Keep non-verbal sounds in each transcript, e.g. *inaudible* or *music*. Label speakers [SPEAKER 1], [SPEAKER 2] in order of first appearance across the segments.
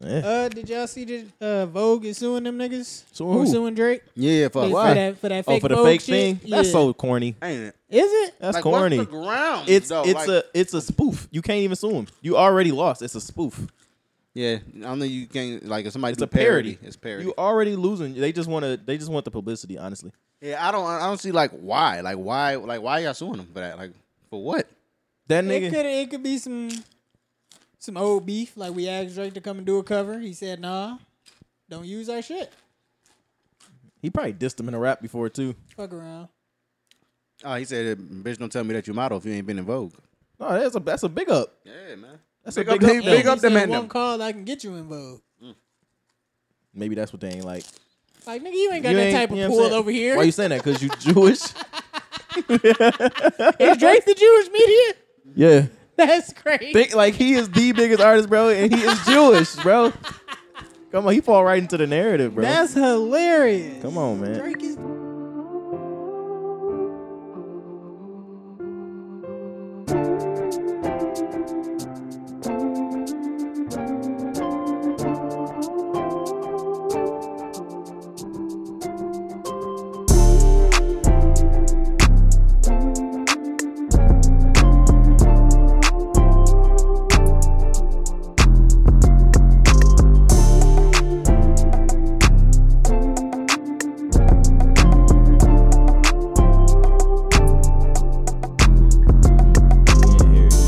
[SPEAKER 1] Uh, did y'all see that uh, Vogue is suing them niggas?
[SPEAKER 2] Suing
[SPEAKER 1] Or
[SPEAKER 2] who?
[SPEAKER 1] suing Drake?
[SPEAKER 3] Yeah, for
[SPEAKER 1] For,
[SPEAKER 2] Why?
[SPEAKER 1] for that for that
[SPEAKER 2] Oh,
[SPEAKER 1] fake
[SPEAKER 2] for the
[SPEAKER 1] Vogue
[SPEAKER 2] fake
[SPEAKER 1] shit?
[SPEAKER 2] thing? That's
[SPEAKER 1] Yeah.
[SPEAKER 2] so corny.
[SPEAKER 3] ain't it?
[SPEAKER 1] Is it?
[SPEAKER 2] That's
[SPEAKER 3] like,
[SPEAKER 2] corny.
[SPEAKER 3] What's the ground?
[SPEAKER 2] It's
[SPEAKER 3] though?
[SPEAKER 2] it's
[SPEAKER 3] Like-
[SPEAKER 2] a it's a spoof. You can't even sue him. You already lost. It's a spoof.
[SPEAKER 3] yeah. I don't know. You can't like if somebody
[SPEAKER 2] It's
[SPEAKER 3] do
[SPEAKER 2] a parody.
[SPEAKER 3] It's parody.
[SPEAKER 2] You already losing. They just want to. They just want the publicity. Honestly,
[SPEAKER 3] yeah, I don't. I don't see like why. Like why. Like why y'all suing them for that? Like for what?
[SPEAKER 2] that
[SPEAKER 1] It
[SPEAKER 2] nigga.
[SPEAKER 1] could it could be some some old beef. Like we asked Drake to come and do a cover. He said, "Nah, don't use our shit.
[SPEAKER 2] He probably dissed him in a rap before too.
[SPEAKER 1] Fuck around."
[SPEAKER 3] Oh, he said, "Bitch, don't tell me that you model if you ain't been in Vogue."
[SPEAKER 2] No, that's a that's a big up.
[SPEAKER 3] Yeah, man.
[SPEAKER 2] That's
[SPEAKER 3] Big
[SPEAKER 2] a
[SPEAKER 3] up
[SPEAKER 2] big up.
[SPEAKER 3] Dave-
[SPEAKER 2] though.
[SPEAKER 3] Big
[SPEAKER 1] He
[SPEAKER 3] up
[SPEAKER 1] said,
[SPEAKER 3] them and
[SPEAKER 1] One
[SPEAKER 3] them.
[SPEAKER 1] call, I can get you in Vogue.
[SPEAKER 2] Maybe that's what they ain't like.
[SPEAKER 1] Like nigga, you ain't got
[SPEAKER 2] You
[SPEAKER 1] that
[SPEAKER 2] ain't-
[SPEAKER 1] type
[SPEAKER 2] you know what
[SPEAKER 1] of
[SPEAKER 2] I'm
[SPEAKER 1] pull
[SPEAKER 2] saying?
[SPEAKER 1] over here.
[SPEAKER 2] Why you saying that? Because you
[SPEAKER 1] *laughs*
[SPEAKER 2] Jewish.
[SPEAKER 1] Is Drake the Jewish media? *laughs*
[SPEAKER 2] Yeah.
[SPEAKER 1] That's crazy.
[SPEAKER 2] Think like he is the biggest artist, bro, and he is Jewish, bro. Come on, he fall right into the narrative, bro.
[SPEAKER 1] That's hilarious.
[SPEAKER 2] Come on, man.
[SPEAKER 1] Drake is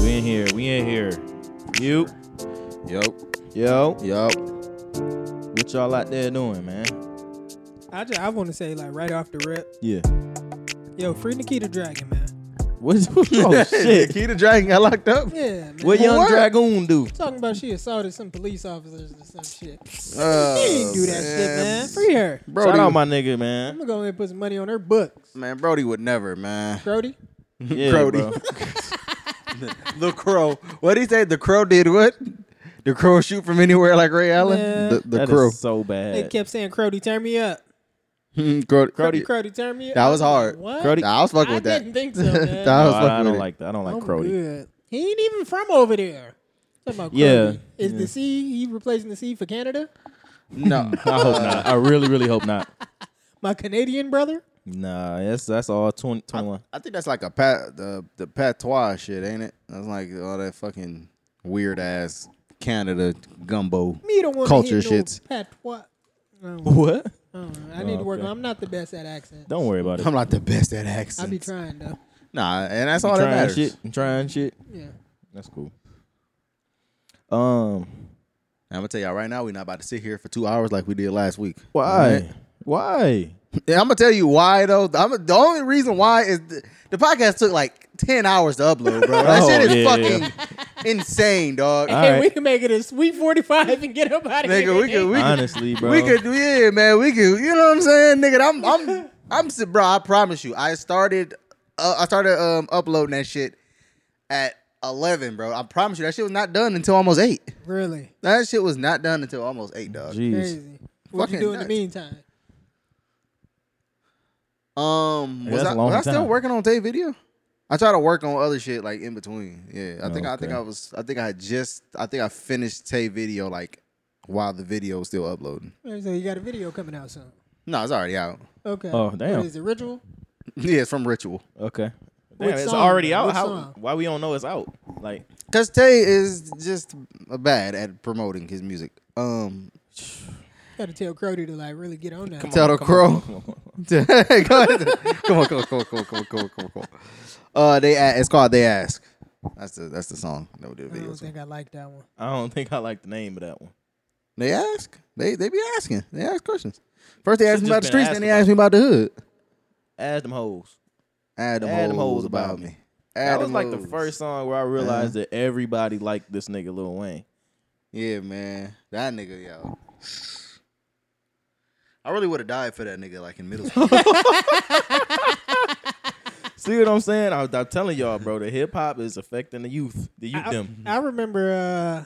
[SPEAKER 2] We in here. We in here. You.
[SPEAKER 3] Yo,
[SPEAKER 2] Yo.
[SPEAKER 3] yo. *laughs*
[SPEAKER 2] What y'all out there doing, man?
[SPEAKER 1] I just I want to say like right off the rip,
[SPEAKER 2] *laughs* Yeah.
[SPEAKER 1] yo, free Nikita Dragon, man.
[SPEAKER 2] What's
[SPEAKER 3] *laughs*
[SPEAKER 2] oh shit?
[SPEAKER 3] Key the Dragon got locked up.
[SPEAKER 1] Yeah, man.
[SPEAKER 2] What young
[SPEAKER 3] What?
[SPEAKER 2] dragoon do?
[SPEAKER 1] talking about she assaulted some police officers or some shit. She
[SPEAKER 3] Uh,
[SPEAKER 1] didn't do that shit, man. Free her.
[SPEAKER 3] Brody,
[SPEAKER 2] Shout out my nigga, man.
[SPEAKER 3] *laughs*
[SPEAKER 1] I'm gonna go ahead and put some money on her books.
[SPEAKER 3] man. Brody would never, man. *laughs*
[SPEAKER 1] Brody,
[SPEAKER 2] Yeah,
[SPEAKER 3] Brody.
[SPEAKER 2] bro.
[SPEAKER 3] The crow. What he say? The crow did what? The crow shoot from anywhere like Ray Allen.
[SPEAKER 1] Yeah.
[SPEAKER 3] The, the
[SPEAKER 2] That
[SPEAKER 3] crow.
[SPEAKER 2] is so bad.
[SPEAKER 1] they kept saying Crody, turn me up.
[SPEAKER 3] Hmm, crow.
[SPEAKER 1] Crody, Crody, turn me up.
[SPEAKER 3] That was
[SPEAKER 1] I
[SPEAKER 3] hard.
[SPEAKER 1] Like, what?
[SPEAKER 2] Crody-
[SPEAKER 3] Nah, I was fucking
[SPEAKER 1] I
[SPEAKER 3] with that.
[SPEAKER 1] didn't
[SPEAKER 3] *laughs*
[SPEAKER 1] think so, man.
[SPEAKER 3] Nah, I
[SPEAKER 2] No,
[SPEAKER 3] was fucking
[SPEAKER 2] I, I
[SPEAKER 3] with
[SPEAKER 2] don't
[SPEAKER 3] it.
[SPEAKER 2] like that. I don't like
[SPEAKER 1] I'm
[SPEAKER 2] Crody.
[SPEAKER 1] good. He ain't even from over there. Talking about
[SPEAKER 2] Yeah.
[SPEAKER 1] Crody. Is
[SPEAKER 2] Yeah.
[SPEAKER 1] the C he replacing the C for Canada?
[SPEAKER 3] No,
[SPEAKER 2] *laughs* I hope not. I really, really hope not.
[SPEAKER 1] My Canadian brother?
[SPEAKER 2] Nah, that's that's all 20,
[SPEAKER 3] *laughs*
[SPEAKER 2] 21.
[SPEAKER 3] *laughs* I think that's like a pat the the patois shit, ain't it? That's like all that fucking weird ass Canada gumbo.
[SPEAKER 1] Me the one
[SPEAKER 3] Culture
[SPEAKER 1] that hit
[SPEAKER 3] shits.
[SPEAKER 1] No patois. No,
[SPEAKER 2] What?
[SPEAKER 1] no, I need to work.
[SPEAKER 2] okay.
[SPEAKER 1] on I'm not the best at accent.
[SPEAKER 2] Don't worry about it.
[SPEAKER 3] I'm not the best at
[SPEAKER 1] I be
[SPEAKER 3] accents.
[SPEAKER 1] trying though.
[SPEAKER 3] nah, and that's all that
[SPEAKER 2] trying
[SPEAKER 3] matters.
[SPEAKER 2] shit. I'm trying shit.
[SPEAKER 1] Yeah.
[SPEAKER 2] That's cool. Um,
[SPEAKER 3] I'm gonna tell y'all right now, we're not about to sit here for two hours like we did last week.
[SPEAKER 2] why?
[SPEAKER 3] Alright?
[SPEAKER 2] Why?
[SPEAKER 3] Yeah, I'm gonna tell you why though. I'm, the only reason why is the, the podcast took like ten hours to upload, bro.
[SPEAKER 2] *laughs*
[SPEAKER 3] That
[SPEAKER 2] Oh,
[SPEAKER 3] shit is
[SPEAKER 2] yeah,
[SPEAKER 3] fucking insane, dog.
[SPEAKER 2] All
[SPEAKER 1] hey,
[SPEAKER 2] right.
[SPEAKER 1] we can make it a sweet 45 and get up out of here.
[SPEAKER 3] Nigga, we could, we could,
[SPEAKER 2] Honestly, bro.
[SPEAKER 3] we could, yeah, man, we could. You know what I'm saying, nigga? I'm, I'm, I'm, si- bro. I promise you, I started, uh, I started um uploading that shit at eleven, bro. I promise you, that shit was not done until almost eight.
[SPEAKER 1] Really
[SPEAKER 3] That shit was not done until almost eight, dog.
[SPEAKER 2] Jeez.
[SPEAKER 1] crazy. What you
[SPEAKER 3] Fucking
[SPEAKER 1] do in the
[SPEAKER 3] nuts.
[SPEAKER 1] meantime?
[SPEAKER 3] Um,
[SPEAKER 2] Yeah,
[SPEAKER 3] was,
[SPEAKER 2] that's
[SPEAKER 3] I,
[SPEAKER 2] a long
[SPEAKER 3] was I still
[SPEAKER 2] time.
[SPEAKER 3] working on tape video? I try to work on other shit like in between. Yeah, I think I think
[SPEAKER 2] Okay.
[SPEAKER 3] I was I think I just I think I finished tape video like while the video was still uploading.
[SPEAKER 1] Alright, So you got a video coming out soon.
[SPEAKER 3] No, it's already out. *laughs*
[SPEAKER 1] Okay.
[SPEAKER 2] Oh, damn.
[SPEAKER 1] What is it, Ritual?
[SPEAKER 3] yeah, it's from Ritual.
[SPEAKER 2] Okay.
[SPEAKER 1] What
[SPEAKER 2] Damn, it's
[SPEAKER 1] song,
[SPEAKER 2] already
[SPEAKER 1] bro?
[SPEAKER 2] out.
[SPEAKER 1] What
[SPEAKER 2] How?
[SPEAKER 1] song?
[SPEAKER 2] Why we don't know it's out? Like,
[SPEAKER 3] Cause Tay is just bad at promoting his music. Um,
[SPEAKER 1] Got to tell Crody to like really get on that.
[SPEAKER 3] tell the crow. *laughs* Go ahead. come on, come on, come on, come on, come on, come on, come on, come on. Uh, they a- it's called They Ask. That's the that's the song that we did
[SPEAKER 1] I
[SPEAKER 3] the video.
[SPEAKER 1] don't
[SPEAKER 3] to.
[SPEAKER 1] think I like that one.
[SPEAKER 2] *laughs* I don't think I like the name of that one.
[SPEAKER 3] They ask. They they be asking. They ask questions. First they asked me
[SPEAKER 2] just
[SPEAKER 3] about the
[SPEAKER 2] been
[SPEAKER 3] streets,
[SPEAKER 2] asked
[SPEAKER 3] then they
[SPEAKER 2] about
[SPEAKER 3] asked me about the hood.
[SPEAKER 2] Ask them hoes.
[SPEAKER 3] Adam,
[SPEAKER 2] Adam
[SPEAKER 3] hoes,
[SPEAKER 2] hoes
[SPEAKER 3] about
[SPEAKER 2] about
[SPEAKER 3] me.
[SPEAKER 2] me. That was
[SPEAKER 3] Adam
[SPEAKER 2] like the
[SPEAKER 3] hoes.
[SPEAKER 2] first song where I realized that everybody liked this nigga Lil Wayne.
[SPEAKER 3] Yeah, man. That nigga, yo. I really would have died for that nigga, like in middle *laughs* school.
[SPEAKER 2] See what I'm saying? I, I'm telling y'all, bro. The hip hop is affecting the youth. The youth,
[SPEAKER 1] I,
[SPEAKER 2] them.
[SPEAKER 1] I remember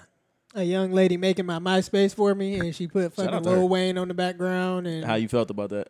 [SPEAKER 1] uh, a young lady making my MySpace for me, and she put
[SPEAKER 2] Shout out
[SPEAKER 1] fucking
[SPEAKER 2] to her.
[SPEAKER 1] Lil Wayne on the background, and
[SPEAKER 2] How you felt about that?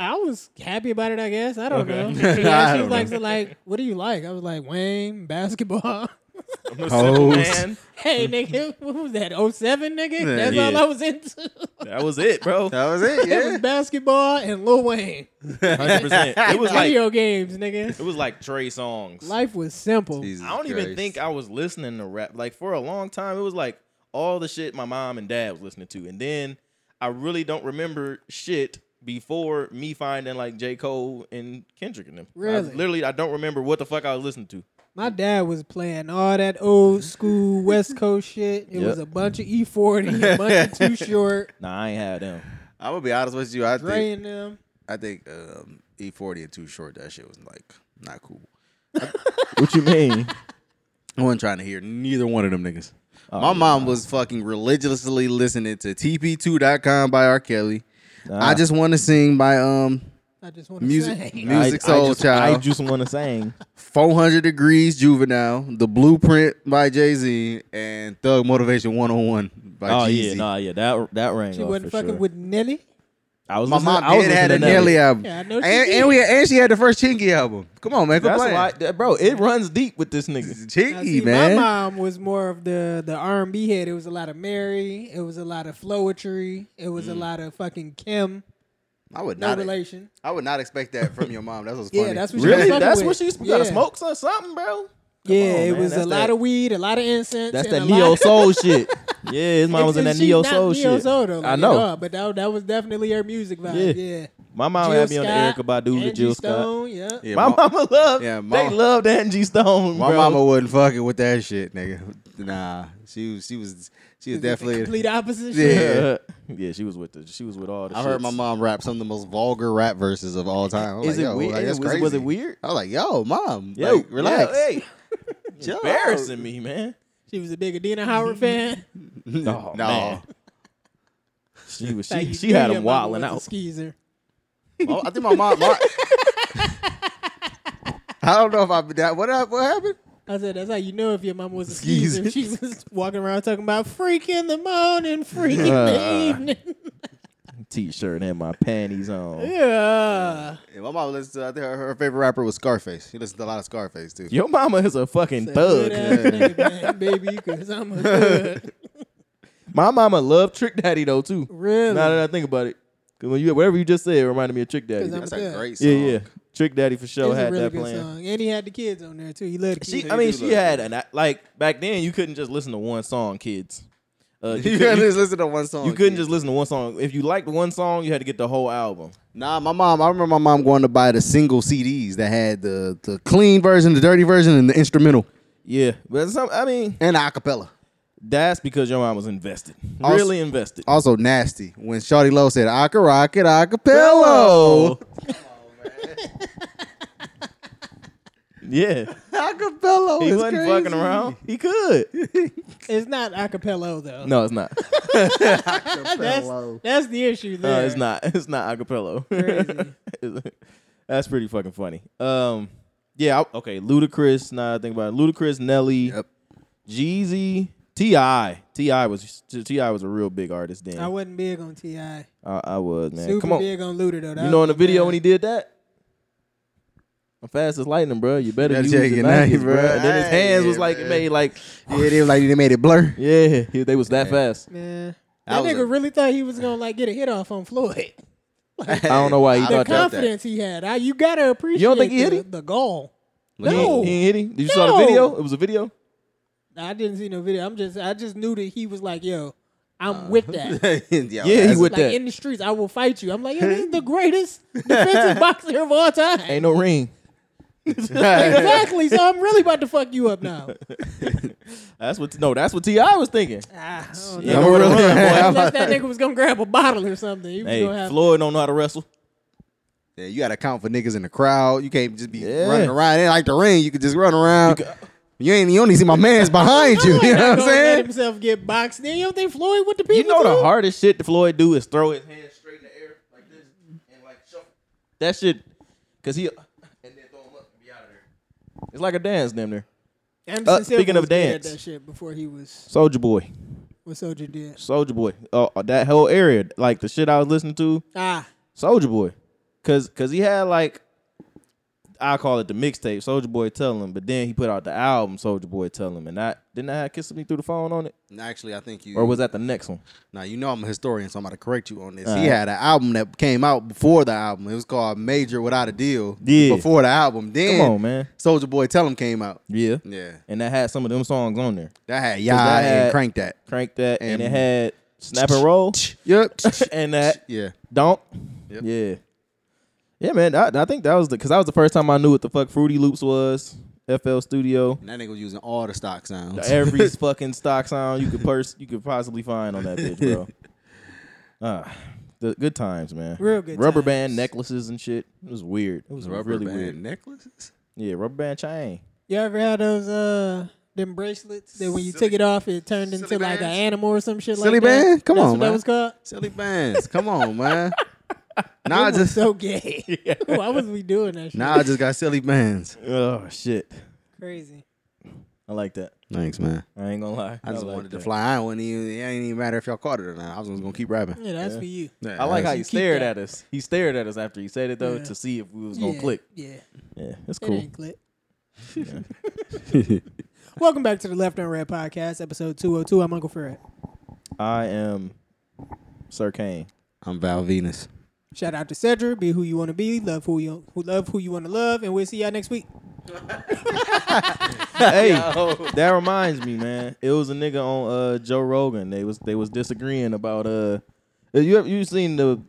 [SPEAKER 1] I was happy about it. I guess I
[SPEAKER 2] *laughs*
[SPEAKER 1] don't
[SPEAKER 2] Okay.
[SPEAKER 1] know. Yeah,
[SPEAKER 3] I
[SPEAKER 1] she
[SPEAKER 3] don't
[SPEAKER 1] was like, so like, what do you like? I was like, Wayne, basketball.
[SPEAKER 2] *laughs*
[SPEAKER 1] *laughs*
[SPEAKER 2] I'm a simple
[SPEAKER 3] Hoes.
[SPEAKER 2] man.
[SPEAKER 1] Hey, nigga, *laughs* what was that? 07, nigga?
[SPEAKER 3] Yeah.
[SPEAKER 1] That's all
[SPEAKER 2] Yeah.
[SPEAKER 1] I was into.
[SPEAKER 2] That was it, bro.
[SPEAKER 3] That was
[SPEAKER 1] It
[SPEAKER 3] it.
[SPEAKER 1] was
[SPEAKER 3] Yeah.
[SPEAKER 1] basketball and Lil Wayne.
[SPEAKER 3] *laughs*
[SPEAKER 2] 100%. It was like
[SPEAKER 1] Video games, nigga.
[SPEAKER 2] it was like Trey songs.
[SPEAKER 1] Life was simple.
[SPEAKER 3] Jesus
[SPEAKER 2] I don't even
[SPEAKER 3] Christ.
[SPEAKER 2] think I was listening to rap. Like for a long time, it was like all the shit my mom and dad was listening to, and then I really don't remember shit before me finding like J Cole and Kendrick and them. I
[SPEAKER 1] Really?
[SPEAKER 2] literally, I don't remember what the fuck I was listening to.
[SPEAKER 1] My dad was playing all that old school West Coast shit. It
[SPEAKER 2] Yep.
[SPEAKER 1] was a bunch of E40, a bunch
[SPEAKER 2] *laughs*
[SPEAKER 1] of Too Short,
[SPEAKER 2] Nah, I ain't had them.
[SPEAKER 3] I'm gonna be honest with you. I
[SPEAKER 1] Dre
[SPEAKER 3] think
[SPEAKER 1] and them.
[SPEAKER 3] I think um, E40 and Too Short. That shit was like not cool.
[SPEAKER 2] What you *laughs* mean?
[SPEAKER 3] I wasn't trying to hear neither one of them niggas.
[SPEAKER 2] Oh,
[SPEAKER 3] My mom was fucking religiously listening to TP2.com by R. Kelly. I just want to sing by um
[SPEAKER 1] I just want to
[SPEAKER 3] music
[SPEAKER 1] say.
[SPEAKER 3] music soul child.
[SPEAKER 2] just want to
[SPEAKER 3] *laughs*
[SPEAKER 2] sing.
[SPEAKER 3] 400 degrees juvenile, the blueprint by Jay Z, and Thug Motivation 101 by
[SPEAKER 2] oh
[SPEAKER 3] Jeezy.
[SPEAKER 2] yeah, nah, yeah, that that rang.
[SPEAKER 1] She
[SPEAKER 2] off
[SPEAKER 1] wasn't
[SPEAKER 2] Oh, for
[SPEAKER 1] fucking
[SPEAKER 2] sure.
[SPEAKER 1] with Nelly.
[SPEAKER 2] I was
[SPEAKER 3] My
[SPEAKER 2] listening-
[SPEAKER 3] mom
[SPEAKER 2] I was
[SPEAKER 3] did had a
[SPEAKER 2] listening to
[SPEAKER 3] Nelly album,
[SPEAKER 1] Yeah, I know
[SPEAKER 3] and,
[SPEAKER 1] she
[SPEAKER 3] and we and she had the first Chingy album. Come on, man, quit
[SPEAKER 2] That's
[SPEAKER 3] playing.
[SPEAKER 2] why, that- bro. It runs deep with this nigga.
[SPEAKER 1] Now,
[SPEAKER 3] Chingy,
[SPEAKER 1] see,
[SPEAKER 3] man.
[SPEAKER 1] My mom was more of the the R and B head. It was a lot of Mary. It was a lot of Floetry. It was a
[SPEAKER 2] Mm.
[SPEAKER 1] lot of fucking Kim.
[SPEAKER 3] I would
[SPEAKER 1] No
[SPEAKER 3] not.
[SPEAKER 1] relation.
[SPEAKER 3] I would not expect that from your mom.
[SPEAKER 2] *laughs*
[SPEAKER 3] That's what's
[SPEAKER 1] Yeah,
[SPEAKER 3] funny.
[SPEAKER 1] that's what she was
[SPEAKER 2] Really?
[SPEAKER 1] fucking
[SPEAKER 2] That's
[SPEAKER 1] with.
[SPEAKER 2] what she's you gotta
[SPEAKER 1] Yeah.
[SPEAKER 2] smoke some- something, bro.
[SPEAKER 1] yeah,
[SPEAKER 2] on,
[SPEAKER 1] it
[SPEAKER 2] man.
[SPEAKER 1] was
[SPEAKER 2] That's
[SPEAKER 1] a lot
[SPEAKER 2] that-
[SPEAKER 1] of weed, a lot of incense.
[SPEAKER 2] That's
[SPEAKER 1] and
[SPEAKER 2] that
[SPEAKER 1] a
[SPEAKER 2] neo
[SPEAKER 1] lot-
[SPEAKER 2] soul
[SPEAKER 1] *laughs*
[SPEAKER 2] shit. Yeah, his mom was in
[SPEAKER 1] And
[SPEAKER 2] that
[SPEAKER 1] she's
[SPEAKER 2] neo
[SPEAKER 1] not
[SPEAKER 2] soul shit.
[SPEAKER 1] neo-soul though,
[SPEAKER 2] I
[SPEAKER 1] like,
[SPEAKER 2] know.
[SPEAKER 1] at all, but that, that was definitely her music vibe.
[SPEAKER 2] Yeah.
[SPEAKER 1] Yeah,
[SPEAKER 2] My mom
[SPEAKER 1] Jill
[SPEAKER 2] had me on the
[SPEAKER 1] Scott,
[SPEAKER 2] Erica Badu to
[SPEAKER 1] Angie
[SPEAKER 2] Jill Scott.
[SPEAKER 1] Stone, yeah.
[SPEAKER 3] Yeah,
[SPEAKER 2] My
[SPEAKER 3] mom-
[SPEAKER 2] mama loved.
[SPEAKER 3] Yeah,
[SPEAKER 2] they
[SPEAKER 3] mama-
[SPEAKER 2] loved Angie Stone.
[SPEAKER 3] My
[SPEAKER 2] bro. *laughs*
[SPEAKER 3] mama wasn't fucking with that shit, nigga. Nah, she was, she was,
[SPEAKER 1] It
[SPEAKER 3] she was
[SPEAKER 1] was the
[SPEAKER 3] definitely.
[SPEAKER 1] complete opposite.
[SPEAKER 3] Yeah.
[SPEAKER 1] shit.
[SPEAKER 2] Yeah. yeah, she was with the. She was with all the.
[SPEAKER 3] I heard my
[SPEAKER 2] shits.
[SPEAKER 3] mom rap some of the most vulgar rap verses of all time. I was
[SPEAKER 2] Is
[SPEAKER 3] like,
[SPEAKER 2] it
[SPEAKER 3] yo,
[SPEAKER 2] weird?
[SPEAKER 3] like, that's
[SPEAKER 2] was,
[SPEAKER 3] crazy.
[SPEAKER 2] it- was it weird?
[SPEAKER 3] I was like, yo, mom,
[SPEAKER 2] Yo,
[SPEAKER 3] like, relax.
[SPEAKER 2] yo,
[SPEAKER 3] *laughs*
[SPEAKER 2] hey,
[SPEAKER 3] Chill out.
[SPEAKER 2] embarrassing me, man.
[SPEAKER 1] She was a big Adina
[SPEAKER 2] *laughs*
[SPEAKER 1] Howard fan.
[SPEAKER 2] Oh,
[SPEAKER 3] no,
[SPEAKER 2] man.
[SPEAKER 3] *laughs*
[SPEAKER 2] She was.
[SPEAKER 1] Like,
[SPEAKER 2] She,
[SPEAKER 1] you
[SPEAKER 2] she
[SPEAKER 1] knew
[SPEAKER 2] had
[SPEAKER 1] your
[SPEAKER 2] him
[SPEAKER 1] mama
[SPEAKER 2] wilding
[SPEAKER 1] was a
[SPEAKER 2] out.
[SPEAKER 1] Skeezer.
[SPEAKER 3] Oh, I think my mom. my- *laughs* I don't know if I that. What hap- what happened?
[SPEAKER 1] I said, that's how you know if your mama was a
[SPEAKER 3] Skeezer.
[SPEAKER 1] skeezer. *laughs* She was walking around talking about freak in the morning, freak in
[SPEAKER 2] Uh.
[SPEAKER 1] the
[SPEAKER 2] *laughs*
[SPEAKER 1] evening.
[SPEAKER 2] T-shirt and my panties on.
[SPEAKER 1] yeah.
[SPEAKER 3] Yeah, my mom listened to. I think her, her favorite rapper was Scarface. She listened to a lot of Scarface too.
[SPEAKER 2] Your mama is a fucking
[SPEAKER 1] That
[SPEAKER 2] thug.
[SPEAKER 1] good ass nigga, man, baby, because I'm
[SPEAKER 2] *laughs*
[SPEAKER 1] a thug.
[SPEAKER 2] My mama loved Trick Daddy though too.
[SPEAKER 1] Really?
[SPEAKER 2] Now that I think about it, because when you whatever you just said it reminded me of Trick Daddy.
[SPEAKER 1] 'Cause I'm
[SPEAKER 3] That's
[SPEAKER 1] Yeah.
[SPEAKER 3] a great song.
[SPEAKER 2] yeah, yeah. Trick Daddy for sure
[SPEAKER 1] It's
[SPEAKER 2] had
[SPEAKER 1] a really
[SPEAKER 2] that
[SPEAKER 1] good
[SPEAKER 2] plan.
[SPEAKER 1] song. And he had the kids on there, too. He loved kids.
[SPEAKER 2] She,
[SPEAKER 3] They
[SPEAKER 2] I mean,
[SPEAKER 3] do
[SPEAKER 2] she
[SPEAKER 3] love
[SPEAKER 2] had an like back then. You couldn't just listen to one song, kids. Uh, you,
[SPEAKER 3] *laughs* You
[SPEAKER 2] couldn't-
[SPEAKER 3] couldn't
[SPEAKER 2] you-
[SPEAKER 3] just listen to one song.
[SPEAKER 2] you couldn't
[SPEAKER 3] kid.
[SPEAKER 2] just listen to one song. If you liked one song, you had to get the whole album.
[SPEAKER 3] Nah, my mom. I remember my mom going to buy the single CDs that had the the clean version, the dirty version, and the instrumental
[SPEAKER 2] Yeah, but some, I mean,
[SPEAKER 3] and the acapella.
[SPEAKER 2] that's because your mom was invested,
[SPEAKER 3] Also-
[SPEAKER 2] really invested.
[SPEAKER 3] Also nasty when Shawty Low said "I can rock it, acapella,
[SPEAKER 2] yeah,
[SPEAKER 3] *laughs* acapella."
[SPEAKER 2] he
[SPEAKER 3] is
[SPEAKER 2] wasn't
[SPEAKER 3] crazy.
[SPEAKER 2] fucking
[SPEAKER 3] *laughs*
[SPEAKER 2] around. He could.
[SPEAKER 1] It's not acapella, though.
[SPEAKER 2] No, it's not.
[SPEAKER 1] that's, that's the issue there.
[SPEAKER 2] No, Uh, it's not. *laughs* It's not acapella. That's pretty fucking funny. Um, yeah. I- okay, Ludacris. Now that I think about it. Ludacris, Nelly,
[SPEAKER 3] Yep.
[SPEAKER 2] Jeezy, Ti. Ti was Ti was a real big artist then. I
[SPEAKER 1] I wasn't big on T.I.
[SPEAKER 2] I was man.
[SPEAKER 1] Super
[SPEAKER 2] Come on.
[SPEAKER 1] big on Luda, though. That
[SPEAKER 2] You know,
[SPEAKER 1] was
[SPEAKER 2] in the
[SPEAKER 1] my
[SPEAKER 2] video
[SPEAKER 1] man.
[SPEAKER 2] when he did that. I'm fast as lightning, bro. You better,
[SPEAKER 3] Better
[SPEAKER 2] use
[SPEAKER 3] check
[SPEAKER 2] your
[SPEAKER 3] it now,
[SPEAKER 2] knife, bro.
[SPEAKER 3] bro.
[SPEAKER 2] And then his
[SPEAKER 3] Hey,
[SPEAKER 2] hands was
[SPEAKER 3] yeah,
[SPEAKER 2] like it
[SPEAKER 3] man.
[SPEAKER 2] made like,
[SPEAKER 3] Yeah, they was like they made
[SPEAKER 2] *laughs*
[SPEAKER 3] it blur.
[SPEAKER 2] yeah, he- they was that
[SPEAKER 3] *laughs*
[SPEAKER 2] fast.
[SPEAKER 1] Man,
[SPEAKER 3] That
[SPEAKER 1] that,
[SPEAKER 3] was
[SPEAKER 1] nigga
[SPEAKER 3] a-
[SPEAKER 1] really thought he was gonna like get a hit off
[SPEAKER 2] *laughs*
[SPEAKER 1] on Floyd.
[SPEAKER 3] I
[SPEAKER 2] don't know why he
[SPEAKER 1] The
[SPEAKER 2] thought that.
[SPEAKER 1] confidence he had, I, you gotta appreciate.
[SPEAKER 2] don't think he
[SPEAKER 1] the,
[SPEAKER 2] hit him?
[SPEAKER 1] the goal?
[SPEAKER 2] He ain't-
[SPEAKER 1] No,
[SPEAKER 2] he ain't hit him. Did you saw the
[SPEAKER 1] No.
[SPEAKER 2] video? It was a video.
[SPEAKER 1] I didn't see no video. I'm just, I just knew that he was like, "Yo, I'm with that."
[SPEAKER 3] yeah,
[SPEAKER 2] Uh-huh. *laughs* he
[SPEAKER 3] that's-
[SPEAKER 2] would- with
[SPEAKER 1] like
[SPEAKER 2] that.
[SPEAKER 1] in the streets, I will fight you. I'm like, "Yo, this
[SPEAKER 2] *laughs*
[SPEAKER 1] is the greatest defensive boxer of all time."
[SPEAKER 2] Ain't no *laughs* ring.
[SPEAKER 1] *laughs* exactly. So I'm really about to fuck you up
[SPEAKER 2] *laughs*
[SPEAKER 1] now.
[SPEAKER 2] That's what no. That's what Ti was thinking.
[SPEAKER 1] Ah, I
[SPEAKER 2] *laughs*
[SPEAKER 1] don't
[SPEAKER 2] Yeah,
[SPEAKER 1] know.
[SPEAKER 2] I'm a real man,
[SPEAKER 1] *laughs*
[SPEAKER 2] boy.
[SPEAKER 1] Unless that nigga was gonna grab a bottle or something, he was gonna
[SPEAKER 2] Hey,
[SPEAKER 1] have.
[SPEAKER 2] Floyd don't know how to wrestle.
[SPEAKER 3] Yeah, you got to count for niggas in the crowd. You can't just be
[SPEAKER 2] Yeah.
[SPEAKER 3] running around. It ain't like the ring. You could just run around. You, ain't. You only see my man's behind you. *laughs* You
[SPEAKER 1] Floyd
[SPEAKER 3] know
[SPEAKER 1] not *laughs*
[SPEAKER 3] what I'm
[SPEAKER 1] gonna Let
[SPEAKER 3] saying?
[SPEAKER 1] himself get boxed. Then you don't think Floyd with the people?
[SPEAKER 2] You know the
[SPEAKER 1] do?
[SPEAKER 2] hardest shit that Floyd do is throw his hands straight in the air like this and like shuffle. That shit, cause he and then throw him up and be out of there. It's like a dance, damn near.
[SPEAKER 1] Anderson
[SPEAKER 2] Uh, speaking
[SPEAKER 1] Silva
[SPEAKER 2] of
[SPEAKER 1] was good at
[SPEAKER 2] dance.
[SPEAKER 1] that shit before he was
[SPEAKER 2] Soldier Boy,
[SPEAKER 1] what Soldier did.
[SPEAKER 2] Soldier Boy, uh, that whole area, like the shit I was listening to,
[SPEAKER 1] Ah,
[SPEAKER 2] Soldier Boy, cause cause he had like I call it the mixtape Soldier Boy Tell Him, but then he put out the album Soldier Boy Tell Him, and I didn't I have Kiss Me Through the Phone on it,
[SPEAKER 3] Actually, I think you.
[SPEAKER 2] or was that the next one?
[SPEAKER 3] Now you know I'm a historian, so I'm about to correct you on this.
[SPEAKER 2] All
[SPEAKER 3] he
[SPEAKER 2] right.
[SPEAKER 3] had an album that came out before the album. It was called Major Without a Deal.
[SPEAKER 2] Yeah.
[SPEAKER 3] Before the album, then
[SPEAKER 2] Come on, man.
[SPEAKER 3] Soldier Boy Tell Him came out.
[SPEAKER 2] Yeah,
[SPEAKER 3] Yeah.
[SPEAKER 2] and that had some of them songs on there.
[SPEAKER 3] That had
[SPEAKER 2] that
[SPEAKER 3] yeah
[SPEAKER 2] had-
[SPEAKER 3] and crank that.
[SPEAKER 2] *laughs* Crank that, and, it
[SPEAKER 3] And-
[SPEAKER 2] had Snap and Roll, *laughs*
[SPEAKER 3] Yep.
[SPEAKER 2] and that
[SPEAKER 3] *laughs* yeah.
[SPEAKER 2] Don't.
[SPEAKER 3] Yep.
[SPEAKER 2] Yeah. Yeah, man. I, I think that was the because that was the first time I knew what the fuck Fruity Loops was. FL Studio.
[SPEAKER 3] And that nigga was using all the stock sounds.
[SPEAKER 2] Every fucking stock sound you could purse you could possibly find on that bitch, bro. Ah, the good times, man.
[SPEAKER 1] Real good
[SPEAKER 2] Rubber
[SPEAKER 1] times.
[SPEAKER 2] band necklaces and shit. It was weird. It was
[SPEAKER 3] *laughs* Rubber
[SPEAKER 2] really
[SPEAKER 3] band
[SPEAKER 2] weird.
[SPEAKER 3] necklaces.
[SPEAKER 2] Yeah, rubber band chain.
[SPEAKER 1] You ever had those uh them bracelets that when you
[SPEAKER 3] Silly-
[SPEAKER 1] took it off it turned
[SPEAKER 3] silly
[SPEAKER 1] into like an
[SPEAKER 3] bands?
[SPEAKER 1] animal or some shit
[SPEAKER 3] Silly
[SPEAKER 1] like that?
[SPEAKER 3] band? Come
[SPEAKER 1] That's
[SPEAKER 3] on,
[SPEAKER 1] what
[SPEAKER 3] man.
[SPEAKER 1] that was called.
[SPEAKER 3] Silly bands.
[SPEAKER 2] *laughs*
[SPEAKER 3] Come on, man. Now
[SPEAKER 1] That
[SPEAKER 3] I
[SPEAKER 1] was
[SPEAKER 3] just *laughs*
[SPEAKER 1] so gay. *laughs* Why was we doing that shit?
[SPEAKER 3] now I just got silly bands.
[SPEAKER 2] Oh shit.
[SPEAKER 1] Crazy.
[SPEAKER 2] I like that.
[SPEAKER 3] Thanks, man.
[SPEAKER 2] I ain't gonna lie.
[SPEAKER 3] I just
[SPEAKER 2] like
[SPEAKER 3] wanted to
[SPEAKER 2] that.
[SPEAKER 3] fly. I wasn't even. It ain't even matter if y'all caught it or not. I was just gonna keep rapping.
[SPEAKER 1] Yeah, that's
[SPEAKER 2] Yeah.
[SPEAKER 1] for you.
[SPEAKER 2] I like how
[SPEAKER 3] that's-
[SPEAKER 2] he
[SPEAKER 1] You keep
[SPEAKER 2] stared
[SPEAKER 1] that.
[SPEAKER 2] at us. He stared at us after he said it though
[SPEAKER 1] Yeah.
[SPEAKER 2] to see if we was gonna
[SPEAKER 1] yeah,
[SPEAKER 2] click.
[SPEAKER 1] Yeah.
[SPEAKER 2] Yeah, that's
[SPEAKER 1] It
[SPEAKER 2] cool.
[SPEAKER 1] ain't click. Welcome back to the Left and Red Podcast, episode 202. I'm Uncle Fred.
[SPEAKER 2] *laughs* I am Sir Kane.
[SPEAKER 3] I'm Val Venus.
[SPEAKER 1] Shout out to Cedric. Be who you want to be. Love who you who love who you want to love. And we'll see y'all next week.
[SPEAKER 2] *laughs* hey, *laughs* that reminds me, man. It was a nigga on uh, Joe Rogan. They was they was disagreeing about uh. You you seen the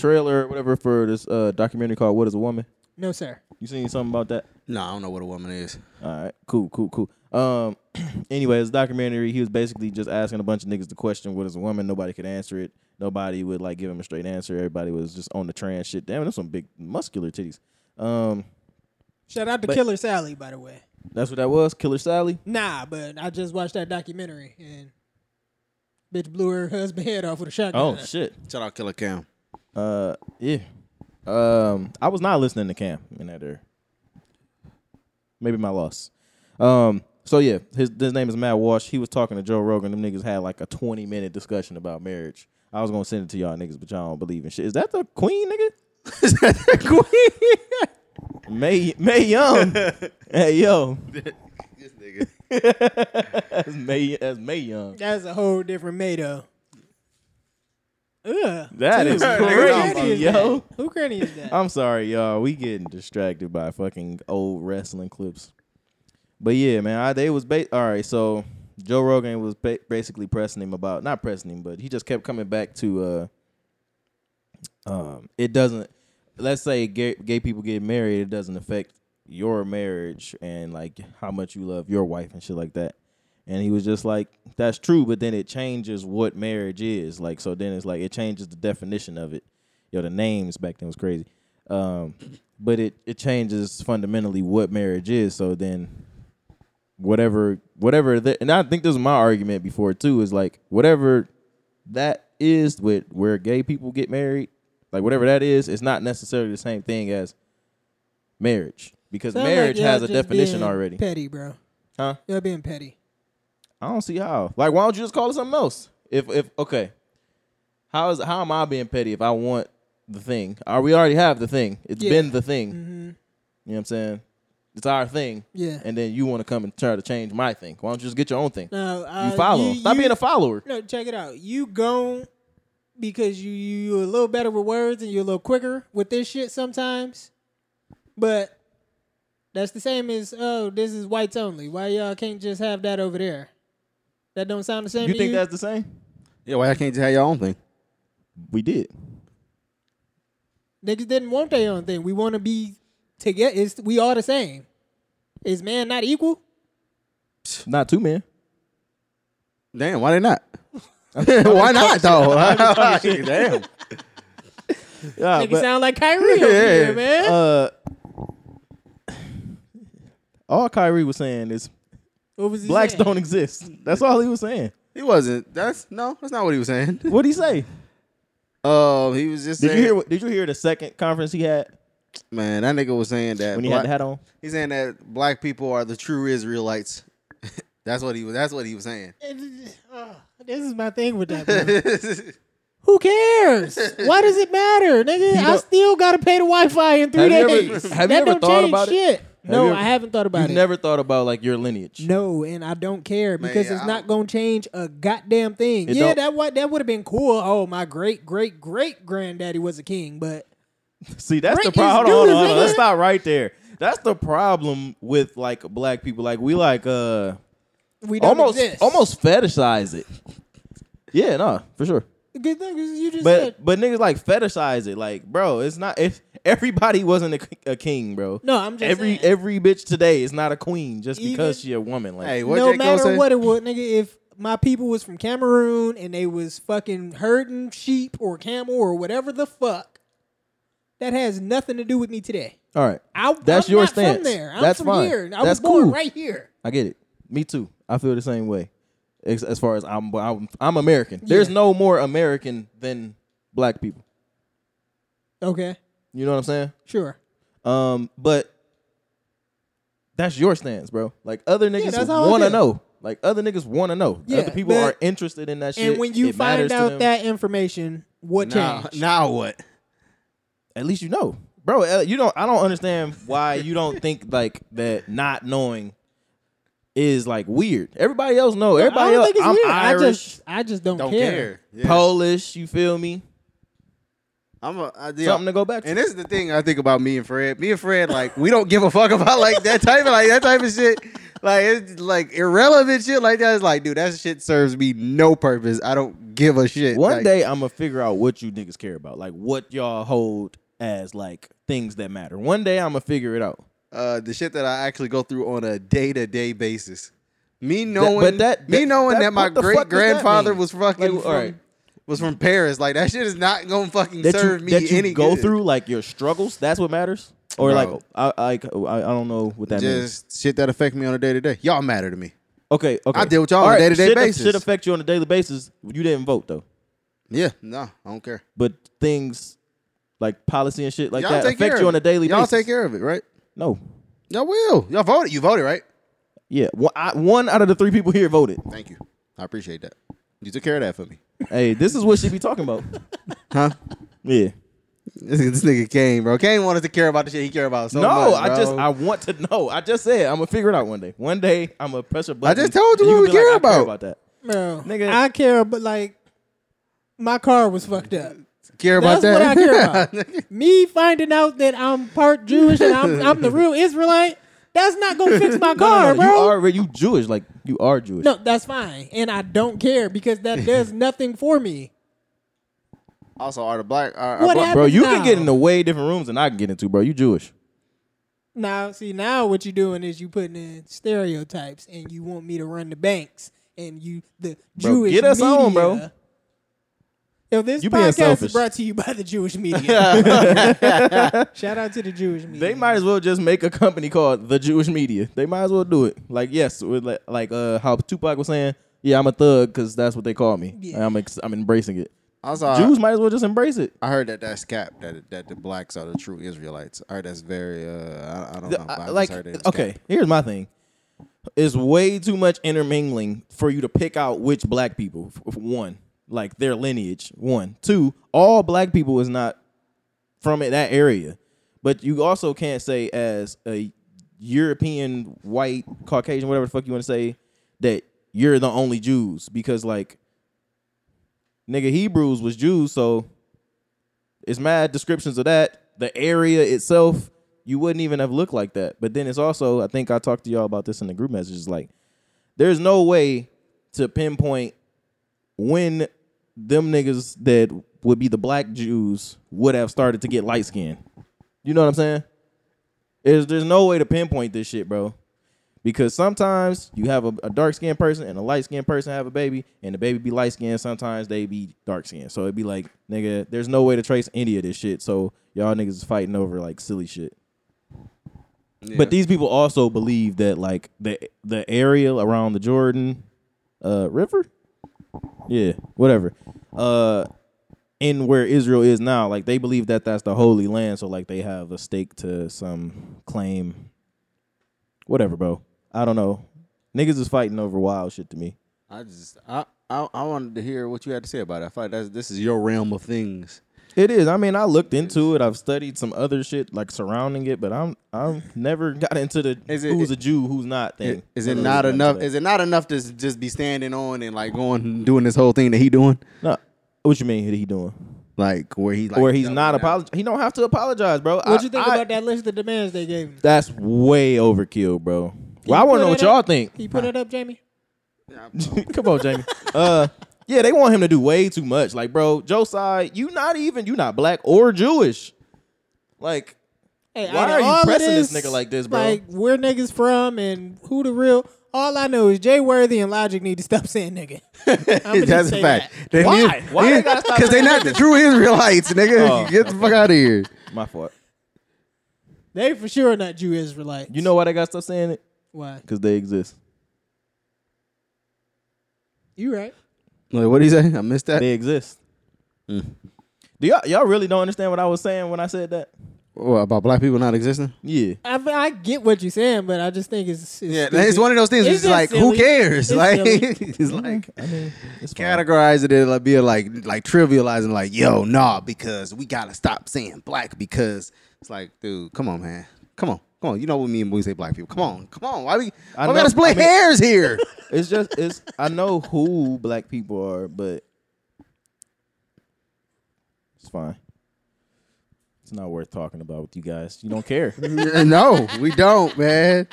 [SPEAKER 2] trailer or whatever for this uh, documentary called "What Is a Woman"?
[SPEAKER 1] No, sir.
[SPEAKER 2] You seen something about that?
[SPEAKER 3] No, I don't know what a woman is.
[SPEAKER 2] All right, cool, cool, cool. Um, *clears throat* anyway, his documentary, he was basically just asking a bunch of niggas the question, "What is a woman?" Nobody could answer it. Nobody would like give him a straight answer. Everybody was just on the trans shit. Damn, that's some big muscular titties. Um,
[SPEAKER 1] Shout out to
[SPEAKER 2] But-
[SPEAKER 1] Killer Sally, by the way.
[SPEAKER 2] that's what that was. Killer Sally.
[SPEAKER 1] Nah, but I just watched that documentary and bitch blew her husband *laughs* head off with
[SPEAKER 2] Oh *laughs*
[SPEAKER 1] a shotgun.
[SPEAKER 2] shit.
[SPEAKER 3] Shout out Killer Cam.
[SPEAKER 2] Uh, yeah. Um, I was not listening to Cam in that era. Maybe my loss. Um, so yeah, his his name is Matt Walsh. He was talking to Joe Rogan. Them niggas had like a twenty minute discussion about marriage. I was gonna send it to y'all niggas, but y'all don't believe in shit. Is that the Queen nigga? *laughs* May May Young. hey yo,
[SPEAKER 3] this nigga.
[SPEAKER 2] *laughs* that's May that's May Young.
[SPEAKER 1] That's a whole different Mado. Ugh.
[SPEAKER 2] That is
[SPEAKER 1] Who granny
[SPEAKER 2] crazy,
[SPEAKER 1] is that?
[SPEAKER 2] yo.
[SPEAKER 1] Who granny is that?
[SPEAKER 2] I'm sorry, y'all. We getting distracted by fucking old wrestling clips. But yeah, man, I, they was ba- all right. So Joe Rogan was ba- basically pressing him about not pressing him, but he just kept coming back to uh, um, it doesn't. Let's say gay, gay people get married, it doesn't affect your marriage and like how much you love your wife and shit like that. And he was just like, "That's true," but then it changes what marriage is. Like, so then it's like it changes the definition of it. Yo, the names back then was crazy. Um, but it it changes fundamentally what marriage is. So then, whatever whatever that, and I think this is my argument before too is like whatever that is with where gay people get married, like whatever that is, it's not necessarily the same thing as marriage because
[SPEAKER 1] Sound
[SPEAKER 2] *laughs*
[SPEAKER 1] like
[SPEAKER 2] marriage
[SPEAKER 1] y'all
[SPEAKER 2] has a
[SPEAKER 1] just
[SPEAKER 2] definition
[SPEAKER 1] being
[SPEAKER 2] already.
[SPEAKER 1] Petty, bro.
[SPEAKER 2] Huh?
[SPEAKER 1] Y'all being petty.
[SPEAKER 2] I don't see how. Like, why don't you just call it something else? If if okay, how is how am I being petty if I want the thing? Are we already have the thing? It's
[SPEAKER 1] Yeah. Mm-hmm.
[SPEAKER 2] been the thing. You know what I'm saying? It's our thing.
[SPEAKER 1] Yeah.
[SPEAKER 2] And then you want to come and try to change my thing. Why don't you just get your own thing?
[SPEAKER 1] No, uh,
[SPEAKER 2] you follow.
[SPEAKER 1] You,
[SPEAKER 2] Stop
[SPEAKER 1] you-
[SPEAKER 2] being a follower.
[SPEAKER 1] No, check it out. You gone because you you you a little better with words and you're a little quicker with this shit sometimes. But that's the same as oh, this is whites only. Why y'all can't just have that over there? That don't sound the same.
[SPEAKER 2] You
[SPEAKER 1] to
[SPEAKER 2] think
[SPEAKER 1] you?
[SPEAKER 2] that's the same?
[SPEAKER 3] Yeah, why I can't just have your own thing?
[SPEAKER 2] We did.
[SPEAKER 1] Niggas didn't want their own thing. We want to be together. It's, we all the same. Is man not equal?
[SPEAKER 2] Not two men.
[SPEAKER 3] Damn, why
[SPEAKER 2] *laughs*
[SPEAKER 3] they not? why not though? *laughs* Damn.
[SPEAKER 2] Yeah,
[SPEAKER 1] Niggas sound like Kyrie over here,
[SPEAKER 2] *laughs*
[SPEAKER 3] Yeah.
[SPEAKER 1] man.
[SPEAKER 2] uh, all Kyrie was saying is
[SPEAKER 1] what was he
[SPEAKER 2] blacks
[SPEAKER 1] saying?
[SPEAKER 2] don't
[SPEAKER 1] *laughs*
[SPEAKER 2] exist. That's all he was saying.
[SPEAKER 3] He wasn't. That's no. That's not what he was saying.
[SPEAKER 2] What'd he say?
[SPEAKER 3] Um, he was just
[SPEAKER 2] Did
[SPEAKER 3] saying,
[SPEAKER 2] you hear? what- Did you hear the second conference he had
[SPEAKER 3] man, that nigga was saying that
[SPEAKER 2] when he
[SPEAKER 3] black,
[SPEAKER 2] had the hat on?
[SPEAKER 3] he's saying that black people are the true Israelites. *laughs*
[SPEAKER 2] *laughs*
[SPEAKER 3] that's what he was. That's what he was saying.
[SPEAKER 1] uh, It- it- oh, this is my thing with that. bro. Who cares? Why does it
[SPEAKER 2] *laughs*
[SPEAKER 1] matter, nigga? I
[SPEAKER 2] don't-
[SPEAKER 1] still gotta pay the Wi-Fi in three
[SPEAKER 2] Have you ever-
[SPEAKER 1] days.
[SPEAKER 2] have you
[SPEAKER 1] that
[SPEAKER 2] ever
[SPEAKER 1] don't
[SPEAKER 2] thought
[SPEAKER 1] change
[SPEAKER 2] about it?
[SPEAKER 1] shit. no,
[SPEAKER 2] you ever-
[SPEAKER 1] I haven't thought about
[SPEAKER 2] You've
[SPEAKER 1] it.
[SPEAKER 2] never thought about like your lineage.
[SPEAKER 1] No, and I don't care because
[SPEAKER 3] Man,
[SPEAKER 1] it's
[SPEAKER 3] I
[SPEAKER 1] not gonna change a goddamn thing.
[SPEAKER 2] It
[SPEAKER 1] yeah,
[SPEAKER 2] don't-
[SPEAKER 1] that what that would have been cool. Oh, my great great great granddaddy was a king, but
[SPEAKER 2] See, that's the
[SPEAKER 1] Break
[SPEAKER 2] problem.
[SPEAKER 1] these
[SPEAKER 2] Hold on,
[SPEAKER 1] dudes,
[SPEAKER 2] hold on.
[SPEAKER 1] nigga.
[SPEAKER 2] Let's stop right there. That's the problem with like black people. Like we like uh
[SPEAKER 1] we don't
[SPEAKER 2] almost
[SPEAKER 1] exist.
[SPEAKER 2] almost fetishize it. Yeah, no, for sure.
[SPEAKER 1] good thing is you just said.
[SPEAKER 2] But but niggas like fetishize it. Like, bro, it's not if everybody wasn't a, k- a king, bro.
[SPEAKER 1] No, I'm just
[SPEAKER 2] every
[SPEAKER 1] saying.
[SPEAKER 2] every bitch today is not a queen just because
[SPEAKER 1] Even-
[SPEAKER 2] she a woman. Like,
[SPEAKER 3] Hey, what
[SPEAKER 1] no
[SPEAKER 3] J. Cole
[SPEAKER 1] matter
[SPEAKER 3] say?
[SPEAKER 1] what it would, nigga, if my people was from Cameroon and they was fucking herding sheep or camel or whatever the fuck, that has nothing to do with me today.
[SPEAKER 2] all right,
[SPEAKER 1] I,
[SPEAKER 2] that's
[SPEAKER 1] I'm
[SPEAKER 2] your
[SPEAKER 1] not
[SPEAKER 2] stance.
[SPEAKER 1] From there. I'm
[SPEAKER 2] that's
[SPEAKER 1] from
[SPEAKER 2] fine.
[SPEAKER 1] Here. I
[SPEAKER 2] that's
[SPEAKER 1] was born
[SPEAKER 2] cool.
[SPEAKER 1] right here.
[SPEAKER 2] I get it. Me too. I feel the same way. As, as far as I'm, I'm, I'm American. There's
[SPEAKER 1] Yeah.
[SPEAKER 2] no more American than black people.
[SPEAKER 1] Okay,
[SPEAKER 2] You know what I'm saying?
[SPEAKER 1] sure.
[SPEAKER 2] Um, but that's your stance, bro. Like other niggas
[SPEAKER 1] that's how I
[SPEAKER 2] want to
[SPEAKER 1] feel.
[SPEAKER 2] know. Like other niggas want to know.
[SPEAKER 1] Yeah,
[SPEAKER 2] other people
[SPEAKER 1] but-
[SPEAKER 2] are interested in that shit.
[SPEAKER 1] And when you
[SPEAKER 2] It matters
[SPEAKER 1] find
[SPEAKER 2] to
[SPEAKER 1] out
[SPEAKER 2] them.
[SPEAKER 1] that information, what
[SPEAKER 3] Now,
[SPEAKER 1] changed?
[SPEAKER 3] now what?
[SPEAKER 2] at least you know, bro. uh, You don't. I don't understand why you don't think like that. Not knowing is like weird. Everybody else know. Everybody
[SPEAKER 1] I don't
[SPEAKER 2] else.
[SPEAKER 1] think it's
[SPEAKER 2] I'm
[SPEAKER 1] weird.
[SPEAKER 2] Irish,
[SPEAKER 1] I just, I just don't,
[SPEAKER 3] Don't
[SPEAKER 1] care.
[SPEAKER 3] care. Yeah.
[SPEAKER 2] Polish. You feel me?
[SPEAKER 3] I'm a, I, yeah.
[SPEAKER 2] Something to go back to.
[SPEAKER 3] And this is the thing I think about me and Fred. Me and Fred, like we don't give a fuck about like that type of like that type of shit. Like it's like irrelevant shit like that. It's like, dude, that shit serves me no purpose. I don't give a shit.
[SPEAKER 2] One
[SPEAKER 3] Like,
[SPEAKER 2] day I'm gonna figure out what you niggas care about, like what y'all hold as like things that matter. One day I'm gonna figure it out.
[SPEAKER 3] uh, the shit that I actually go through on a day to day basis. Me
[SPEAKER 2] That-
[SPEAKER 3] knowing,
[SPEAKER 2] but that,
[SPEAKER 3] me knowing that, my
[SPEAKER 2] what the fuck does
[SPEAKER 3] great grandfather
[SPEAKER 2] mean?
[SPEAKER 3] was fucking
[SPEAKER 2] Like,
[SPEAKER 3] from,
[SPEAKER 2] alright,
[SPEAKER 3] was from Paris. Like that shit is not gonna fucking
[SPEAKER 2] that
[SPEAKER 3] serve
[SPEAKER 2] you,
[SPEAKER 3] me
[SPEAKER 2] that you
[SPEAKER 3] any
[SPEAKER 2] go
[SPEAKER 3] good.
[SPEAKER 2] through like your struggles. That's what matters, or
[SPEAKER 3] Bro.
[SPEAKER 2] like I, I I I don't know what that means.
[SPEAKER 3] Just shit that affect me on a day to day. Y'all matter to me.
[SPEAKER 2] Okay, okay.
[SPEAKER 3] I deal with y'all on a
[SPEAKER 2] All
[SPEAKER 3] day-to-day
[SPEAKER 2] shit-
[SPEAKER 3] basis.
[SPEAKER 2] Shit affect you on a daily basis. You didn't vote though,
[SPEAKER 3] Yeah, no, I don't care.
[SPEAKER 2] but things like policy and shit like
[SPEAKER 3] y'all
[SPEAKER 2] that
[SPEAKER 3] take care
[SPEAKER 2] affect you on
[SPEAKER 3] of
[SPEAKER 2] a
[SPEAKER 3] it.
[SPEAKER 2] daily
[SPEAKER 3] y'all
[SPEAKER 2] basis.
[SPEAKER 3] take care of it, right?
[SPEAKER 2] No,
[SPEAKER 3] Y'all will. Y'all voted. You voted, right?
[SPEAKER 2] yeah. One, I, one out of the three people here
[SPEAKER 3] *laughs*
[SPEAKER 2] voted.
[SPEAKER 3] Thank you. I appreciate that. You took care of that for me. *laughs*
[SPEAKER 2] hey, this is what she be talking about.
[SPEAKER 3] Huh?
[SPEAKER 2] Yeah.
[SPEAKER 3] This, this nigga Kane, bro. Kane wanted to care about the shit he cared about so
[SPEAKER 2] no,
[SPEAKER 3] much,
[SPEAKER 2] I
[SPEAKER 3] bro.
[SPEAKER 2] just I want to know. I just said I'm gonna figure it out one day. One day I'm gonna press a button.
[SPEAKER 3] just told
[SPEAKER 2] and
[SPEAKER 3] you what
[SPEAKER 2] gonna
[SPEAKER 3] we
[SPEAKER 2] be
[SPEAKER 3] care
[SPEAKER 2] like, I
[SPEAKER 3] about.
[SPEAKER 2] about that.
[SPEAKER 1] Bro,
[SPEAKER 2] Nigga.
[SPEAKER 1] I care, but like, my car was fucked up.
[SPEAKER 3] care about
[SPEAKER 1] That's
[SPEAKER 3] that.
[SPEAKER 1] what I care
[SPEAKER 2] *laughs*
[SPEAKER 1] about. Me finding out that I'm part Jewish and I'm, I'm the real Israelite, that's not gonna fix
[SPEAKER 2] *laughs*
[SPEAKER 1] my
[SPEAKER 2] No,
[SPEAKER 1] car,
[SPEAKER 2] no,
[SPEAKER 1] bro.
[SPEAKER 2] You are you Jewish? Like you are Jewish.
[SPEAKER 1] no, that's fine, and I don't care
[SPEAKER 2] *laughs*
[SPEAKER 1] because that does nothing for me.
[SPEAKER 3] *laughs* also, are the black? Are, are
[SPEAKER 1] What
[SPEAKER 3] black-
[SPEAKER 1] happened?
[SPEAKER 2] bro, you
[SPEAKER 1] now?
[SPEAKER 2] can get into way different rooms than I can get into, bro. You Jewish.
[SPEAKER 1] Now, see, now what you're doing is you putting in stereotypes, and you want me to run the banks, and you the
[SPEAKER 2] Bro,
[SPEAKER 1] Jewish
[SPEAKER 2] get us
[SPEAKER 1] media.
[SPEAKER 2] on, bro.
[SPEAKER 1] Yo, this
[SPEAKER 2] You being
[SPEAKER 1] podcast
[SPEAKER 2] selfish.
[SPEAKER 1] is brought to you by
[SPEAKER 2] *laughs*
[SPEAKER 1] the Jewish media. Shout out to the Jewish media.
[SPEAKER 2] They might as well just make a company called the Jewish Media. They might as well do it. Like yes, with like, like uh, how Tupac was saying, yeah, I'm a thug because that's what they call me.
[SPEAKER 1] Yeah.
[SPEAKER 2] And I'm ex- I'm embracing it.
[SPEAKER 3] also, I-
[SPEAKER 2] Jews might as well just embrace it.
[SPEAKER 3] I heard that that's cap. That that the blacks are the true Israelites. I heard that's very. Uh, I, I don't know.
[SPEAKER 2] The-
[SPEAKER 3] but I
[SPEAKER 2] I-
[SPEAKER 3] just
[SPEAKER 2] like
[SPEAKER 3] heard that it was
[SPEAKER 2] okay,
[SPEAKER 3] cap.
[SPEAKER 2] here's my thing. It's way too much intermingling for you to pick out which black people. f- f- One, like their lineage. One, two. All black people is not from it- that area, but you also can't say as a European, white, Caucasian, whatever the fuck you want to say, that you're the only Jews because like, nigga, Hebrews was Jews, so it's mad descriptions of that. The area itself, you wouldn't even have looked like that. But then it's also, I think I talked to y'all about this in the group messages. Like, there's no way to pinpoint when them niggas that would be the black Jews would have started to get light skin. You know what I'm saying? There's there's no way to pinpoint this shit, bro. Because sometimes you have a, a dark skinned person and a light skinned person have a baby, and the baby be light skinned. Sometimes they be dark skinned. So it'd be like, nigga, there's no way to trace any of this shit. So y'all niggas is fighting over like silly shit. But these people also believe that like the the area around the Jordan uh river? Yeah, whatever. Uh in where Israel is now, like they believe that that's the holy land, so like they have a stake to some claim. Whatever, bro. I don't know. Niggas is fighting over wild shit to me.
[SPEAKER 3] I just I I, I wanted to hear what you had to say about it. I feel like that's, this is your realm of things.
[SPEAKER 2] It is. I mean, I looked into it. I've studied some other shit like surrounding it, but I'm I've never got into the
[SPEAKER 3] Is it-
[SPEAKER 2] who's a Jew, who's not thing.
[SPEAKER 3] Is
[SPEAKER 2] I
[SPEAKER 3] it
[SPEAKER 2] never
[SPEAKER 3] not
[SPEAKER 2] got into
[SPEAKER 3] enough?
[SPEAKER 2] that.
[SPEAKER 3] Is it not enough to s- just be standing on and like going and doing this whole thing that he doing,
[SPEAKER 2] No. What you mean? He doing?
[SPEAKER 3] like where he like
[SPEAKER 2] Or he's
[SPEAKER 3] doubling
[SPEAKER 2] not
[SPEAKER 3] down?
[SPEAKER 2] apolog. He don't have to apologize, bro.
[SPEAKER 1] What you think
[SPEAKER 2] I,
[SPEAKER 1] about that list of demands they gave him?
[SPEAKER 2] That's way overkill, bro. Well, I want to
[SPEAKER 1] You put
[SPEAKER 2] know
[SPEAKER 1] it
[SPEAKER 2] what
[SPEAKER 1] up-
[SPEAKER 2] y'all
[SPEAKER 1] *laughs*
[SPEAKER 2] think.
[SPEAKER 1] Can you put it up, Jamie?
[SPEAKER 2] *laughs*
[SPEAKER 3] *laughs*
[SPEAKER 2] Come on, Jamie. *laughs* Uh, yeah, they want him to do way too much. Like, bro, Josiah, you not even you not black or Jewish. Like,
[SPEAKER 1] Hey,
[SPEAKER 2] Why
[SPEAKER 1] out of
[SPEAKER 2] are you
[SPEAKER 1] all of
[SPEAKER 2] pressing this nigga like this, bro?
[SPEAKER 1] Like where niggas from and who the real? All I know is Jay Worthy and Logic need to stop *laughs* saying
[SPEAKER 2] *laughs*
[SPEAKER 1] nigga. I'ma just
[SPEAKER 3] That's a
[SPEAKER 1] say
[SPEAKER 3] fact.
[SPEAKER 1] that.
[SPEAKER 3] They
[SPEAKER 2] Why?
[SPEAKER 3] need-
[SPEAKER 2] Why they gotta stop
[SPEAKER 3] *laughs* Cause they not the true Israelites, nigga.
[SPEAKER 2] Oh.
[SPEAKER 3] *laughs* Get the fuck out of here.
[SPEAKER 2] my fault.
[SPEAKER 1] They for sure not Jew Israelites.
[SPEAKER 2] You know why they got stuff saying it?
[SPEAKER 1] why?
[SPEAKER 2] Because they exist.
[SPEAKER 1] You right?
[SPEAKER 3] Like, what do you say? I missed that.
[SPEAKER 2] They exist. Do y'all y'all really don't understand what I was saying when I said that?
[SPEAKER 3] What, about black people not existing?
[SPEAKER 2] Yeah.
[SPEAKER 1] I, I get what you're saying, but I just think it's, it's
[SPEAKER 4] Yeah,
[SPEAKER 1] stupid.
[SPEAKER 3] It's one of those things.
[SPEAKER 1] It's
[SPEAKER 3] It's,
[SPEAKER 1] just
[SPEAKER 3] like,
[SPEAKER 1] silly.
[SPEAKER 3] who cares? *laughs*
[SPEAKER 1] It's
[SPEAKER 3] like,
[SPEAKER 1] silly.
[SPEAKER 3] it's like
[SPEAKER 2] I mean, it's fine.
[SPEAKER 3] categorize it and like be like like trivializing like, yo, nah, because we gotta stop saying black because it's like, dude, come on, man, come on, come on. You know what me and we say black people. Come on, come on. Why we?
[SPEAKER 2] I
[SPEAKER 3] why we
[SPEAKER 2] know-
[SPEAKER 3] gotta split
[SPEAKER 2] I mean- *laughs*
[SPEAKER 3] hairs here?
[SPEAKER 2] It's just it's I know who black people are, but it's fine. It's not worth talking about with you guys. You don't care.
[SPEAKER 3] no, we don't, man.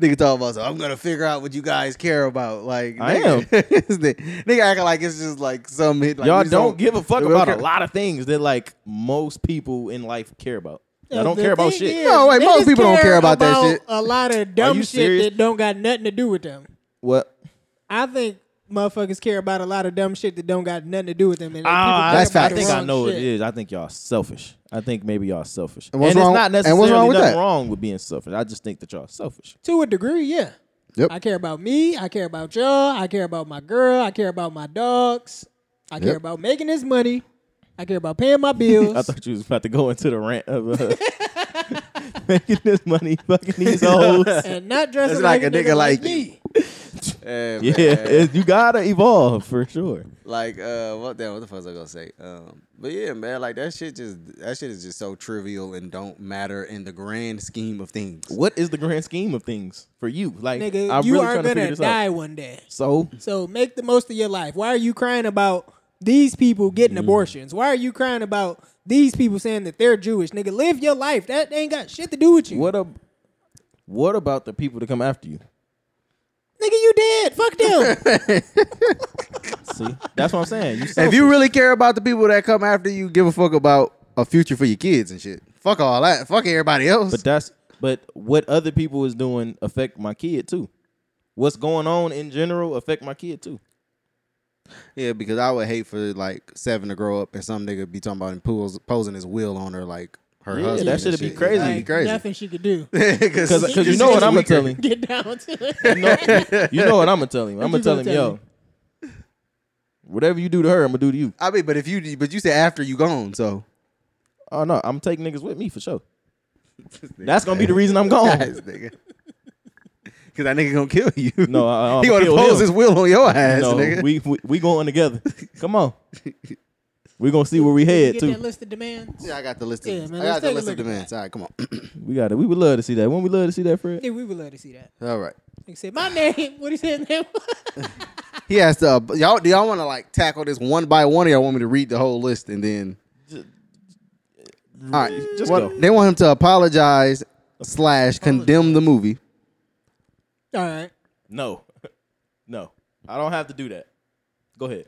[SPEAKER 3] Nigga talk about, so I'm gonna figure out what you guys care about. Like,
[SPEAKER 2] I
[SPEAKER 3] nigga,
[SPEAKER 2] am.
[SPEAKER 3] *laughs* this nigga, nigga acting like it's just like some hit. Like,
[SPEAKER 2] Y'all
[SPEAKER 3] we
[SPEAKER 2] don't,
[SPEAKER 3] just
[SPEAKER 2] give a fuck
[SPEAKER 3] we don't
[SPEAKER 2] about
[SPEAKER 3] care.
[SPEAKER 2] a lot of things that like most people in life care about. I
[SPEAKER 1] Uh,
[SPEAKER 2] don't
[SPEAKER 1] the
[SPEAKER 2] care about
[SPEAKER 1] thing
[SPEAKER 2] shit.
[SPEAKER 1] is,
[SPEAKER 3] No, wait, most
[SPEAKER 1] niggas
[SPEAKER 3] people don't care about that shit.
[SPEAKER 1] A lot of dumb
[SPEAKER 2] you
[SPEAKER 1] shit
[SPEAKER 2] serious?
[SPEAKER 1] that don't got nothing to do with them.
[SPEAKER 2] What?
[SPEAKER 1] I think motherfuckers care about a lot of dumb shit that don't got nothing to do with them. And
[SPEAKER 2] Ah,
[SPEAKER 1] people care
[SPEAKER 3] that's
[SPEAKER 1] about
[SPEAKER 2] I
[SPEAKER 1] the
[SPEAKER 2] think I
[SPEAKER 1] wrong
[SPEAKER 2] know
[SPEAKER 1] shit.
[SPEAKER 2] it is. I think y'all selfish. I think maybe y'all selfish.
[SPEAKER 3] And
[SPEAKER 2] it's
[SPEAKER 3] what's wrong-
[SPEAKER 2] not
[SPEAKER 3] and
[SPEAKER 2] necessarily
[SPEAKER 3] what's wrong with
[SPEAKER 2] nothing
[SPEAKER 3] that?
[SPEAKER 2] wrong with being selfish. I just think that y'all selfish.
[SPEAKER 1] To a degree, yeah.
[SPEAKER 3] Yep.
[SPEAKER 1] I care about me. I care about y'all. I care about my girl. I care about my dogs. I care
[SPEAKER 3] Yep.
[SPEAKER 1] about making this money. I care about
[SPEAKER 2] *laughs*
[SPEAKER 1] paying my bills.
[SPEAKER 2] I thought you was about to go into the rant of uh, *laughs* making this money, fucking these
[SPEAKER 3] *laughs*
[SPEAKER 2] hoes.
[SPEAKER 1] and not dressing
[SPEAKER 3] It's
[SPEAKER 1] like, a nigga, like, me.
[SPEAKER 3] Eh,
[SPEAKER 2] Yeah,
[SPEAKER 3] man.
[SPEAKER 2] it- you gotta evolve for sure.
[SPEAKER 3] like uh what damn what the fuck was I gonna say? Um but yeah, man, like that shit just that shit is just so trivial and don't matter in the grand scheme of things.
[SPEAKER 2] What is the grand scheme of things for you? Like,
[SPEAKER 1] Nigga,
[SPEAKER 2] I'm
[SPEAKER 1] you
[SPEAKER 2] really
[SPEAKER 1] are
[SPEAKER 2] trying to figure
[SPEAKER 1] gonna
[SPEAKER 2] this
[SPEAKER 1] die
[SPEAKER 2] out.
[SPEAKER 1] one day.
[SPEAKER 2] So,
[SPEAKER 1] So make the most of your life. Why are you crying about these people getting
[SPEAKER 2] Mm.
[SPEAKER 1] abortions? Why are you crying about these people saying that they're Jewish? Nigga, live your life. That ain't got shit to do with you.
[SPEAKER 2] what a, what about the people that come after you?
[SPEAKER 1] Nigga, you dead. Fuck
[SPEAKER 2] *laughs*
[SPEAKER 1] them.
[SPEAKER 2] See, that's what I'm saying. You
[SPEAKER 3] If
[SPEAKER 2] selfish.
[SPEAKER 3] you really care about the people that come after you, give a fuck about a future for your kids and shit. Fuck all that. Fuck everybody else.
[SPEAKER 2] But that's but what other people is doing affect my kid too. What's going on in general affect my kid too.
[SPEAKER 3] yeah, because I would hate for like seven to grow up and some nigga be talking about him pools, posing his will on her like her
[SPEAKER 2] Yeah,
[SPEAKER 3] husband.
[SPEAKER 2] that
[SPEAKER 3] and
[SPEAKER 2] shit'd be
[SPEAKER 3] shit.
[SPEAKER 2] crazy.
[SPEAKER 3] That'd
[SPEAKER 1] like,
[SPEAKER 3] be crazy. *laughs*
[SPEAKER 1] Nothing she could do. *laughs*
[SPEAKER 3] Because
[SPEAKER 2] Because
[SPEAKER 3] *laughs*
[SPEAKER 2] you know what I'm gonna tell him.
[SPEAKER 1] Get down to it.
[SPEAKER 2] You know, you know what I'm gonna tell him. I'm
[SPEAKER 1] What
[SPEAKER 2] gonna
[SPEAKER 1] you
[SPEAKER 2] tell
[SPEAKER 1] gonna
[SPEAKER 2] him,
[SPEAKER 1] tell
[SPEAKER 2] yo, whatever you do to her, I'm gonna do to you.
[SPEAKER 3] I mean, but if you but you said after you gone, so
[SPEAKER 2] Oh no, I'm taking niggas with me for
[SPEAKER 1] *laughs*
[SPEAKER 2] sure. That's gonna be the reason I'm gone.
[SPEAKER 3] Guys, nigga. *laughs* Cause that nigga gonna kill you. *laughs*
[SPEAKER 2] No, I- uh, I'ma
[SPEAKER 3] he gonna
[SPEAKER 2] kill
[SPEAKER 3] impose
[SPEAKER 2] him.
[SPEAKER 3] his will on your ass,
[SPEAKER 2] No,
[SPEAKER 3] nigga.
[SPEAKER 2] we, we we going together. Come on, we gonna see where we head
[SPEAKER 1] Get
[SPEAKER 2] too.
[SPEAKER 1] that list of demands.
[SPEAKER 3] yeah, I got the list. Of,
[SPEAKER 1] Yeah, man,
[SPEAKER 3] I got
[SPEAKER 1] let's
[SPEAKER 3] the
[SPEAKER 1] take a
[SPEAKER 3] list
[SPEAKER 1] look
[SPEAKER 3] of
[SPEAKER 1] at
[SPEAKER 3] demands. All right, come on.
[SPEAKER 2] We got it. We would love to see that. When we love to see that, Fred.
[SPEAKER 1] Yeah, we would love to see that.
[SPEAKER 3] *clears throat* All right.
[SPEAKER 1] He said, my name. *laughs* What he said his name was?
[SPEAKER 3] He has to. y'all, do y'all want to like tackle this one by one, or y'all want me to read the whole list and then? All right,
[SPEAKER 2] Just
[SPEAKER 3] What-
[SPEAKER 2] go.
[SPEAKER 3] They want him to apologize slash condemn the movie.
[SPEAKER 1] All right.
[SPEAKER 2] No, *laughs* no, I don't have to do that. Go ahead.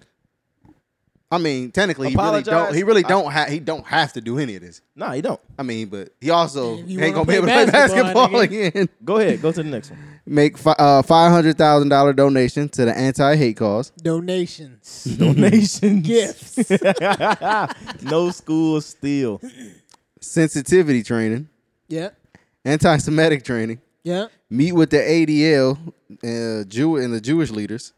[SPEAKER 3] I mean, technically, he really
[SPEAKER 2] Apologize?
[SPEAKER 3] don't. He really don't have. He don't have to do any of this.
[SPEAKER 2] Nah, you don't.
[SPEAKER 3] I mean, but he also
[SPEAKER 1] If you
[SPEAKER 3] ain't
[SPEAKER 1] wanna
[SPEAKER 3] gonna be able to
[SPEAKER 1] play
[SPEAKER 3] play
[SPEAKER 1] basketball,
[SPEAKER 3] basketball, *laughs* again.
[SPEAKER 2] Go ahead. Go to the next one.
[SPEAKER 3] Make fi- uh, five hundred thousand dollar donation to the anti hate cause.
[SPEAKER 1] *laughs* Donations.
[SPEAKER 2] *laughs* Donations.
[SPEAKER 1] Gifts.
[SPEAKER 2] no school steal.
[SPEAKER 3] sensitivity training,
[SPEAKER 1] *laughs* yep.
[SPEAKER 3] anti-Semitic training,
[SPEAKER 1] Yep.
[SPEAKER 3] meet with the ADL, uh, Jew and the Jewish leaders,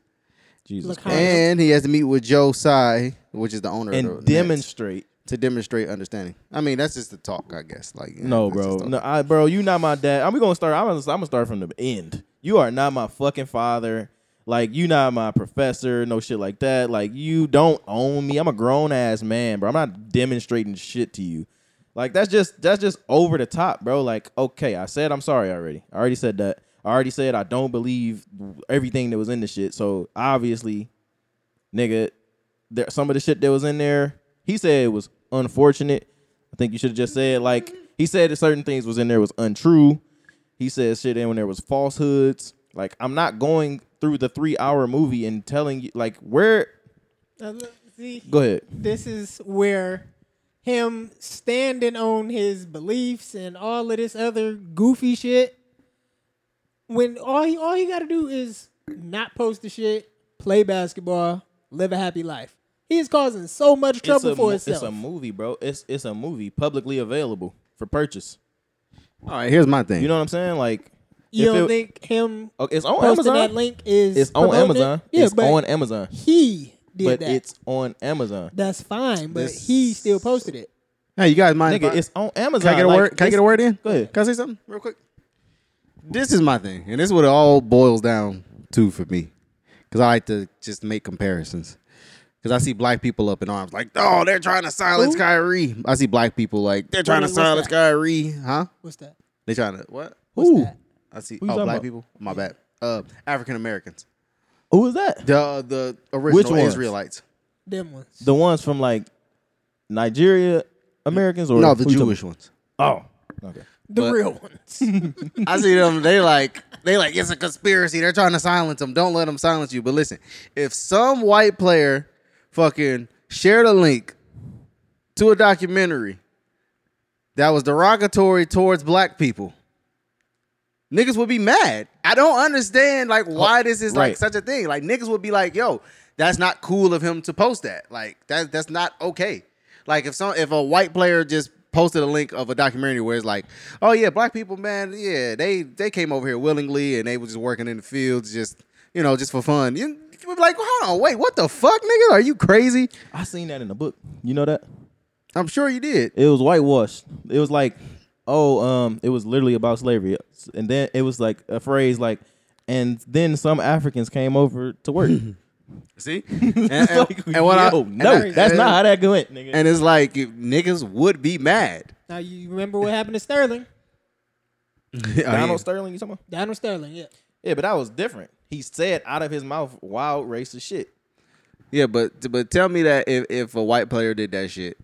[SPEAKER 2] Jesus.
[SPEAKER 1] Look
[SPEAKER 2] Christ.
[SPEAKER 1] how-
[SPEAKER 3] and he has to meet with Joe Tsai, which is the owner of the
[SPEAKER 2] And
[SPEAKER 3] Nets,
[SPEAKER 2] demonstrate.
[SPEAKER 3] to demonstrate understanding. I mean, that's just the talk, I guess. Like, yeah,
[SPEAKER 2] No,
[SPEAKER 3] that's
[SPEAKER 2] bro.
[SPEAKER 3] just talk.
[SPEAKER 2] No, I, bro, you not my dad. I'm gonna start. I'm gonna, I'm gonna start from the end. You are not my fucking father. Like you not my professor, no shit like that. Like you don't own me. I'm a grown ass man, bro. I'm not demonstrating shit to you. Like that's just that's just over the top, bro. Like okay, I said I'm sorry already. I already said that. I already said I don't believe everything that was in the shit. So obviously, nigga, there some of the shit that was in there, he said it was unfortunate. I think you should have just said like he said that certain things was in there was untrue. He said shit in when there was falsehoods. Like I'm not going through the three hour movie and telling you like where.
[SPEAKER 1] Uh, look, see,
[SPEAKER 2] Go ahead.
[SPEAKER 1] this is where him standing on his beliefs and all of this other goofy shit. When all he all he got to do is not post the shit, play basketball, live a happy life. He is causing so much
[SPEAKER 2] It's
[SPEAKER 1] trouble
[SPEAKER 2] a,
[SPEAKER 1] for
[SPEAKER 2] mo-
[SPEAKER 1] himself.
[SPEAKER 2] it's a movie, bro. It's it's a movie publicly available for purchase.
[SPEAKER 3] All right, here's my thing.
[SPEAKER 2] You know what I'm saying? Like
[SPEAKER 1] you
[SPEAKER 2] if
[SPEAKER 1] don't
[SPEAKER 2] it-
[SPEAKER 1] think him
[SPEAKER 2] oh, it's on
[SPEAKER 1] posting
[SPEAKER 2] Amazon.
[SPEAKER 1] that link is
[SPEAKER 2] it's on
[SPEAKER 1] promoting it?
[SPEAKER 2] Amazon.
[SPEAKER 1] Yeah,
[SPEAKER 2] it's
[SPEAKER 1] but
[SPEAKER 2] on Amazon.
[SPEAKER 1] he did
[SPEAKER 2] But
[SPEAKER 1] that.
[SPEAKER 2] it's on Amazon.
[SPEAKER 1] That's fine, but
[SPEAKER 3] This-
[SPEAKER 1] he still posted it.
[SPEAKER 3] hey, you guys mind? if
[SPEAKER 2] Nigga,
[SPEAKER 3] I-
[SPEAKER 2] it's on Amazon.
[SPEAKER 3] Can I get a
[SPEAKER 2] Like,
[SPEAKER 3] word? Can I
[SPEAKER 2] it's-
[SPEAKER 3] get a word in?
[SPEAKER 2] Go ahead.
[SPEAKER 3] Can I say something real quick? This is my thing, and this is what it all boils down to for me, because I like to just make comparisons. Because I see black people up in arms, like, oh, they're trying to silence
[SPEAKER 1] Who?
[SPEAKER 3] Kyrie. I see black people like they're trying
[SPEAKER 1] Wait,
[SPEAKER 3] to
[SPEAKER 1] what's
[SPEAKER 3] silence
[SPEAKER 1] that?
[SPEAKER 3] Kyrie, huh?
[SPEAKER 1] What's that?
[SPEAKER 3] They trying to what?
[SPEAKER 1] What's
[SPEAKER 2] Ooh,
[SPEAKER 1] that?
[SPEAKER 3] I see.
[SPEAKER 2] Who you
[SPEAKER 3] oh,
[SPEAKER 2] talking
[SPEAKER 3] black
[SPEAKER 2] about?
[SPEAKER 3] people. My bad. Uh, African Americans.
[SPEAKER 2] who is that?
[SPEAKER 3] The the original
[SPEAKER 2] ones?
[SPEAKER 3] Israelites.
[SPEAKER 1] Them ones.
[SPEAKER 2] The ones from like Nigeria Americans or
[SPEAKER 3] No, the
[SPEAKER 2] who you talking-
[SPEAKER 3] Jewish ones.
[SPEAKER 2] Oh, okay.
[SPEAKER 1] The
[SPEAKER 3] But-
[SPEAKER 1] real ones. *laughs*
[SPEAKER 3] I see them. They like they like it's a conspiracy. They're trying to silence them. Don't let them silence you. But listen, if some white player fucking shared a link to a documentary that was derogatory towards black people, niggas would be mad. I don't understand like why this is like
[SPEAKER 2] right.
[SPEAKER 3] such a thing. Like niggas would be like, yo, that's not cool of him to post that. Like that that's not okay. Like if some if a white player just posted a link of a documentary where it's like, oh yeah, black people, man, yeah, they they came over here willingly and they were just working in the fields, just you know, just for fun. You you would be like, hold on, wait, what the fuck, nigga? Are you crazy?
[SPEAKER 2] I seen that in the book. You know that?
[SPEAKER 3] I'm sure you did.
[SPEAKER 2] It was whitewashed. It was like, oh, um, it was literally about slavery, and then it was like a phrase like, and then some Africans came over to
[SPEAKER 3] *laughs*
[SPEAKER 2] work. *laughs*
[SPEAKER 3] See? And, and, and what I,
[SPEAKER 2] Yo,
[SPEAKER 3] and
[SPEAKER 2] no,
[SPEAKER 3] I-
[SPEAKER 2] that's
[SPEAKER 3] and-
[SPEAKER 2] not how that went, nigga.
[SPEAKER 3] And it's like niggas would be
[SPEAKER 2] *laughs*
[SPEAKER 3] mad.
[SPEAKER 1] now you remember what happened to Sterling?
[SPEAKER 2] Donald Sterling, you talking about?
[SPEAKER 1] Donald Sterling, yeah.
[SPEAKER 2] Yeah, but that was different. He said out of his mouth wild racist shit.
[SPEAKER 3] Yeah, but but tell me that if, if a white player did that shit,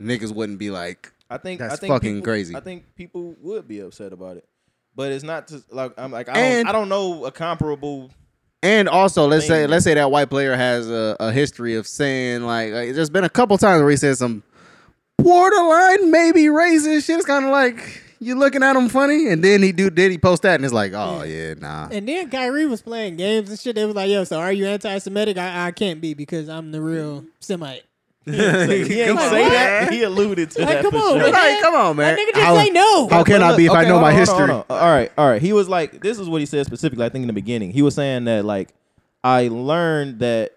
[SPEAKER 3] niggas wouldn't be like,
[SPEAKER 2] I think
[SPEAKER 3] That's
[SPEAKER 2] I think
[SPEAKER 3] fucking
[SPEAKER 2] people-
[SPEAKER 3] crazy.
[SPEAKER 2] I think people would be upset about it, but it's not to, like I'm like I don't,
[SPEAKER 3] And-
[SPEAKER 2] I don't know a
[SPEAKER 3] *laughs*
[SPEAKER 2] comparable. *laughs*
[SPEAKER 3] And also, let's say
[SPEAKER 2] Thing.
[SPEAKER 3] let's say that white player has a, a history of saying like, like, there's been a couple times where he said some borderline maybe racist shit. It's kind of like you looking at him funny, and then he do then he post that, and it's like, oh yeah, nah.
[SPEAKER 1] And then Kyrie was playing games and shit. They was like, yo, so are you anti Semitic? I, I can't be because I'm the real Semite.
[SPEAKER 2] He didn't
[SPEAKER 1] on,
[SPEAKER 2] say
[SPEAKER 1] man.
[SPEAKER 2] that. He alluded to
[SPEAKER 1] Like,
[SPEAKER 2] that.
[SPEAKER 1] come
[SPEAKER 2] for
[SPEAKER 1] on,
[SPEAKER 2] sure.
[SPEAKER 1] man.
[SPEAKER 3] Like, come on, man.
[SPEAKER 1] That nigga just
[SPEAKER 3] How-
[SPEAKER 1] say no.
[SPEAKER 3] How can
[SPEAKER 2] But
[SPEAKER 3] I
[SPEAKER 2] look,
[SPEAKER 3] be if I
[SPEAKER 2] okay,
[SPEAKER 3] know
[SPEAKER 2] hold
[SPEAKER 3] my
[SPEAKER 2] on, hold on,
[SPEAKER 3] history?
[SPEAKER 2] hold on. All right, all right. He was like, this is what he said specifically. I think in the beginning, he was saying that like I learned that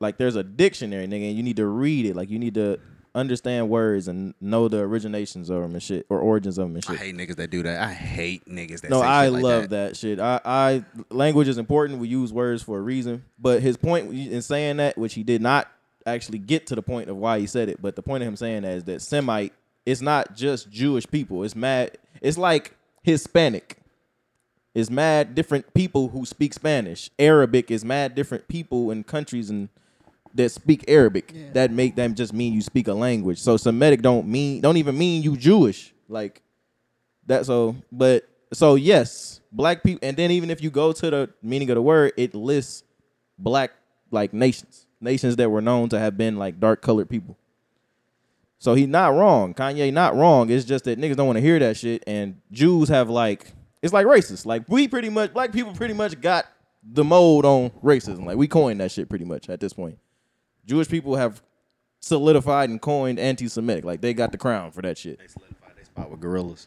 [SPEAKER 2] like there's a dictionary, nigga, and you need to read it. Like you need to understand words and know the originations of them and shit or origins of them and
[SPEAKER 3] I
[SPEAKER 2] shit.
[SPEAKER 3] hate niggas that do that. I hate niggas that.
[SPEAKER 2] No,
[SPEAKER 3] say shit
[SPEAKER 2] I
[SPEAKER 3] like
[SPEAKER 2] love that. shit. I, I language is important. We use words for a reason. But his point in saying that, which he did not actually get to the point of why he said it, but the point of him saying that is that Semite, it's not just Jewish people. It's mad. It's like Hispanic. It's mad different people who speak Spanish. Arabic is mad different people in countries and that speak Arabic. That make them just mean you speak a language. So Semitic don't mean don't even mean you Jewish. Like that so but so yes, black people and then even if you go to the meaning of the word, it lists black like nations. Nations that were known to have been like dark colored people. So he not wrong. Kanye not wrong. It's just that niggas don't want to hear that shit. And Jews have like it's like racist. Like we pretty much black people pretty much got the mold on racism. Like we coined that shit pretty much at this point. Jewish people have solidified and coined anti-Semitic. Like they got the crown for that shit.
[SPEAKER 3] that. Spot with gorillas.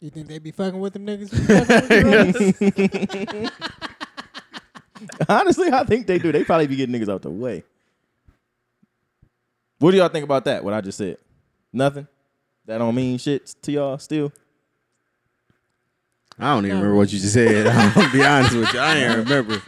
[SPEAKER 1] You think they be fucking with them niggas? Fucking with them girls?
[SPEAKER 2] *laughs* Honestly, I think they do. They probably be getting niggas out the way. What do y'all think about that? What I just said? Nothing. That don't mean shit to y'all still.
[SPEAKER 3] I don't even remember what you just said. *laughs* I'm gonna be honest with you. I *laughs* ain't remember.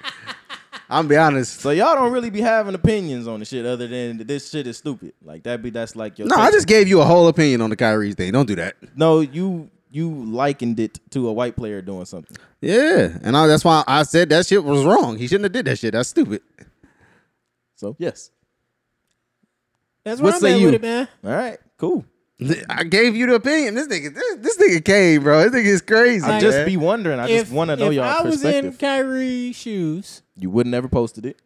[SPEAKER 3] I'm gonna be honest.
[SPEAKER 2] So y'all don't really be having opinions on the shit other than this shit is stupid. Like that be that's like your
[SPEAKER 3] No, I
[SPEAKER 2] take.
[SPEAKER 3] just gave you a whole opinion on the Kyrie thing. Don't do that.
[SPEAKER 2] No, you you likened it to a white player doing something.
[SPEAKER 3] Yeah, and I, that's why I said that shit was wrong. He shouldn't have did that shit. That's stupid.
[SPEAKER 2] So yes.
[SPEAKER 1] *laughs*
[SPEAKER 2] *laughs*
[SPEAKER 1] That's
[SPEAKER 3] What
[SPEAKER 1] where I'm
[SPEAKER 3] say
[SPEAKER 1] at
[SPEAKER 3] you?
[SPEAKER 1] with it, man.
[SPEAKER 2] All right, cool.
[SPEAKER 3] I gave you the opinion. This nigga, this, this nigga came, bro. This nigga is crazy.
[SPEAKER 2] I
[SPEAKER 1] Like-
[SPEAKER 2] just
[SPEAKER 3] man.
[SPEAKER 2] be wondering. I just want to know
[SPEAKER 1] if
[SPEAKER 2] y'all
[SPEAKER 1] I was in
[SPEAKER 2] perspective.
[SPEAKER 1] Kyrie's shoes.
[SPEAKER 2] you would never posted it.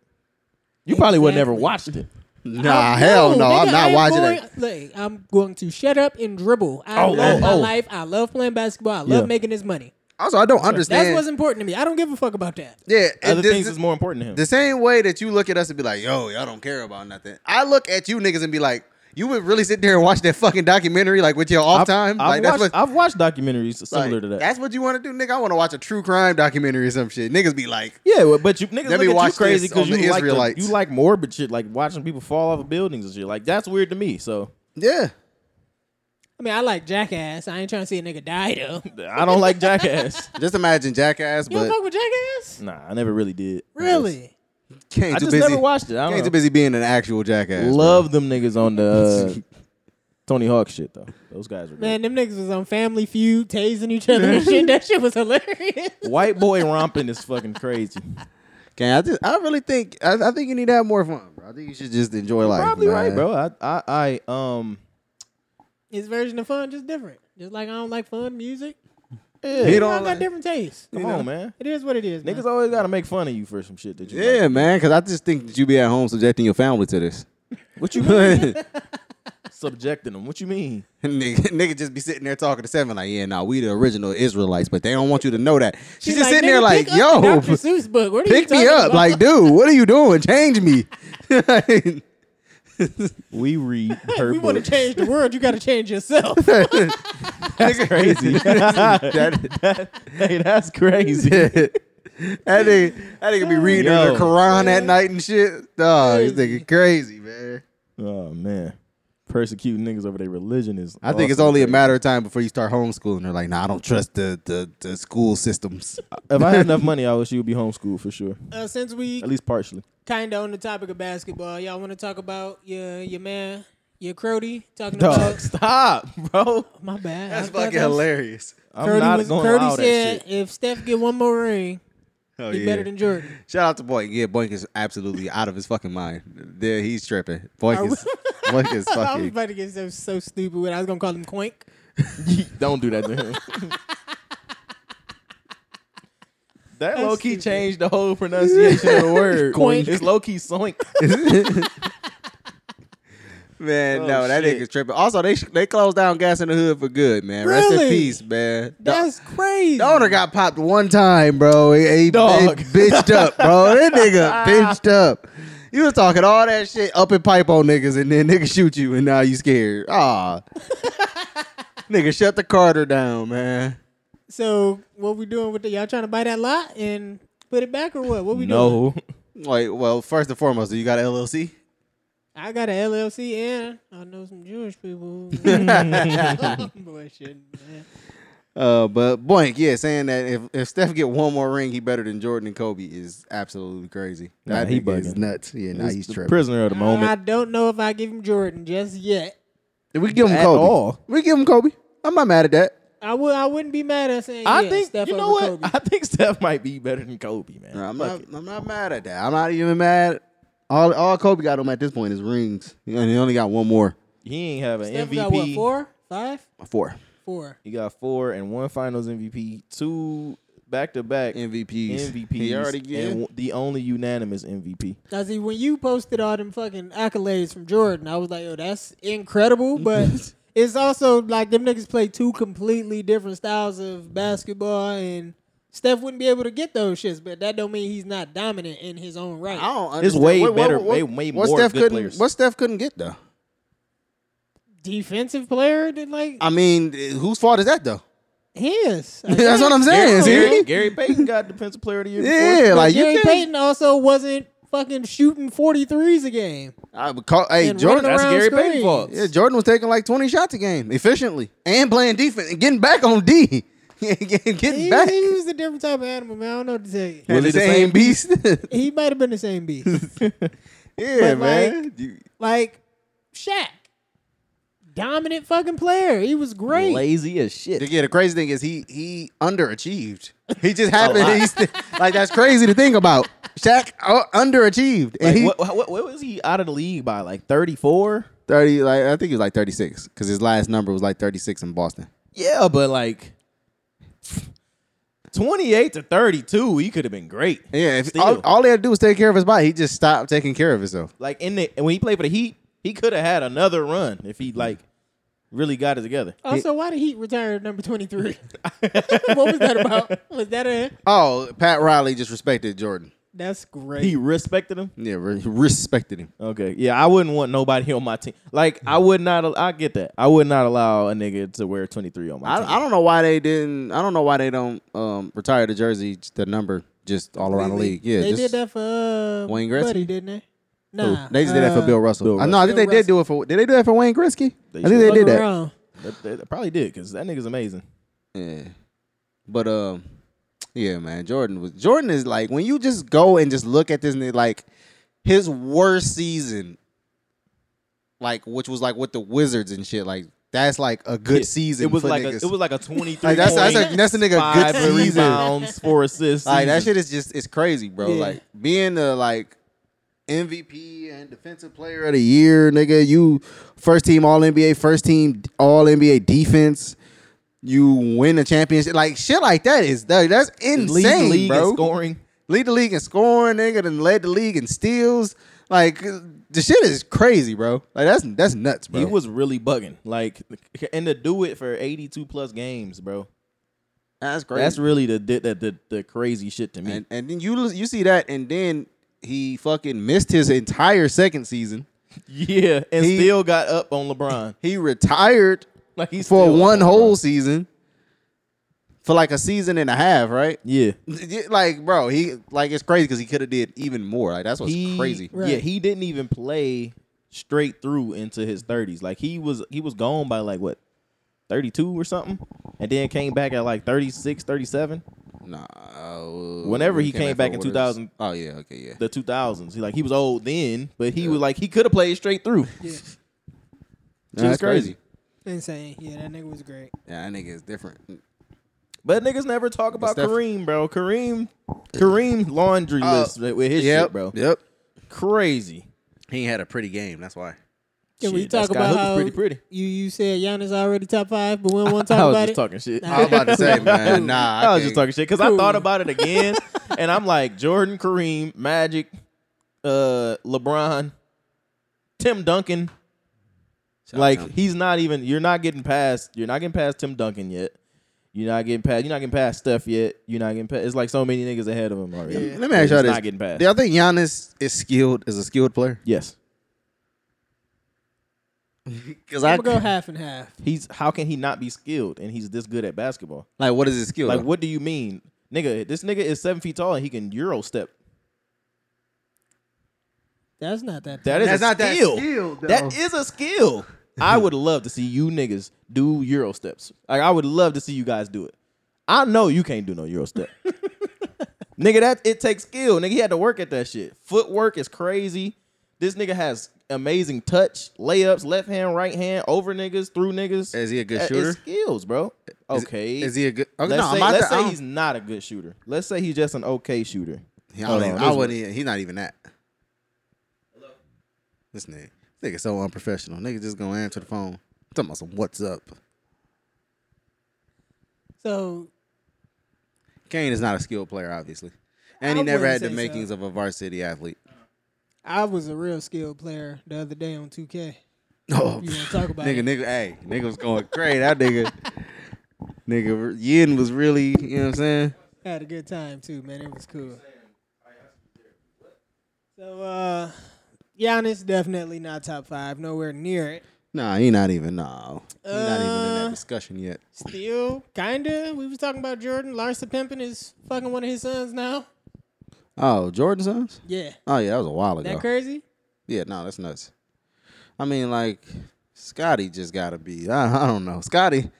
[SPEAKER 2] You probably would never
[SPEAKER 1] Exactly.
[SPEAKER 2] watched it.
[SPEAKER 3] nah, hell no. I'm
[SPEAKER 1] Oh, nigga,
[SPEAKER 3] not
[SPEAKER 1] I'm
[SPEAKER 3] watching
[SPEAKER 1] going,
[SPEAKER 3] that.
[SPEAKER 1] Like, I'm going to shut up and dribble. I
[SPEAKER 2] Oh,
[SPEAKER 1] love
[SPEAKER 2] oh,
[SPEAKER 1] my
[SPEAKER 2] oh.
[SPEAKER 1] life. I love playing basketball. I love
[SPEAKER 2] Yeah.
[SPEAKER 1] making this money.
[SPEAKER 3] Also, I don't
[SPEAKER 1] That's
[SPEAKER 3] understand.
[SPEAKER 1] what's important to me. I don't give a fuck about that.
[SPEAKER 3] yeah, and
[SPEAKER 2] Other
[SPEAKER 3] this-
[SPEAKER 2] things is more important to him.
[SPEAKER 3] the same way that you look at us and be like, "Yo, y'all don't care about nothing." I look at you niggas and be like, "You would really sit there and watch that fucking documentary like with your off
[SPEAKER 2] I've,
[SPEAKER 3] time?"
[SPEAKER 2] I've
[SPEAKER 3] like
[SPEAKER 2] watched,
[SPEAKER 3] that's what
[SPEAKER 2] I've watched documentaries
[SPEAKER 3] like,
[SPEAKER 2] similar to that.
[SPEAKER 3] That's what you want to do, nigga. I want to watch a true crime documentary or some shit. Niggas be like,
[SPEAKER 2] Yeah, well, but you niggas look
[SPEAKER 3] Let me
[SPEAKER 2] at you
[SPEAKER 3] watch
[SPEAKER 2] crazy
[SPEAKER 3] this on
[SPEAKER 2] because you
[SPEAKER 3] the
[SPEAKER 2] like the,
[SPEAKER 3] Israelites.
[SPEAKER 2] you like morbid shit, like watching people fall off of buildings and shit. Like that's weird to me. So
[SPEAKER 3] "Yeah,
[SPEAKER 1] I mean, I like jackass. I ain't trying to see a nigga die though. *laughs*
[SPEAKER 2] I don't like
[SPEAKER 3] *laughs*
[SPEAKER 2] Jackass.
[SPEAKER 3] just imagine Jackass,
[SPEAKER 1] You don't
[SPEAKER 3] but
[SPEAKER 1] fuck with jackass?
[SPEAKER 2] Nah, I never really did.
[SPEAKER 1] Really?
[SPEAKER 3] can't
[SPEAKER 2] I
[SPEAKER 3] too
[SPEAKER 2] just
[SPEAKER 3] busy.
[SPEAKER 2] never watched it. I
[SPEAKER 3] Can't
[SPEAKER 2] don't
[SPEAKER 3] too
[SPEAKER 2] know.
[SPEAKER 3] busy being an actual Jackass." bro.
[SPEAKER 2] Love them niggas on the
[SPEAKER 3] *laughs*
[SPEAKER 2] uh, Tony Hawk shit though. Those guys were
[SPEAKER 1] Man, them niggas was on Family Feud, tasing each other and
[SPEAKER 3] *laughs*
[SPEAKER 1] shit. That shit was hilarious.
[SPEAKER 2] great. White boy romping is fucking crazy.
[SPEAKER 3] *laughs* Can I just? I really think I, I think you need to have more fun, bro. I think you should just enjoy life.
[SPEAKER 2] Probably
[SPEAKER 3] man.
[SPEAKER 2] right, bro. I, I I um
[SPEAKER 1] His version of fun just different. Just like I don't like fun music.
[SPEAKER 2] yeah,
[SPEAKER 3] He
[SPEAKER 1] We all
[SPEAKER 3] don't.
[SPEAKER 1] got
[SPEAKER 3] Like,
[SPEAKER 1] different tastes.
[SPEAKER 2] come on, man.
[SPEAKER 1] It is what it is.
[SPEAKER 2] Niggas
[SPEAKER 1] man.
[SPEAKER 2] always gotta make fun of you for some shit that you.
[SPEAKER 3] yeah,
[SPEAKER 2] like.
[SPEAKER 3] man. Because I just think that you be at home subjecting your family to this.
[SPEAKER 2] What *laughs* you mean?
[SPEAKER 3] *laughs* nigga,
[SPEAKER 2] Subjecting them. What you mean?
[SPEAKER 3] *laughs* nigga just be sitting there talking to seven like, yeah, nah, we the original Israelites, but they don't want you to know that. She's,
[SPEAKER 1] She's
[SPEAKER 3] just sitting there
[SPEAKER 1] "Nigga,
[SPEAKER 3] like,
[SPEAKER 1] pick up the
[SPEAKER 3] yo, *laughs*
[SPEAKER 1] Dr. Seuss book. What are you
[SPEAKER 3] pick me
[SPEAKER 1] talking
[SPEAKER 3] up,
[SPEAKER 1] about?
[SPEAKER 3] like, dude, what are you doing? Change
[SPEAKER 1] *laughs*
[SPEAKER 3] me.
[SPEAKER 2] We
[SPEAKER 3] *laughs*
[SPEAKER 2] read
[SPEAKER 1] If
[SPEAKER 2] her
[SPEAKER 1] you want
[SPEAKER 2] books.
[SPEAKER 1] to change the world, you
[SPEAKER 2] *laughs*
[SPEAKER 1] got to change yourself.
[SPEAKER 2] That's
[SPEAKER 3] *laughs*
[SPEAKER 2] crazy.
[SPEAKER 1] *laughs*
[SPEAKER 2] hey, that's *laughs* crazy.
[SPEAKER 3] that nigga, that nigga be reading her the
[SPEAKER 2] Yo.
[SPEAKER 3] Quran at night and shit. Dog, this nigga crazy, man.
[SPEAKER 2] Oh man, persecuting niggas over their religion is.
[SPEAKER 3] I think it's
[SPEAKER 2] also
[SPEAKER 3] only a
[SPEAKER 2] crazy.
[SPEAKER 3] matter of time before you start homeschooling. They're like, nah, I don't trust the the, the school systems.
[SPEAKER 2] If I had *laughs* enough money, I wish you would be homeschooled for sure,
[SPEAKER 1] uh, since we
[SPEAKER 2] at least partially.
[SPEAKER 1] kind of on the topic of basketball, y'all want to talk about your your man, your Crody
[SPEAKER 2] *laughs*
[SPEAKER 1] talking
[SPEAKER 2] Dog,
[SPEAKER 1] about
[SPEAKER 2] stop, bro.
[SPEAKER 1] my bad.
[SPEAKER 3] That's
[SPEAKER 1] I thought
[SPEAKER 3] fucking
[SPEAKER 1] that was-
[SPEAKER 3] hilarious.
[SPEAKER 2] I'm
[SPEAKER 1] Crody
[SPEAKER 2] not
[SPEAKER 1] was,
[SPEAKER 2] going
[SPEAKER 1] Crody
[SPEAKER 2] allow that
[SPEAKER 1] said
[SPEAKER 2] shit.
[SPEAKER 1] if Steph get one more ring,
[SPEAKER 3] Oh,
[SPEAKER 1] he
[SPEAKER 3] yeah.
[SPEAKER 1] better than
[SPEAKER 2] *laughs*
[SPEAKER 1] Jordan.
[SPEAKER 3] Shout out to Boyk. Yeah, Boyk is absolutely out of his fucking mind. There, he's tripping. Boyk is, *laughs* Boyk
[SPEAKER 1] *laughs*
[SPEAKER 3] is
[SPEAKER 1] I was
[SPEAKER 3] fucking.
[SPEAKER 1] about to get so so stupid with. it. I was gonna call him Quink.
[SPEAKER 2] *laughs* Don't do that to him. That
[SPEAKER 1] That's
[SPEAKER 2] low key
[SPEAKER 1] stupid.
[SPEAKER 2] changed the whole pronunciation of
[SPEAKER 1] *laughs*
[SPEAKER 2] the word.
[SPEAKER 1] Coink.
[SPEAKER 2] It's low key soink.
[SPEAKER 3] *laughs* Man,
[SPEAKER 2] Oh,
[SPEAKER 3] no, that
[SPEAKER 2] shit.
[SPEAKER 3] nigga's tripping. Also, they sh- they closed down gas in the hood for good, man. Rest in
[SPEAKER 1] Really?
[SPEAKER 3] peace, man. The
[SPEAKER 1] That's crazy.
[SPEAKER 3] the owner got popped one time, bro. He, he- he
[SPEAKER 2] Dog.
[SPEAKER 3] bitched up, bro.
[SPEAKER 1] *laughs*
[SPEAKER 3] That nigga bitched up. You was talking all that shit up in pipe on niggas, and then niggas shoot you, and now you scared.
[SPEAKER 1] *laughs*
[SPEAKER 3] Ah, nigga, shut the Carter down, man.
[SPEAKER 1] So what we doing with the y'all trying to buy that lot and put it back or what? What *laughs* we doing?
[SPEAKER 2] No,
[SPEAKER 3] Wait, well, first and foremost, do you got an LLC?
[SPEAKER 1] I got an LLC and I know some
[SPEAKER 2] *laughs*
[SPEAKER 1] Jewish people. *laughs* Bullshit, man.
[SPEAKER 3] Uh, but blank, yeah, saying that if, if Steph get one more ring, he better than Jordan and Kobe is absolutely crazy.
[SPEAKER 2] Nah,
[SPEAKER 3] that
[SPEAKER 2] he
[SPEAKER 3] nigga is
[SPEAKER 2] bugging.
[SPEAKER 3] nuts. Yeah, nah, he's tripping.
[SPEAKER 2] prisoner of the
[SPEAKER 1] I
[SPEAKER 2] moment.
[SPEAKER 1] don't know if I give him Jordan just yet.
[SPEAKER 3] we give him
[SPEAKER 2] At
[SPEAKER 3] Kobe.
[SPEAKER 2] all.
[SPEAKER 3] We give him Kobe. I'm not mad at that.
[SPEAKER 1] I would. I wouldn't be mad at saying.
[SPEAKER 2] I
[SPEAKER 1] yeah,
[SPEAKER 2] think
[SPEAKER 1] Steph
[SPEAKER 2] you know
[SPEAKER 1] over
[SPEAKER 2] what.
[SPEAKER 3] *laughs*
[SPEAKER 2] *laughs*
[SPEAKER 1] Kobe.
[SPEAKER 2] I think Steph might be better than Kobe, man.
[SPEAKER 3] I'm
[SPEAKER 2] Fuck
[SPEAKER 3] not.
[SPEAKER 2] it.
[SPEAKER 3] I'm not mad at that. I'm not even mad. All all Kobe got him at this point is rings, and he only got one more.
[SPEAKER 2] He ain't have an
[SPEAKER 1] Steph
[SPEAKER 2] MVP.
[SPEAKER 1] got what? Four, five,
[SPEAKER 3] Four
[SPEAKER 1] four.
[SPEAKER 2] He got four and one Finals MVP, two back to back
[SPEAKER 3] MVPs.
[SPEAKER 2] MVPs.
[SPEAKER 3] He already get.
[SPEAKER 2] and w- the only unanimous MVP.
[SPEAKER 1] Now, see, when you posted all them fucking accolades from Jordan, I was like, "Yo, that's incredible,"
[SPEAKER 3] *laughs*
[SPEAKER 1] but it's also like them niggas play two completely different styles of basketball, and Steph wouldn't be able to get those shits. But that don't mean he's not dominant in his own right.
[SPEAKER 3] I don't understand.
[SPEAKER 2] It's way better- way- way more
[SPEAKER 3] Steph
[SPEAKER 2] good
[SPEAKER 3] couldn't,
[SPEAKER 2] players.
[SPEAKER 3] What Steph couldn't get though?
[SPEAKER 1] Defensive player, that like
[SPEAKER 3] I mean, whose fault is that though? *laughs*
[SPEAKER 1] his. I
[SPEAKER 3] That's
[SPEAKER 1] guess.
[SPEAKER 3] what I'm
[SPEAKER 1] I
[SPEAKER 3] saying.
[SPEAKER 1] don't
[SPEAKER 3] see?
[SPEAKER 1] know.
[SPEAKER 2] Gary, Gary Payton got Defensive Player of the Year. *laughs*
[SPEAKER 3] Yeah,
[SPEAKER 1] But
[SPEAKER 3] like
[SPEAKER 1] Gary
[SPEAKER 3] you can't.
[SPEAKER 1] Payton also wasn't fucking shooting 43s a game.
[SPEAKER 3] I would call, hey,
[SPEAKER 1] And
[SPEAKER 3] Jordan.
[SPEAKER 1] running
[SPEAKER 2] that's
[SPEAKER 1] around
[SPEAKER 2] Gary
[SPEAKER 1] screens.
[SPEAKER 2] Payton's fault.
[SPEAKER 3] Yeah, Jordan was taking like 20 shots a game efficiently and playing defense and getting back on D. *laughs* Getting
[SPEAKER 1] He,
[SPEAKER 3] back.
[SPEAKER 1] he was a different type of animal, man. I don't know what to tell you.
[SPEAKER 3] Willie
[SPEAKER 5] Willie
[SPEAKER 3] the
[SPEAKER 5] the
[SPEAKER 3] same beast. *laughs*
[SPEAKER 1] He might have been the same beast.
[SPEAKER 3] yeah,
[SPEAKER 1] But,
[SPEAKER 3] man. You-
[SPEAKER 1] like Shaq, dominant fucking player. He was great.
[SPEAKER 6] Lazy as shit.
[SPEAKER 3] yeah, the crazy thing is he he underachieved. He just happened. *laughs* he's, like that's crazy to think about. Shaq uh, underachieved, and
[SPEAKER 2] Like,
[SPEAKER 3] he
[SPEAKER 2] what, what, what was he out of the league by? Like 34?
[SPEAKER 3] thirty. Like I think he was like thirty six because his last number was like thirty six in Boston.
[SPEAKER 2] Yeah, but *sighs* like 28 to 32, he could have been great.
[SPEAKER 3] Yeah, if,
[SPEAKER 2] Still.
[SPEAKER 3] all, all he had to do was take care of his body. He just stopped taking care of himself.
[SPEAKER 2] Like in the and when he played for the Heat, he could have had another run if he like really got it together.
[SPEAKER 1] Also, why did Heat retire at number twenty
[SPEAKER 3] *laughs*
[SPEAKER 1] three? what was that about? Was that a?
[SPEAKER 3] Oh, Pat Riley just respected Jordan.
[SPEAKER 1] That's great.
[SPEAKER 2] He respected him.
[SPEAKER 3] Yeah, re- he respected him.
[SPEAKER 2] Okay, yeah, I wouldn't want nobody *laughs* on my team. Like I would not. al- I get that. I would not allow a nigga to wear twenty three on my team.
[SPEAKER 3] I, I don't know why they didn't. I don't know why they don't um, retire the jersey, the number, just all around the league. Yeah,
[SPEAKER 1] they
[SPEAKER 3] just,
[SPEAKER 1] did that for uh,
[SPEAKER 3] Wayne Gretzky?
[SPEAKER 1] Buddy, didn't they?
[SPEAKER 3] Who?
[SPEAKER 1] Nah, Uh,
[SPEAKER 3] They just did that for Bill Russell.
[SPEAKER 2] Bill
[SPEAKER 3] I know. I think
[SPEAKER 1] Russell.
[SPEAKER 3] they did do it for. Did they do that for Wayne Gretzky? I think they
[SPEAKER 1] Fuck
[SPEAKER 3] did that.
[SPEAKER 1] around.
[SPEAKER 2] That- that- that probably did because that nigga's amazing.
[SPEAKER 3] Yeah. But um, yeah, man. Jordan was Jordan is like when you just go and just look at this nigga like his worst season, like which was like with the Wizards and shit. Like that's like a good
[SPEAKER 2] It-
[SPEAKER 3] season.
[SPEAKER 2] It was
[SPEAKER 3] for
[SPEAKER 2] like
[SPEAKER 3] niggas.
[SPEAKER 2] a, it was like a twenty three.
[SPEAKER 3] Like, that's that's a, that's a nigga good
[SPEAKER 2] five
[SPEAKER 3] season.
[SPEAKER 2] rebounds, four assists.
[SPEAKER 3] Like that
[SPEAKER 2] season.
[SPEAKER 3] shit is just it's crazy, bro.
[SPEAKER 1] Yeah.
[SPEAKER 3] Like being the like MVP and defensive player of the year, nigga. You first team All NBA, first team All NBA defense. You win a championship, like shit, like that is that, that's
[SPEAKER 2] lead the
[SPEAKER 3] insane,
[SPEAKER 2] league
[SPEAKER 3] bro.
[SPEAKER 2] in scoring.
[SPEAKER 3] Lead the league in scoring, nigga, and led the league in steals. Like the shit is crazy, bro. Like that's that's nuts, bro.
[SPEAKER 2] He was really bugging. Like and to do it for eighty two plus games, bro.
[SPEAKER 3] that's crazy.
[SPEAKER 2] That's really the the, the the crazy shit to me.
[SPEAKER 3] and, and then you you see that, and then he fucking missed his entire second season.
[SPEAKER 2] *laughs* yeah, and
[SPEAKER 3] He-
[SPEAKER 2] still got up on LeBron. *laughs*
[SPEAKER 3] He retired
[SPEAKER 2] Like he's
[SPEAKER 3] for
[SPEAKER 2] still up
[SPEAKER 3] one
[SPEAKER 2] on
[SPEAKER 3] whole
[SPEAKER 2] LeBron.
[SPEAKER 3] season for like a season and a half, right?
[SPEAKER 2] Yeah,
[SPEAKER 3] Yeah, like, bro, he like it's crazy because he could have did even more. Like that's what's
[SPEAKER 2] he,
[SPEAKER 3] crazy.
[SPEAKER 2] Yeah,
[SPEAKER 1] Right.
[SPEAKER 2] he didn't even play straight through into his thirties. Like he was he was gone by like what thirty two or something, and then came back at like 36, 37.
[SPEAKER 3] Nah. uh,
[SPEAKER 2] Whenever
[SPEAKER 3] when
[SPEAKER 2] he came back
[SPEAKER 3] for
[SPEAKER 2] in
[SPEAKER 3] what is-
[SPEAKER 2] 2000
[SPEAKER 3] Oh yeah, okay, yeah.
[SPEAKER 2] The two thousands. He like he was old then, but he was like he could have played straight through.
[SPEAKER 1] Yeah.
[SPEAKER 3] Nah,
[SPEAKER 2] Shit's
[SPEAKER 3] that's
[SPEAKER 2] crazy.
[SPEAKER 1] Insane. Yeah, that nigga was great.
[SPEAKER 3] Yeah, that nigga is different.
[SPEAKER 2] But niggas never talk about
[SPEAKER 3] Steph- Uh,
[SPEAKER 2] Kareem, bro. Kareem, Kareem laundry list with his
[SPEAKER 3] Yep,
[SPEAKER 2] shit, bro.
[SPEAKER 3] Yep.
[SPEAKER 2] Crazy.
[SPEAKER 3] He ain't had a pretty game. That's why.
[SPEAKER 1] Can we
[SPEAKER 2] Shit, that
[SPEAKER 1] talk
[SPEAKER 2] Sky
[SPEAKER 1] about
[SPEAKER 2] Hook is
[SPEAKER 1] how
[SPEAKER 2] pretty pretty?
[SPEAKER 1] you you said Giannis already top five, but we don't want
[SPEAKER 2] *laughs*
[SPEAKER 1] to
[SPEAKER 2] I
[SPEAKER 1] talk
[SPEAKER 2] was
[SPEAKER 1] about
[SPEAKER 2] just
[SPEAKER 1] it.
[SPEAKER 2] talking shit.
[SPEAKER 3] I was about
[SPEAKER 2] *laughs*
[SPEAKER 3] to say, man. Nah,
[SPEAKER 2] I was just talking shit because I
[SPEAKER 1] Cool.
[SPEAKER 2] thought about
[SPEAKER 3] *laughs*
[SPEAKER 2] it again, and I'm like Jordan, Kareem, Magic, uh, LeBron, Tim Duncan. like
[SPEAKER 3] Tim.
[SPEAKER 2] he's not even. You're not getting past. You're not getting past Tim Duncan yet. You're not getting past. You're not getting past Steph yet. You're not getting past. It's like so many niggas ahead of him already.
[SPEAKER 3] Let me ask y'all
[SPEAKER 2] He's
[SPEAKER 3] this:
[SPEAKER 2] Not getting past.
[SPEAKER 3] Do y'all think Giannis is skilled? Is a skilled player?
[SPEAKER 2] Yes,
[SPEAKER 3] Because
[SPEAKER 1] I'm gonna go half and half.
[SPEAKER 2] he's. How can he not be skilled and he's this good at basketball?
[SPEAKER 3] like, what is his skill?
[SPEAKER 2] Like,
[SPEAKER 3] though?
[SPEAKER 2] what do you mean, nigga? This nigga is seven feet tall and he can euro step.
[SPEAKER 1] That's not that.
[SPEAKER 2] That is
[SPEAKER 3] That's
[SPEAKER 2] a
[SPEAKER 3] not that
[SPEAKER 2] skill.
[SPEAKER 3] skill, though.
[SPEAKER 2] that is a skill.
[SPEAKER 3] *laughs*
[SPEAKER 2] I would love to see you niggas do euro steps. Like I would love to see you guys do it. I know you can't do no euro
[SPEAKER 3] *laughs*
[SPEAKER 2] step. nigga, that it takes skill. Nigga, he had to work at that shit. Footwork is crazy. This nigga has amazing touch, layups, left hand, right hand, over niggas, through niggas.
[SPEAKER 3] Is he a good
[SPEAKER 2] That is
[SPEAKER 3] shooter?
[SPEAKER 2] skills, bro.
[SPEAKER 3] Is-
[SPEAKER 2] Okay.
[SPEAKER 3] Is, he a good? Okay,
[SPEAKER 2] Let's
[SPEAKER 3] no,
[SPEAKER 2] say,
[SPEAKER 3] I'm
[SPEAKER 2] let's
[SPEAKER 3] about to- I
[SPEAKER 2] say
[SPEAKER 3] don't-
[SPEAKER 2] he's not a good shooter. Let's say he's just an okay shooter.
[SPEAKER 3] Yeah, I,
[SPEAKER 2] Hold
[SPEAKER 3] don't
[SPEAKER 2] on,
[SPEAKER 3] even,
[SPEAKER 2] Oh, this
[SPEAKER 3] I
[SPEAKER 2] one-
[SPEAKER 3] wouldn't. Even, he's not even that. This nigga, this nigga so unprofessional. Nigga just gonna answer the phone. talking about some what's up.
[SPEAKER 1] So
[SPEAKER 3] Kane is not a skilled player, obviously, and
[SPEAKER 1] I
[SPEAKER 3] he never
[SPEAKER 1] wouldn't
[SPEAKER 3] had the
[SPEAKER 1] say so.
[SPEAKER 3] makings of a varsity athlete.
[SPEAKER 1] I was a real skilled player the other day on 2K.
[SPEAKER 3] Oh,
[SPEAKER 1] You wanna talk about
[SPEAKER 3] nigga,
[SPEAKER 1] it?
[SPEAKER 3] nigga, hey, nigga was going crazy. That nigga, nigga, Yin was really, you know what I'm saying?
[SPEAKER 1] I had a good time too, man. It was cool. So uh Giannis definitely not top five, nowhere near it.
[SPEAKER 3] Nah, he not even. Nah, he not even in
[SPEAKER 1] Uh,
[SPEAKER 3] that discussion yet.
[SPEAKER 1] Still, kinda. We was talking about Jordan. Larsa Pimpin is fucking one of his sons now.
[SPEAKER 3] Oh, Jordan sons.
[SPEAKER 1] Yeah,
[SPEAKER 3] Oh yeah, that was a while ago.
[SPEAKER 1] that crazy.
[SPEAKER 3] Yeah, no, that's nuts. I mean, like Scotty just gotta be. I, I don't know, Scotty.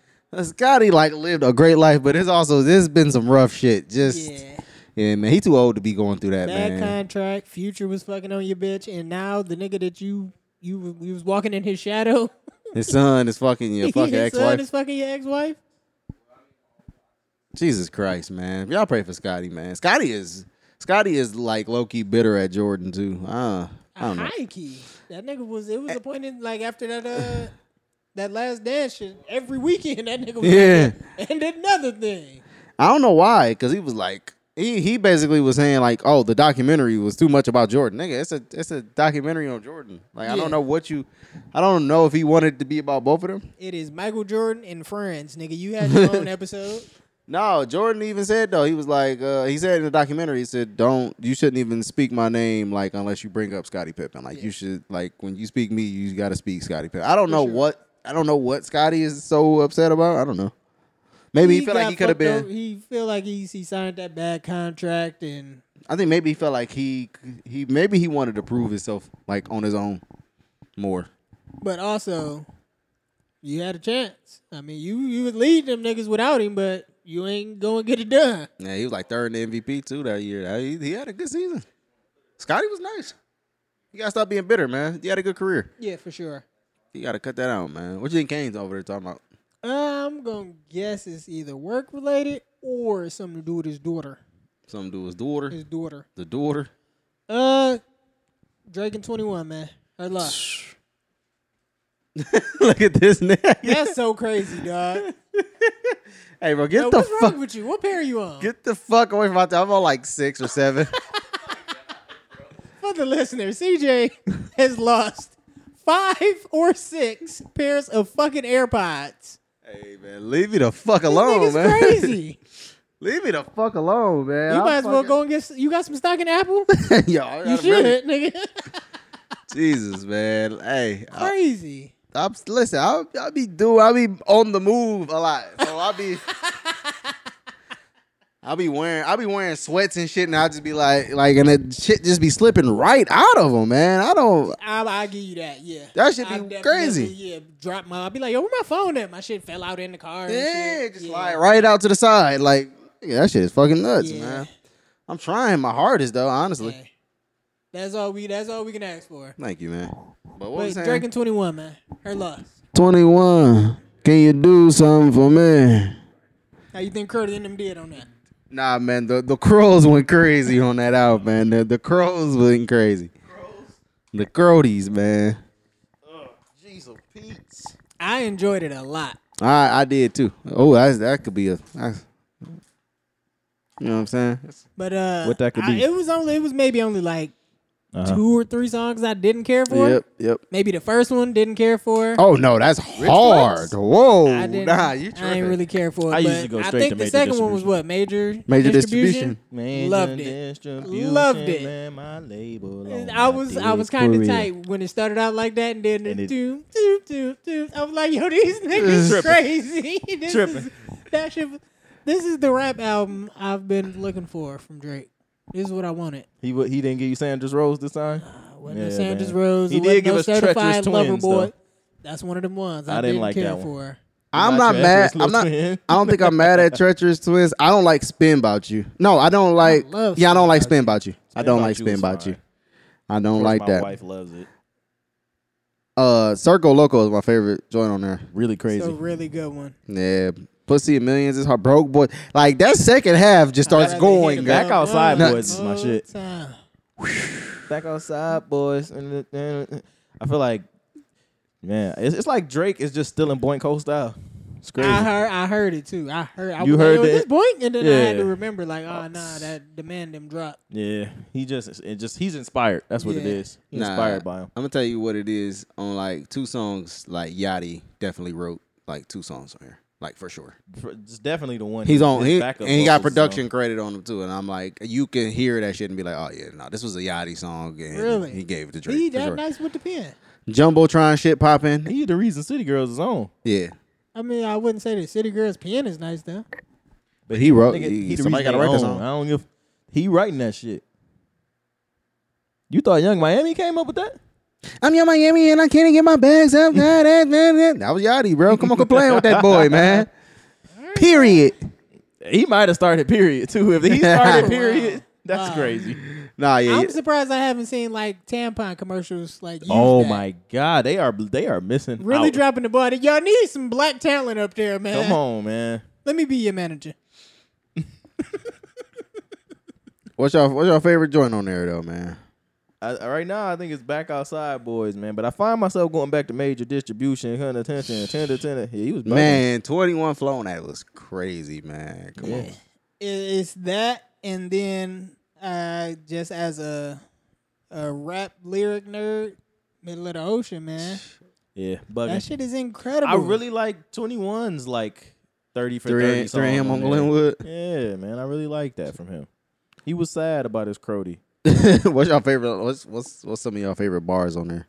[SPEAKER 3] Scotty like lived a great life, but it's also there's been some rough shit. Just yeah,
[SPEAKER 1] Yeah.
[SPEAKER 3] man, he too old to be going through that,
[SPEAKER 1] Bad
[SPEAKER 3] man.
[SPEAKER 1] contract. Future was fucking on your bitch, and now the nigga that you you you was walking in his shadow.
[SPEAKER 3] His son is fucking your
[SPEAKER 1] *laughs*
[SPEAKER 3] fucking
[SPEAKER 1] his
[SPEAKER 3] ex
[SPEAKER 1] son
[SPEAKER 3] wife.
[SPEAKER 1] is fucking your ex-wife.
[SPEAKER 3] Jesus Christ, man. Y'all pray for Scotty, man. Scotty is Scotty is like low key bitter at Jordan too. Uh, I don't know. Eh.
[SPEAKER 1] High key. That nigga was. It was appointed like after that. uh That last dance shit every weekend. That nigga was like
[SPEAKER 3] Yeah.
[SPEAKER 1] that. and another thing.
[SPEAKER 3] I don't know why, because he was like he he basically was saying like, oh, the documentary was too much about Jordan. Nigga, it's a it's a documentary on Jordan. Like I
[SPEAKER 1] Yeah.
[SPEAKER 3] don't know what you I don't know if he wanted it to be about both of them.
[SPEAKER 1] It is Michael Jordan and friends, nigga. You had your
[SPEAKER 3] *laughs*
[SPEAKER 1] own episode.
[SPEAKER 3] No, Jordan even said though he was like uh, he said in the documentary he said don't you shouldn't even speak my name like unless you bring up Scottie Pippen like you should like when you speak me you got to speak Scottie Pippen. I don't know what I don't know what Scotty is so upset about. I don't know. Maybe he, felt like
[SPEAKER 1] got
[SPEAKER 3] he could have
[SPEAKER 1] fucked
[SPEAKER 3] been.
[SPEAKER 1] over- He feel like he he signed that bad contract and
[SPEAKER 3] I think maybe he felt like he he maybe he wanted to prove himself like on his own more.
[SPEAKER 1] But also, you had a chance. I mean, you you would lead them niggas without him, but you ain't gonna get it done.
[SPEAKER 3] Yeah, he was like third in the MVP too that year. He, he had a good season. Scotty was nice. You gotta stop being bitter, man. You had a good career.
[SPEAKER 1] Yeah, for sure.
[SPEAKER 3] You gotta cut that out, man. What you think Kane's over there talking about?
[SPEAKER 1] I'm gonna guess it's either work related or something to do with his daughter.
[SPEAKER 3] Something to do with his daughter.
[SPEAKER 1] His daughter.
[SPEAKER 3] The daughter. *laughs*
[SPEAKER 1] Uh, Drake and Twenty One, man. Her
[SPEAKER 3] *laughs*
[SPEAKER 1] loss.
[SPEAKER 3] Look at this nigga.
[SPEAKER 1] That's so crazy, dog.
[SPEAKER 3] Hey, bro, get
[SPEAKER 1] Yo,
[SPEAKER 3] the
[SPEAKER 1] what's
[SPEAKER 3] fuck
[SPEAKER 1] wrong with you? What pair are you on?
[SPEAKER 3] get the fuck away from my time. I'm on like six or *laughs* seven.
[SPEAKER 1] For the listener,
[SPEAKER 3] *laughs*
[SPEAKER 1] CJ has lost five or six pairs of fucking AirPods.
[SPEAKER 3] hey man, leave me the fuck
[SPEAKER 1] This
[SPEAKER 3] alone,
[SPEAKER 1] nigga's
[SPEAKER 3] man.
[SPEAKER 1] crazy.
[SPEAKER 3] *laughs* leave me the fuck alone, man.
[SPEAKER 1] You
[SPEAKER 3] I'm
[SPEAKER 1] might as well
[SPEAKER 3] fucking-
[SPEAKER 1] go and get. s- You got some stock in
[SPEAKER 3] *laughs*
[SPEAKER 1] Apple?
[SPEAKER 3] Yo, I
[SPEAKER 1] You
[SPEAKER 3] gotta really-
[SPEAKER 1] should, nigga. *laughs*
[SPEAKER 3] Jesus, man. Hey, I,
[SPEAKER 1] Crazy.
[SPEAKER 3] I'm listen. I'll, I'll be doing. I'll be on the move a lot. So I'll be. I'll be wearing. I'll be wearing sweats and shit, and I'll just be like, like, and that shit just be slipping right out of them, man. I don't.
[SPEAKER 1] I'll, I'll give you that. Yeah,
[SPEAKER 3] That should be
[SPEAKER 1] I'll definitely,
[SPEAKER 3] crazy.
[SPEAKER 1] Yeah, drop my. I'll be like, yo, where my phone at? My shit fell out in the car. and
[SPEAKER 3] Yeah,
[SPEAKER 1] shit.
[SPEAKER 3] just slide right out to the side. Like, nigga, that shit is fucking nuts,
[SPEAKER 1] Yeah.
[SPEAKER 3] man. I'm trying my hardest though, honestly.
[SPEAKER 1] Yeah. That's all we. That's all we can ask for.
[SPEAKER 3] Thank you, man. But what
[SPEAKER 1] Wait,
[SPEAKER 3] was
[SPEAKER 1] Drake and Twenty One, man. Her loss.
[SPEAKER 3] 21. Can you do something for me?
[SPEAKER 1] How you think Curdy and them did on that?
[SPEAKER 3] Nah, man, the, the crows went crazy on that album, man. The, the crows went crazy. The crowdies, man.
[SPEAKER 2] Jesus, Pete's.
[SPEAKER 1] I enjoyed it a lot.
[SPEAKER 3] I I did too. Oh, that's, that could be a. that's- you know what I'm saying?
[SPEAKER 1] But uh,
[SPEAKER 2] What that could
[SPEAKER 1] I-
[SPEAKER 2] be. Uh-huh.
[SPEAKER 1] it was only. It was maybe only like two or three songs I didn't care for.
[SPEAKER 3] Yep, yep.
[SPEAKER 1] Maybe the first one didn't care for.
[SPEAKER 3] Oh no, that's hard. Whoa,
[SPEAKER 1] I didn't.
[SPEAKER 3] nah, you
[SPEAKER 1] I
[SPEAKER 3] tripping?
[SPEAKER 1] didn't really care for it.
[SPEAKER 2] I
[SPEAKER 1] but
[SPEAKER 2] usually go
[SPEAKER 1] I
[SPEAKER 2] straight
[SPEAKER 1] think
[SPEAKER 2] to
[SPEAKER 1] the
[SPEAKER 2] major
[SPEAKER 1] second one was
[SPEAKER 2] distribution.
[SPEAKER 1] what major
[SPEAKER 3] Major distribution.
[SPEAKER 1] Loved it. Loved it.
[SPEAKER 2] Man, my label on
[SPEAKER 1] And I
[SPEAKER 2] my
[SPEAKER 1] was I was
[SPEAKER 2] dick
[SPEAKER 1] kind
[SPEAKER 2] for
[SPEAKER 1] of
[SPEAKER 2] real.
[SPEAKER 1] tight when it started out like that, and then
[SPEAKER 2] And
[SPEAKER 1] the
[SPEAKER 2] it-
[SPEAKER 1] doom doom doom doom. I was like, yo,
[SPEAKER 2] *laughs*
[SPEAKER 1] these niggas
[SPEAKER 3] Tripping.
[SPEAKER 1] crazy. *laughs* this Is,
[SPEAKER 2] Tripping.
[SPEAKER 1] that shit. was- This is the rap album I've been looking for from Drake. This is what I wanted.
[SPEAKER 2] He wa- he didn't give you Sandra's Rose this time.
[SPEAKER 1] Uh, wasn't no
[SPEAKER 2] Yeah,
[SPEAKER 1] Sandra's
[SPEAKER 2] man.
[SPEAKER 1] Rose.
[SPEAKER 2] He
[SPEAKER 1] it wasn't
[SPEAKER 2] did give
[SPEAKER 1] no
[SPEAKER 2] us Treacherous
[SPEAKER 1] certified lover
[SPEAKER 2] Twins,
[SPEAKER 1] boy.
[SPEAKER 2] though.
[SPEAKER 1] That's one of them ones I,
[SPEAKER 2] I didn't like
[SPEAKER 1] care
[SPEAKER 2] that one.
[SPEAKER 1] for.
[SPEAKER 3] I'm
[SPEAKER 2] Not
[SPEAKER 3] not
[SPEAKER 2] your
[SPEAKER 3] mad.
[SPEAKER 2] ass, little
[SPEAKER 3] I'm not.
[SPEAKER 2] twin.
[SPEAKER 3] I don't think I'm mad at treacherous twins. I don't like spin about you. No, I don't like.
[SPEAKER 1] love
[SPEAKER 3] yeah, I
[SPEAKER 1] Spin
[SPEAKER 3] don't like spin about you. I
[SPEAKER 2] Spin
[SPEAKER 3] don't
[SPEAKER 2] About
[SPEAKER 3] like
[SPEAKER 2] You
[SPEAKER 3] spin
[SPEAKER 2] is
[SPEAKER 3] about
[SPEAKER 2] fine.
[SPEAKER 3] you. I don't like
[SPEAKER 2] my
[SPEAKER 3] that.
[SPEAKER 2] wife loves it.
[SPEAKER 3] Uh, Circo Loco is my favorite joint on there.
[SPEAKER 2] Really
[SPEAKER 1] It's
[SPEAKER 2] crazy.
[SPEAKER 1] a really good one.
[SPEAKER 3] Yeah, Pussy and Millions is her broke boy. Like that second half just starts
[SPEAKER 1] Rather
[SPEAKER 3] going.
[SPEAKER 1] hit
[SPEAKER 2] Back
[SPEAKER 1] the
[SPEAKER 2] outside,
[SPEAKER 1] ball
[SPEAKER 2] boys, is my shit.
[SPEAKER 1] time.
[SPEAKER 2] back outside, boys. And then I feel like, man, it's, it's like Drake is just still in blank hole style. It's crazy.
[SPEAKER 1] I heard, I heard it too. I heard. I
[SPEAKER 2] You
[SPEAKER 1] was
[SPEAKER 2] heard
[SPEAKER 1] like, "Yo, this
[SPEAKER 2] that?
[SPEAKER 1] point, and then I had to
[SPEAKER 2] Yeah.
[SPEAKER 1] remember, like, oh nah, that demand them drop.
[SPEAKER 2] yeah, he just it just he's inspired. That's what it
[SPEAKER 1] Yeah.
[SPEAKER 2] is. He's
[SPEAKER 3] Nah,
[SPEAKER 2] Inspired by him.
[SPEAKER 3] I'm gonna tell you what it is on like two songs. Like Yachty definitely wrote like two songs on here, like for sure.
[SPEAKER 2] For- It's definitely the one.
[SPEAKER 3] He's on,
[SPEAKER 2] his
[SPEAKER 3] he, and
[SPEAKER 2] backup
[SPEAKER 3] he got
[SPEAKER 2] vocals, so-
[SPEAKER 3] production credit on him too. And I'm like, you can hear that shit and be like, oh yeah, no, this was a Yachty song. And
[SPEAKER 1] Really?
[SPEAKER 3] He gave it to
[SPEAKER 1] Be
[SPEAKER 3] Drake. for
[SPEAKER 1] that
[SPEAKER 3] Sure.
[SPEAKER 1] nice with the pen.
[SPEAKER 3] Jumbotron shit popping.
[SPEAKER 2] He the reason City Girls is on.
[SPEAKER 3] Yeah,
[SPEAKER 1] I mean, I wouldn't say that City Girls' pen is nice though.
[SPEAKER 3] but he wrote.
[SPEAKER 2] Nigga,
[SPEAKER 3] he,
[SPEAKER 2] he the
[SPEAKER 3] somebody
[SPEAKER 2] reason
[SPEAKER 3] got to
[SPEAKER 2] they
[SPEAKER 3] write that
[SPEAKER 2] on. I
[SPEAKER 3] song.
[SPEAKER 2] don't give. He writing that shit. You thought Young Miami came up with that?
[SPEAKER 3] I'm in *laughs* Miami and I can't even get my bags up. Nah, nah, nah, nah. That was Yachty, bro. Come on, complain with that boy, man. Period.
[SPEAKER 2] He might have started period too. If he
[SPEAKER 3] *laughs*
[SPEAKER 2] started period, that's
[SPEAKER 1] Wow.
[SPEAKER 2] crazy.
[SPEAKER 3] Nah, yeah. yeah.
[SPEAKER 1] I'm surprised I haven't seen like tampon commercials like. use
[SPEAKER 2] Oh
[SPEAKER 1] that.
[SPEAKER 2] my god, they are they are missing.
[SPEAKER 1] Really
[SPEAKER 2] out.
[SPEAKER 1] dropping the body. Y'all need some black talent up there, man.
[SPEAKER 2] Come on, man.
[SPEAKER 1] Let me be your manager.
[SPEAKER 3] What's your what's your favorite joint on there though, man?
[SPEAKER 2] I, I- right now, I think it's back outside, boys, man. But I find myself going back to major distribution, kind of attention, tender, tender. Yeah, he was bugging.
[SPEAKER 3] Man, twenty one flown that was crazy, man. Come on.
[SPEAKER 1] It- It's that, and then uh, just as a a rap lyric nerd, middle of the ocean, man.
[SPEAKER 2] Yeah, bugging.
[SPEAKER 1] That shit is incredible.
[SPEAKER 2] I really like 21's like 30 for
[SPEAKER 3] 3
[SPEAKER 2] 30
[SPEAKER 3] 3
[SPEAKER 2] song
[SPEAKER 3] a.m. on
[SPEAKER 2] there.
[SPEAKER 3] Glenwood.
[SPEAKER 2] Yeah, man. I really like that from him. He was sad about his Crody.
[SPEAKER 3] *laughs* what's your favorite? What's what's what's some of your favorite bars on there?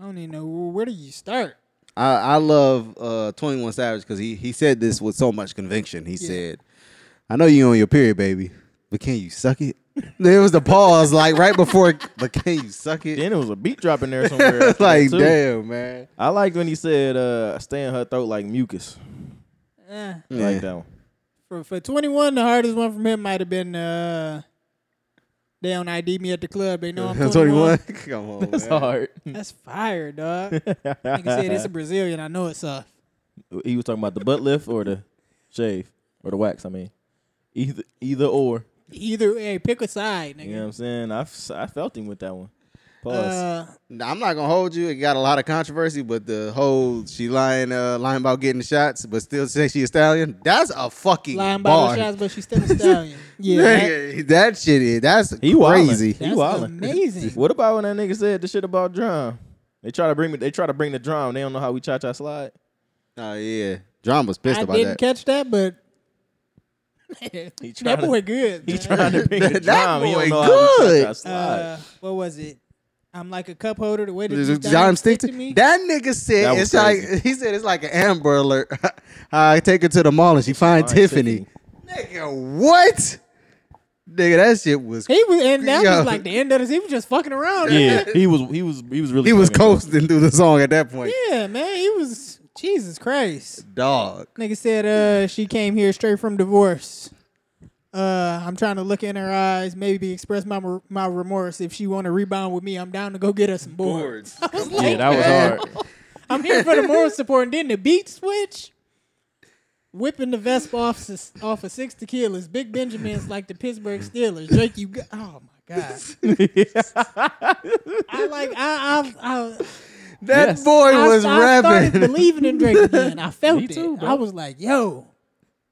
[SPEAKER 1] I don't even know where do you start.
[SPEAKER 3] I, I love uh, Twenty One Savage because he he said this with so much conviction. He said, "I know you on your period, baby, but can you suck it?" *laughs* there was the pause, like right before. But can you suck it?
[SPEAKER 2] Then it was a beat drop in there somewhere. after
[SPEAKER 3] *laughs* like
[SPEAKER 2] that, too.
[SPEAKER 3] damn, man.
[SPEAKER 2] I liked when he said, uh, "I stay in her throat like mucus.
[SPEAKER 1] Eh,
[SPEAKER 2] I
[SPEAKER 3] Yeah.
[SPEAKER 2] like that one.
[SPEAKER 1] for for 21, the hardest one from him might have been uh, they don't ID me at the club. They
[SPEAKER 3] *laughs*
[SPEAKER 1] know I'm 21.
[SPEAKER 3] Twenty One, come on,
[SPEAKER 2] That's
[SPEAKER 3] man.
[SPEAKER 2] hard.
[SPEAKER 1] That's fire,
[SPEAKER 3] *laughs*
[SPEAKER 1] dog. Nigga said it's a Brazilian. I know it's soft.
[SPEAKER 2] he was talking about the butt lift or the shave or the wax, I mean. Either either or.
[SPEAKER 1] Either hey, pick a side,
[SPEAKER 2] You know what
[SPEAKER 1] nigga.
[SPEAKER 2] I'm saying? I, f- I felt him with that one. Pause.
[SPEAKER 1] uh,
[SPEAKER 3] Nah, I'm not gonna hold you. It got a lot of controversy, but the whole she lying, uh, lying about getting shots, but still say she a stallion. That's a fucking
[SPEAKER 1] lying
[SPEAKER 3] bar.
[SPEAKER 1] by the shots, but she's still a stallion. Yeah, that-
[SPEAKER 3] *laughs* Nigga, that, shit is that's
[SPEAKER 2] He wildin'.
[SPEAKER 3] crazy.
[SPEAKER 2] He
[SPEAKER 1] that's
[SPEAKER 2] wildin'.
[SPEAKER 1] amazing.
[SPEAKER 2] What about when that nigga said the shit about drum? They try to bring me. They try to bring the drum. They don't know how we cha cha slide.
[SPEAKER 3] Oh yeah, John was pissed
[SPEAKER 1] I
[SPEAKER 3] about
[SPEAKER 1] didn't
[SPEAKER 3] that.
[SPEAKER 1] catch that,
[SPEAKER 3] *laughs*
[SPEAKER 1] but *laughs* that
[SPEAKER 2] tryna-
[SPEAKER 1] boy good.
[SPEAKER 2] He
[SPEAKER 1] man.
[SPEAKER 2] trying to bring the
[SPEAKER 3] *laughs* That- that
[SPEAKER 2] drum. He
[SPEAKER 3] boy
[SPEAKER 2] don't know how we
[SPEAKER 3] good.
[SPEAKER 2] cha cha slide.
[SPEAKER 1] uh, what was it? I'm like a cup holder. The way that
[SPEAKER 3] Is
[SPEAKER 1] you
[SPEAKER 3] it John stick to
[SPEAKER 1] me.
[SPEAKER 3] That nigga said
[SPEAKER 2] That was
[SPEAKER 3] it's like
[SPEAKER 2] crazy.
[SPEAKER 3] he said it's like an Amber Alert. *laughs* I take her to the mall and she find
[SPEAKER 2] Find
[SPEAKER 3] Tiffany. Nigga, what? Nigga, that shit was. He,
[SPEAKER 1] he was, and that
[SPEAKER 3] Yo.
[SPEAKER 1] was like the end of this. He was just fucking
[SPEAKER 2] *laughs*
[SPEAKER 1] around.
[SPEAKER 2] Yeah, he was. He was. He was really.
[SPEAKER 3] was
[SPEAKER 2] fucking good.
[SPEAKER 3] coasting through the song at that point.
[SPEAKER 1] yeah, man. He was Jesus Christ. *laughs*
[SPEAKER 3] Dog.
[SPEAKER 1] Nigga said uh, she came here straight from divorce. Uh, I'm trying to look in her eyes, maybe express my my remorse. If she want to rebound with me, I'm down to go get her some boards. I was like,
[SPEAKER 2] Yeah, that was hard.
[SPEAKER 1] I'm here for the moral support. And then the beat switch, whipping the Vespa off, s- off of six tequilas. Big Benjamin's like the Pittsburgh Steelers. Drake, you go- oh my god.
[SPEAKER 2] *laughs*
[SPEAKER 1] I like I I've, I
[SPEAKER 3] That boy
[SPEAKER 1] I,
[SPEAKER 3] was
[SPEAKER 1] I
[SPEAKER 3] rapping.
[SPEAKER 1] started
[SPEAKER 3] *laughs*
[SPEAKER 1] believing in Drake again. I felt
[SPEAKER 2] Me
[SPEAKER 1] it.
[SPEAKER 2] too, bro.
[SPEAKER 1] I was like, yo,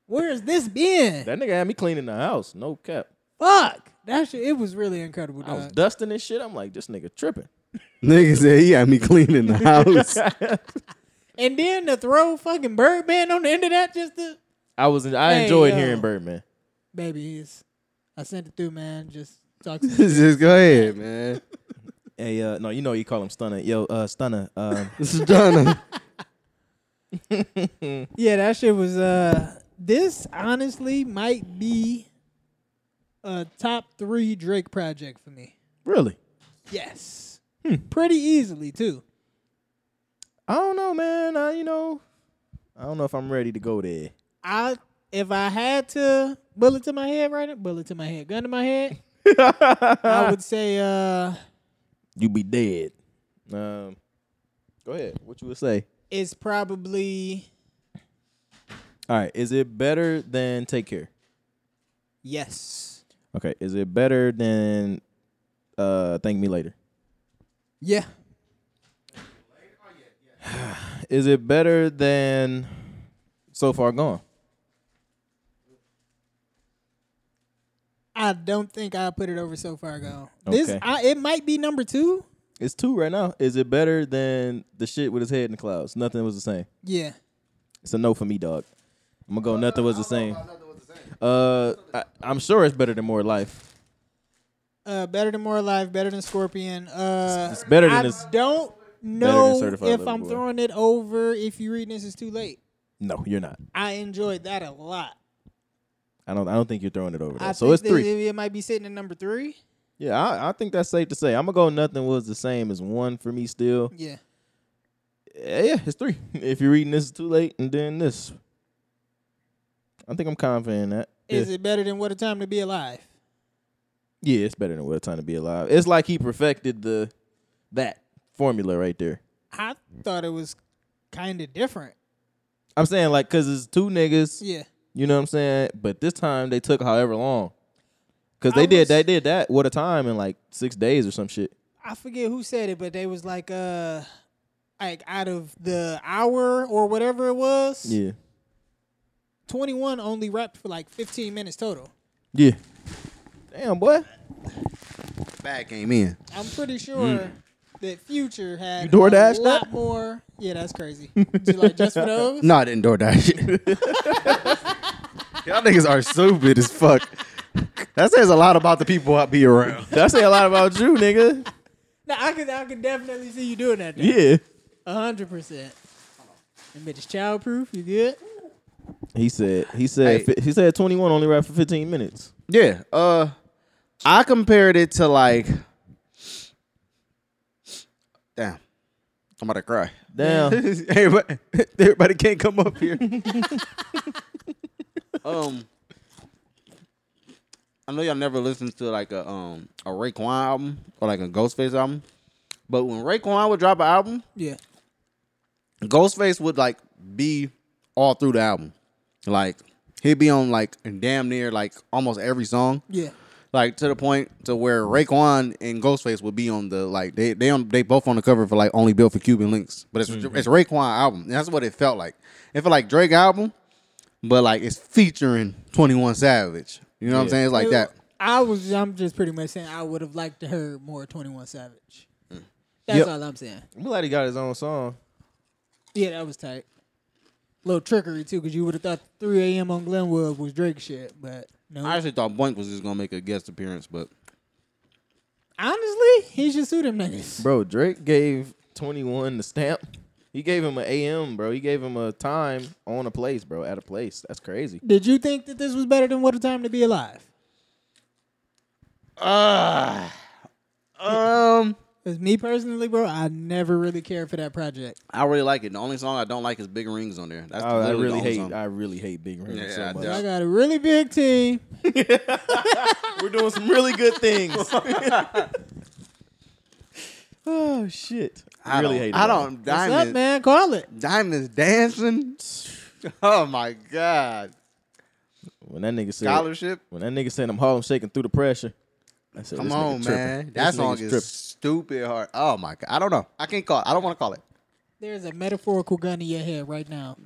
[SPEAKER 1] where's this been?
[SPEAKER 2] That nigga had me cleaning the house. No cap.
[SPEAKER 1] Fuck. That shit. It was really incredible.
[SPEAKER 2] I was
[SPEAKER 1] Dog.
[SPEAKER 2] dusting this shit. I'm like, this nigga tripping.
[SPEAKER 3] Nigga said he had me cleaning the house. *laughs*
[SPEAKER 1] And then to throw fucking Birdman on the end of that, just to
[SPEAKER 2] I was. I
[SPEAKER 1] Hey,
[SPEAKER 2] enjoyed
[SPEAKER 1] yo.
[SPEAKER 2] hearing Birdman.
[SPEAKER 1] baby is. I sent it through, man. Just talk to
[SPEAKER 2] *laughs*
[SPEAKER 1] me.
[SPEAKER 3] Just go ahead, man.
[SPEAKER 2] Hey, uh, no, you know you call him Stunner. Yo, uh, Stunner. Um,
[SPEAKER 3] This is Donna.
[SPEAKER 1] Yeah, that shit was uh this honestly might be a top three Drake project for me.
[SPEAKER 2] *laughs* really?
[SPEAKER 1] Yes.
[SPEAKER 2] Hmm.
[SPEAKER 1] Pretty easily too.
[SPEAKER 2] I don't know, man. I, you know, I don't know if I'm ready to go there.
[SPEAKER 1] I if I had to bullet to my head right now, bullet to my head, gun to my head,
[SPEAKER 2] *laughs*
[SPEAKER 1] I would say uh
[SPEAKER 2] You be dead. Um, go ahead. What you would say?
[SPEAKER 1] it's probably
[SPEAKER 2] All right. Is it better than Take Care?
[SPEAKER 1] yes.
[SPEAKER 2] Okay. Is it better than uh Thank Me Later?
[SPEAKER 1] Yeah.
[SPEAKER 2] Is it better than So Far Gone?
[SPEAKER 1] I don't think I put it over so far gone. This
[SPEAKER 2] Okay.
[SPEAKER 1] I, it might be number two.
[SPEAKER 2] It's two right now. Is it better than the shit with his head in the clouds? Nothing was the same.
[SPEAKER 1] Yeah.
[SPEAKER 2] It's a no for me, dog. I'm gonna go. Nothing was the same. Uh, I, I'm sure it's better than More Life.
[SPEAKER 1] Uh, better than More Alive, better than Scorpion. Uh,
[SPEAKER 2] It's better than
[SPEAKER 1] I
[SPEAKER 2] this-
[SPEAKER 1] don't
[SPEAKER 2] better than
[SPEAKER 1] know
[SPEAKER 2] Certified
[SPEAKER 1] if
[SPEAKER 2] Lover
[SPEAKER 1] I'm
[SPEAKER 2] Boy.
[SPEAKER 1] throwing it over. If you read this, is too late.
[SPEAKER 2] No, you're not.
[SPEAKER 1] I enjoyed that a lot.
[SPEAKER 2] I don't. I don't think you're throwing it over.
[SPEAKER 1] I
[SPEAKER 2] There. So
[SPEAKER 1] think
[SPEAKER 2] it's
[SPEAKER 1] that
[SPEAKER 2] three.
[SPEAKER 1] It, it might be sitting at number three.
[SPEAKER 2] Yeah, I, I think that's safe to say. I'm gonna go. Nothing was the same as one for me. Still,
[SPEAKER 1] Yeah.
[SPEAKER 2] yeah, yeah, it's three. If you're reading this, it's too late, and then this. I think I'm confident in that.
[SPEAKER 1] Is
[SPEAKER 2] yeah.
[SPEAKER 1] it better than What a Time to Be Alive?
[SPEAKER 2] yeah, it's better than What a Time to Be Alive. It's like he perfected the that formula right there.
[SPEAKER 1] I thought it was kind of different.
[SPEAKER 2] I'm saying like cause it's two niggas.
[SPEAKER 1] Yeah.
[SPEAKER 2] You know what I'm saying? But this time they took however long. Cause they
[SPEAKER 1] I
[SPEAKER 2] did
[SPEAKER 1] was-
[SPEAKER 2] they did that what a time in like six days or some shit.
[SPEAKER 1] I forget who said it, but they was like, uh, like out of the hour or whatever it was,
[SPEAKER 2] Yeah.
[SPEAKER 1] 21 only rapped for like 15 minutes total.
[SPEAKER 2] Yeah. Damn boy.
[SPEAKER 3] Back came in.
[SPEAKER 1] I'm pretty sure that Future had
[SPEAKER 2] You
[SPEAKER 1] a
[SPEAKER 2] DoorDash
[SPEAKER 1] lot
[SPEAKER 2] that?
[SPEAKER 1] more. Yeah, that's *laughs* crazy. Did you like just for those?
[SPEAKER 3] No, I didn't door dash it. Y'all niggas are stupid as fuck. That says a lot about the people I be around.
[SPEAKER 2] That say a lot about you, nigga.
[SPEAKER 1] No, I could I could definitely see you doing that. though.
[SPEAKER 2] Yeah.
[SPEAKER 1] A hundred percent. That bitch is childproof. You good?
[SPEAKER 2] He said he said
[SPEAKER 3] Hey.
[SPEAKER 2] fi- he said twenty one only rap for fifteen minutes.
[SPEAKER 3] Yeah. Uh I compared it to like Damn. I'm about to cry.
[SPEAKER 2] Damn.
[SPEAKER 3] *laughs* everybody, everybody can't come up here. *laughs* um I know y'all never listened to like a um a Raekwon album or like a Ghostface album. But when Raekwon would drop an album,
[SPEAKER 1] Yeah.
[SPEAKER 3] Ghostface would like be all through the album. Like he'd be on like damn near like almost every song.
[SPEAKER 1] Yeah.
[SPEAKER 3] Like to the point to where Raekwon and Ghostface would be on the like they they on they both on the cover for like only built for Cuban links. But it's it's Raekwon album. And that's what it felt like. It felt like Drake album, but like it's featuring Twenty One Savage. You know what I'm
[SPEAKER 2] Yeah.
[SPEAKER 3] saying? It's like that.
[SPEAKER 1] I was. I'm just pretty much saying I would have liked to hear more Twenty One Savage.
[SPEAKER 3] Hmm.
[SPEAKER 1] That's
[SPEAKER 2] Yep.
[SPEAKER 1] all I'm saying.
[SPEAKER 2] I'm glad he got his own song.
[SPEAKER 1] Yeah, that was tight. Little trickery too, because you would have thought 3 a.m. on Glenwood was Drake shit, but no.
[SPEAKER 3] I actually thought Blank was just gonna make a guest appearance, but
[SPEAKER 1] Honestly, he should sue them niggas.
[SPEAKER 2] Bro, Drake gave 21 the stamp. He gave him an AM, bro. He gave him a time on a place, bro, at a place. That's crazy.
[SPEAKER 1] Did you think that this was better than What a Time to Be Alive?
[SPEAKER 3] Uh, um,
[SPEAKER 1] Because me personally, bro, I never really cared for that project.
[SPEAKER 3] I really like it. The only song I don't like is Big Rings on there. That's
[SPEAKER 2] I, Oh, I
[SPEAKER 3] literally the
[SPEAKER 2] really
[SPEAKER 3] only
[SPEAKER 2] hate
[SPEAKER 3] song.
[SPEAKER 2] I really hate Big Ring
[SPEAKER 3] Yeah, I
[SPEAKER 2] so much.
[SPEAKER 3] do.
[SPEAKER 1] I got a really big team.
[SPEAKER 2] We're doing some really good *laughs* things. oh shit. I really
[SPEAKER 3] don't-
[SPEAKER 2] hate it.
[SPEAKER 3] I don't.
[SPEAKER 1] What's
[SPEAKER 3] Diamond,
[SPEAKER 1] up, man? Call it.
[SPEAKER 3] Diamonds dancing. *laughs* Oh my god!
[SPEAKER 2] When that nigga said
[SPEAKER 3] Scholarship.
[SPEAKER 2] when that nigga said I'm Harlem shaking through the pressure. I said,
[SPEAKER 3] Come
[SPEAKER 2] this nigga
[SPEAKER 3] on,
[SPEAKER 2] tripping.
[SPEAKER 3] man.
[SPEAKER 2] This
[SPEAKER 3] That song
[SPEAKER 2] nigga's
[SPEAKER 3] is
[SPEAKER 2] tripping.
[SPEAKER 3] stupid hard. Oh my god! I don't know. I can't call. it. I don't want to call it.
[SPEAKER 1] There's a metaphorical gun in your head right now.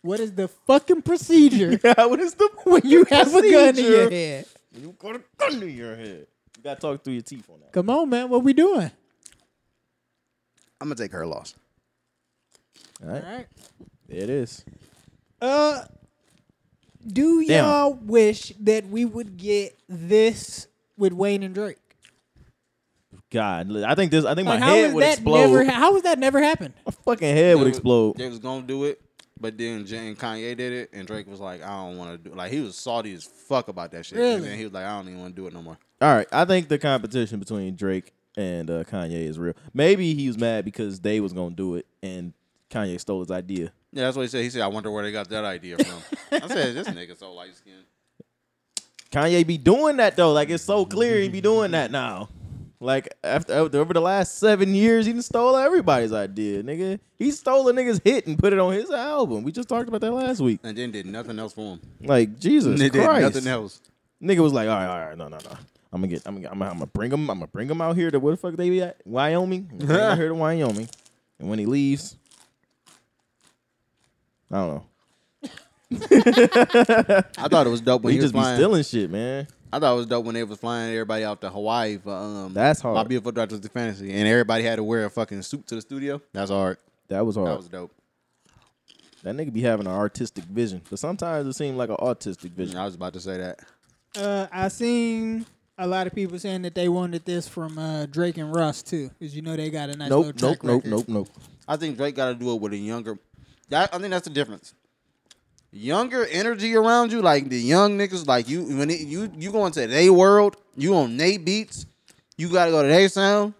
[SPEAKER 1] What is the fucking procedure *laughs*
[SPEAKER 3] *laughs*
[SPEAKER 2] what is *laughs* the
[SPEAKER 1] when you have a gun in
[SPEAKER 2] Procedure.
[SPEAKER 1] your head?
[SPEAKER 2] You got a gun in your head. You gotta talk through your teeth on that.
[SPEAKER 1] Come on, man. What we doing?
[SPEAKER 3] I'm gonna take her loss.
[SPEAKER 2] All right.
[SPEAKER 1] All right.
[SPEAKER 2] There it is.
[SPEAKER 1] Uh, do
[SPEAKER 2] Damn.
[SPEAKER 1] y'all wish that we would get this with Wayne and Drake?
[SPEAKER 2] God, li- I think this. I think
[SPEAKER 1] Like,
[SPEAKER 2] my
[SPEAKER 1] how
[SPEAKER 2] head
[SPEAKER 1] is
[SPEAKER 2] would
[SPEAKER 1] that
[SPEAKER 2] explode.
[SPEAKER 1] never? How has that never happened?
[SPEAKER 2] my fucking head would
[SPEAKER 3] They-
[SPEAKER 2] explode.
[SPEAKER 3] They was gonna do it, but then Jay and Kanye did it, and Drake was like, "I don't want to do." Like he was salty as fuck about that shit, and
[SPEAKER 1] Really?
[SPEAKER 3] then he was like, "I don't even want to do it no more."
[SPEAKER 2] All right, I think the competition between Drake and uh, Kanye is real. Maybe he was mad because they was gonna do it and Kanye stole his idea.
[SPEAKER 3] Yeah, that's what he said. He said, "I wonder where they got that idea from." I said, "This nigga so light skinned
[SPEAKER 2] Kanye be doing that though. Like it's so clear he be doing that now. Like after over the last seven years, he done stole everybody's idea, nigga. He stole a nigga's hit and put it on his album. We just talked about that last week.
[SPEAKER 3] and then did nothing else for him.
[SPEAKER 2] Like Jesus
[SPEAKER 3] They did
[SPEAKER 2] Christ,
[SPEAKER 3] nothing else.
[SPEAKER 2] nigga was like, all right, all right, no, no, no. I'm gonna get, I'm, gonna- I'm, gonna- I'm gonna bring him, I'm gonna bring him out here to where the fuck they be at,
[SPEAKER 3] *laughs*
[SPEAKER 2] Wyoming. I'm gonna bring 'em out here to Wyoming, and when he leaves, I don't know.
[SPEAKER 3] I thought it was dope when
[SPEAKER 2] He,
[SPEAKER 3] he,
[SPEAKER 2] just
[SPEAKER 3] was
[SPEAKER 2] be
[SPEAKER 3] flying.
[SPEAKER 2] stealing shit, man.
[SPEAKER 3] I thought it was dope when they was flying everybody out to Hawaii for um
[SPEAKER 2] That's hard.
[SPEAKER 3] My beautiful dark twisted fantasy, and everybody had to wear a fucking suit to the studio. That's hard.
[SPEAKER 2] That was hard.
[SPEAKER 3] That was dope.
[SPEAKER 2] that nigga be having an artistic vision, but sometimes it seemed like an autistic vision.
[SPEAKER 3] I was about to say that.
[SPEAKER 1] Uh, I seen a lot of people saying that they wanted this from uh, Drake and Russ too, because you know they got a nice
[SPEAKER 2] Nope,
[SPEAKER 1] little
[SPEAKER 2] nope,
[SPEAKER 1] track
[SPEAKER 2] nope,
[SPEAKER 1] record.
[SPEAKER 2] nope, nope.
[SPEAKER 3] I think Drake got to do it with a younger. That I think that's the difference. Younger energy around you, like the young niggas, like you when it, you you going to they world, you on they beats, you got to go to they sound.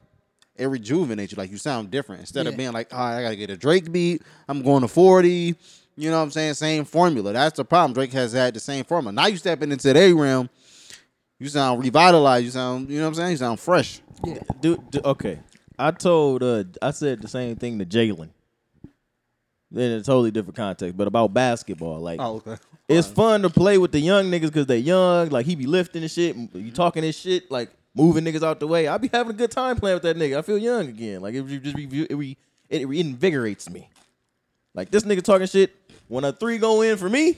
[SPEAKER 3] It rejuvenates you, like you sound different instead of
[SPEAKER 1] Yeah.
[SPEAKER 3] being like, all right, I gotta get a Drake beat. I'm going to forty. You know what I'm saying? Same formula. That's the problem. Drake has had the same formula. Now you stepping into their realm, you sound revitalized. You sound, you know what I'm saying? You sound fresh.
[SPEAKER 2] Dude, dude, okay. I told, uh, I said the same thing to Jalen. In a totally different context, but about basketball, like
[SPEAKER 3] okay.
[SPEAKER 2] it's fun to play with the young niggas because they young. Like he be lifting and shit, m- you talking this shit, like moving niggas out the way. I be having a good time playing with that nigga. I feel young again. Like it re- just re- it, re- it reinvigorates me. Like this nigga talking shit. When a three go in for me,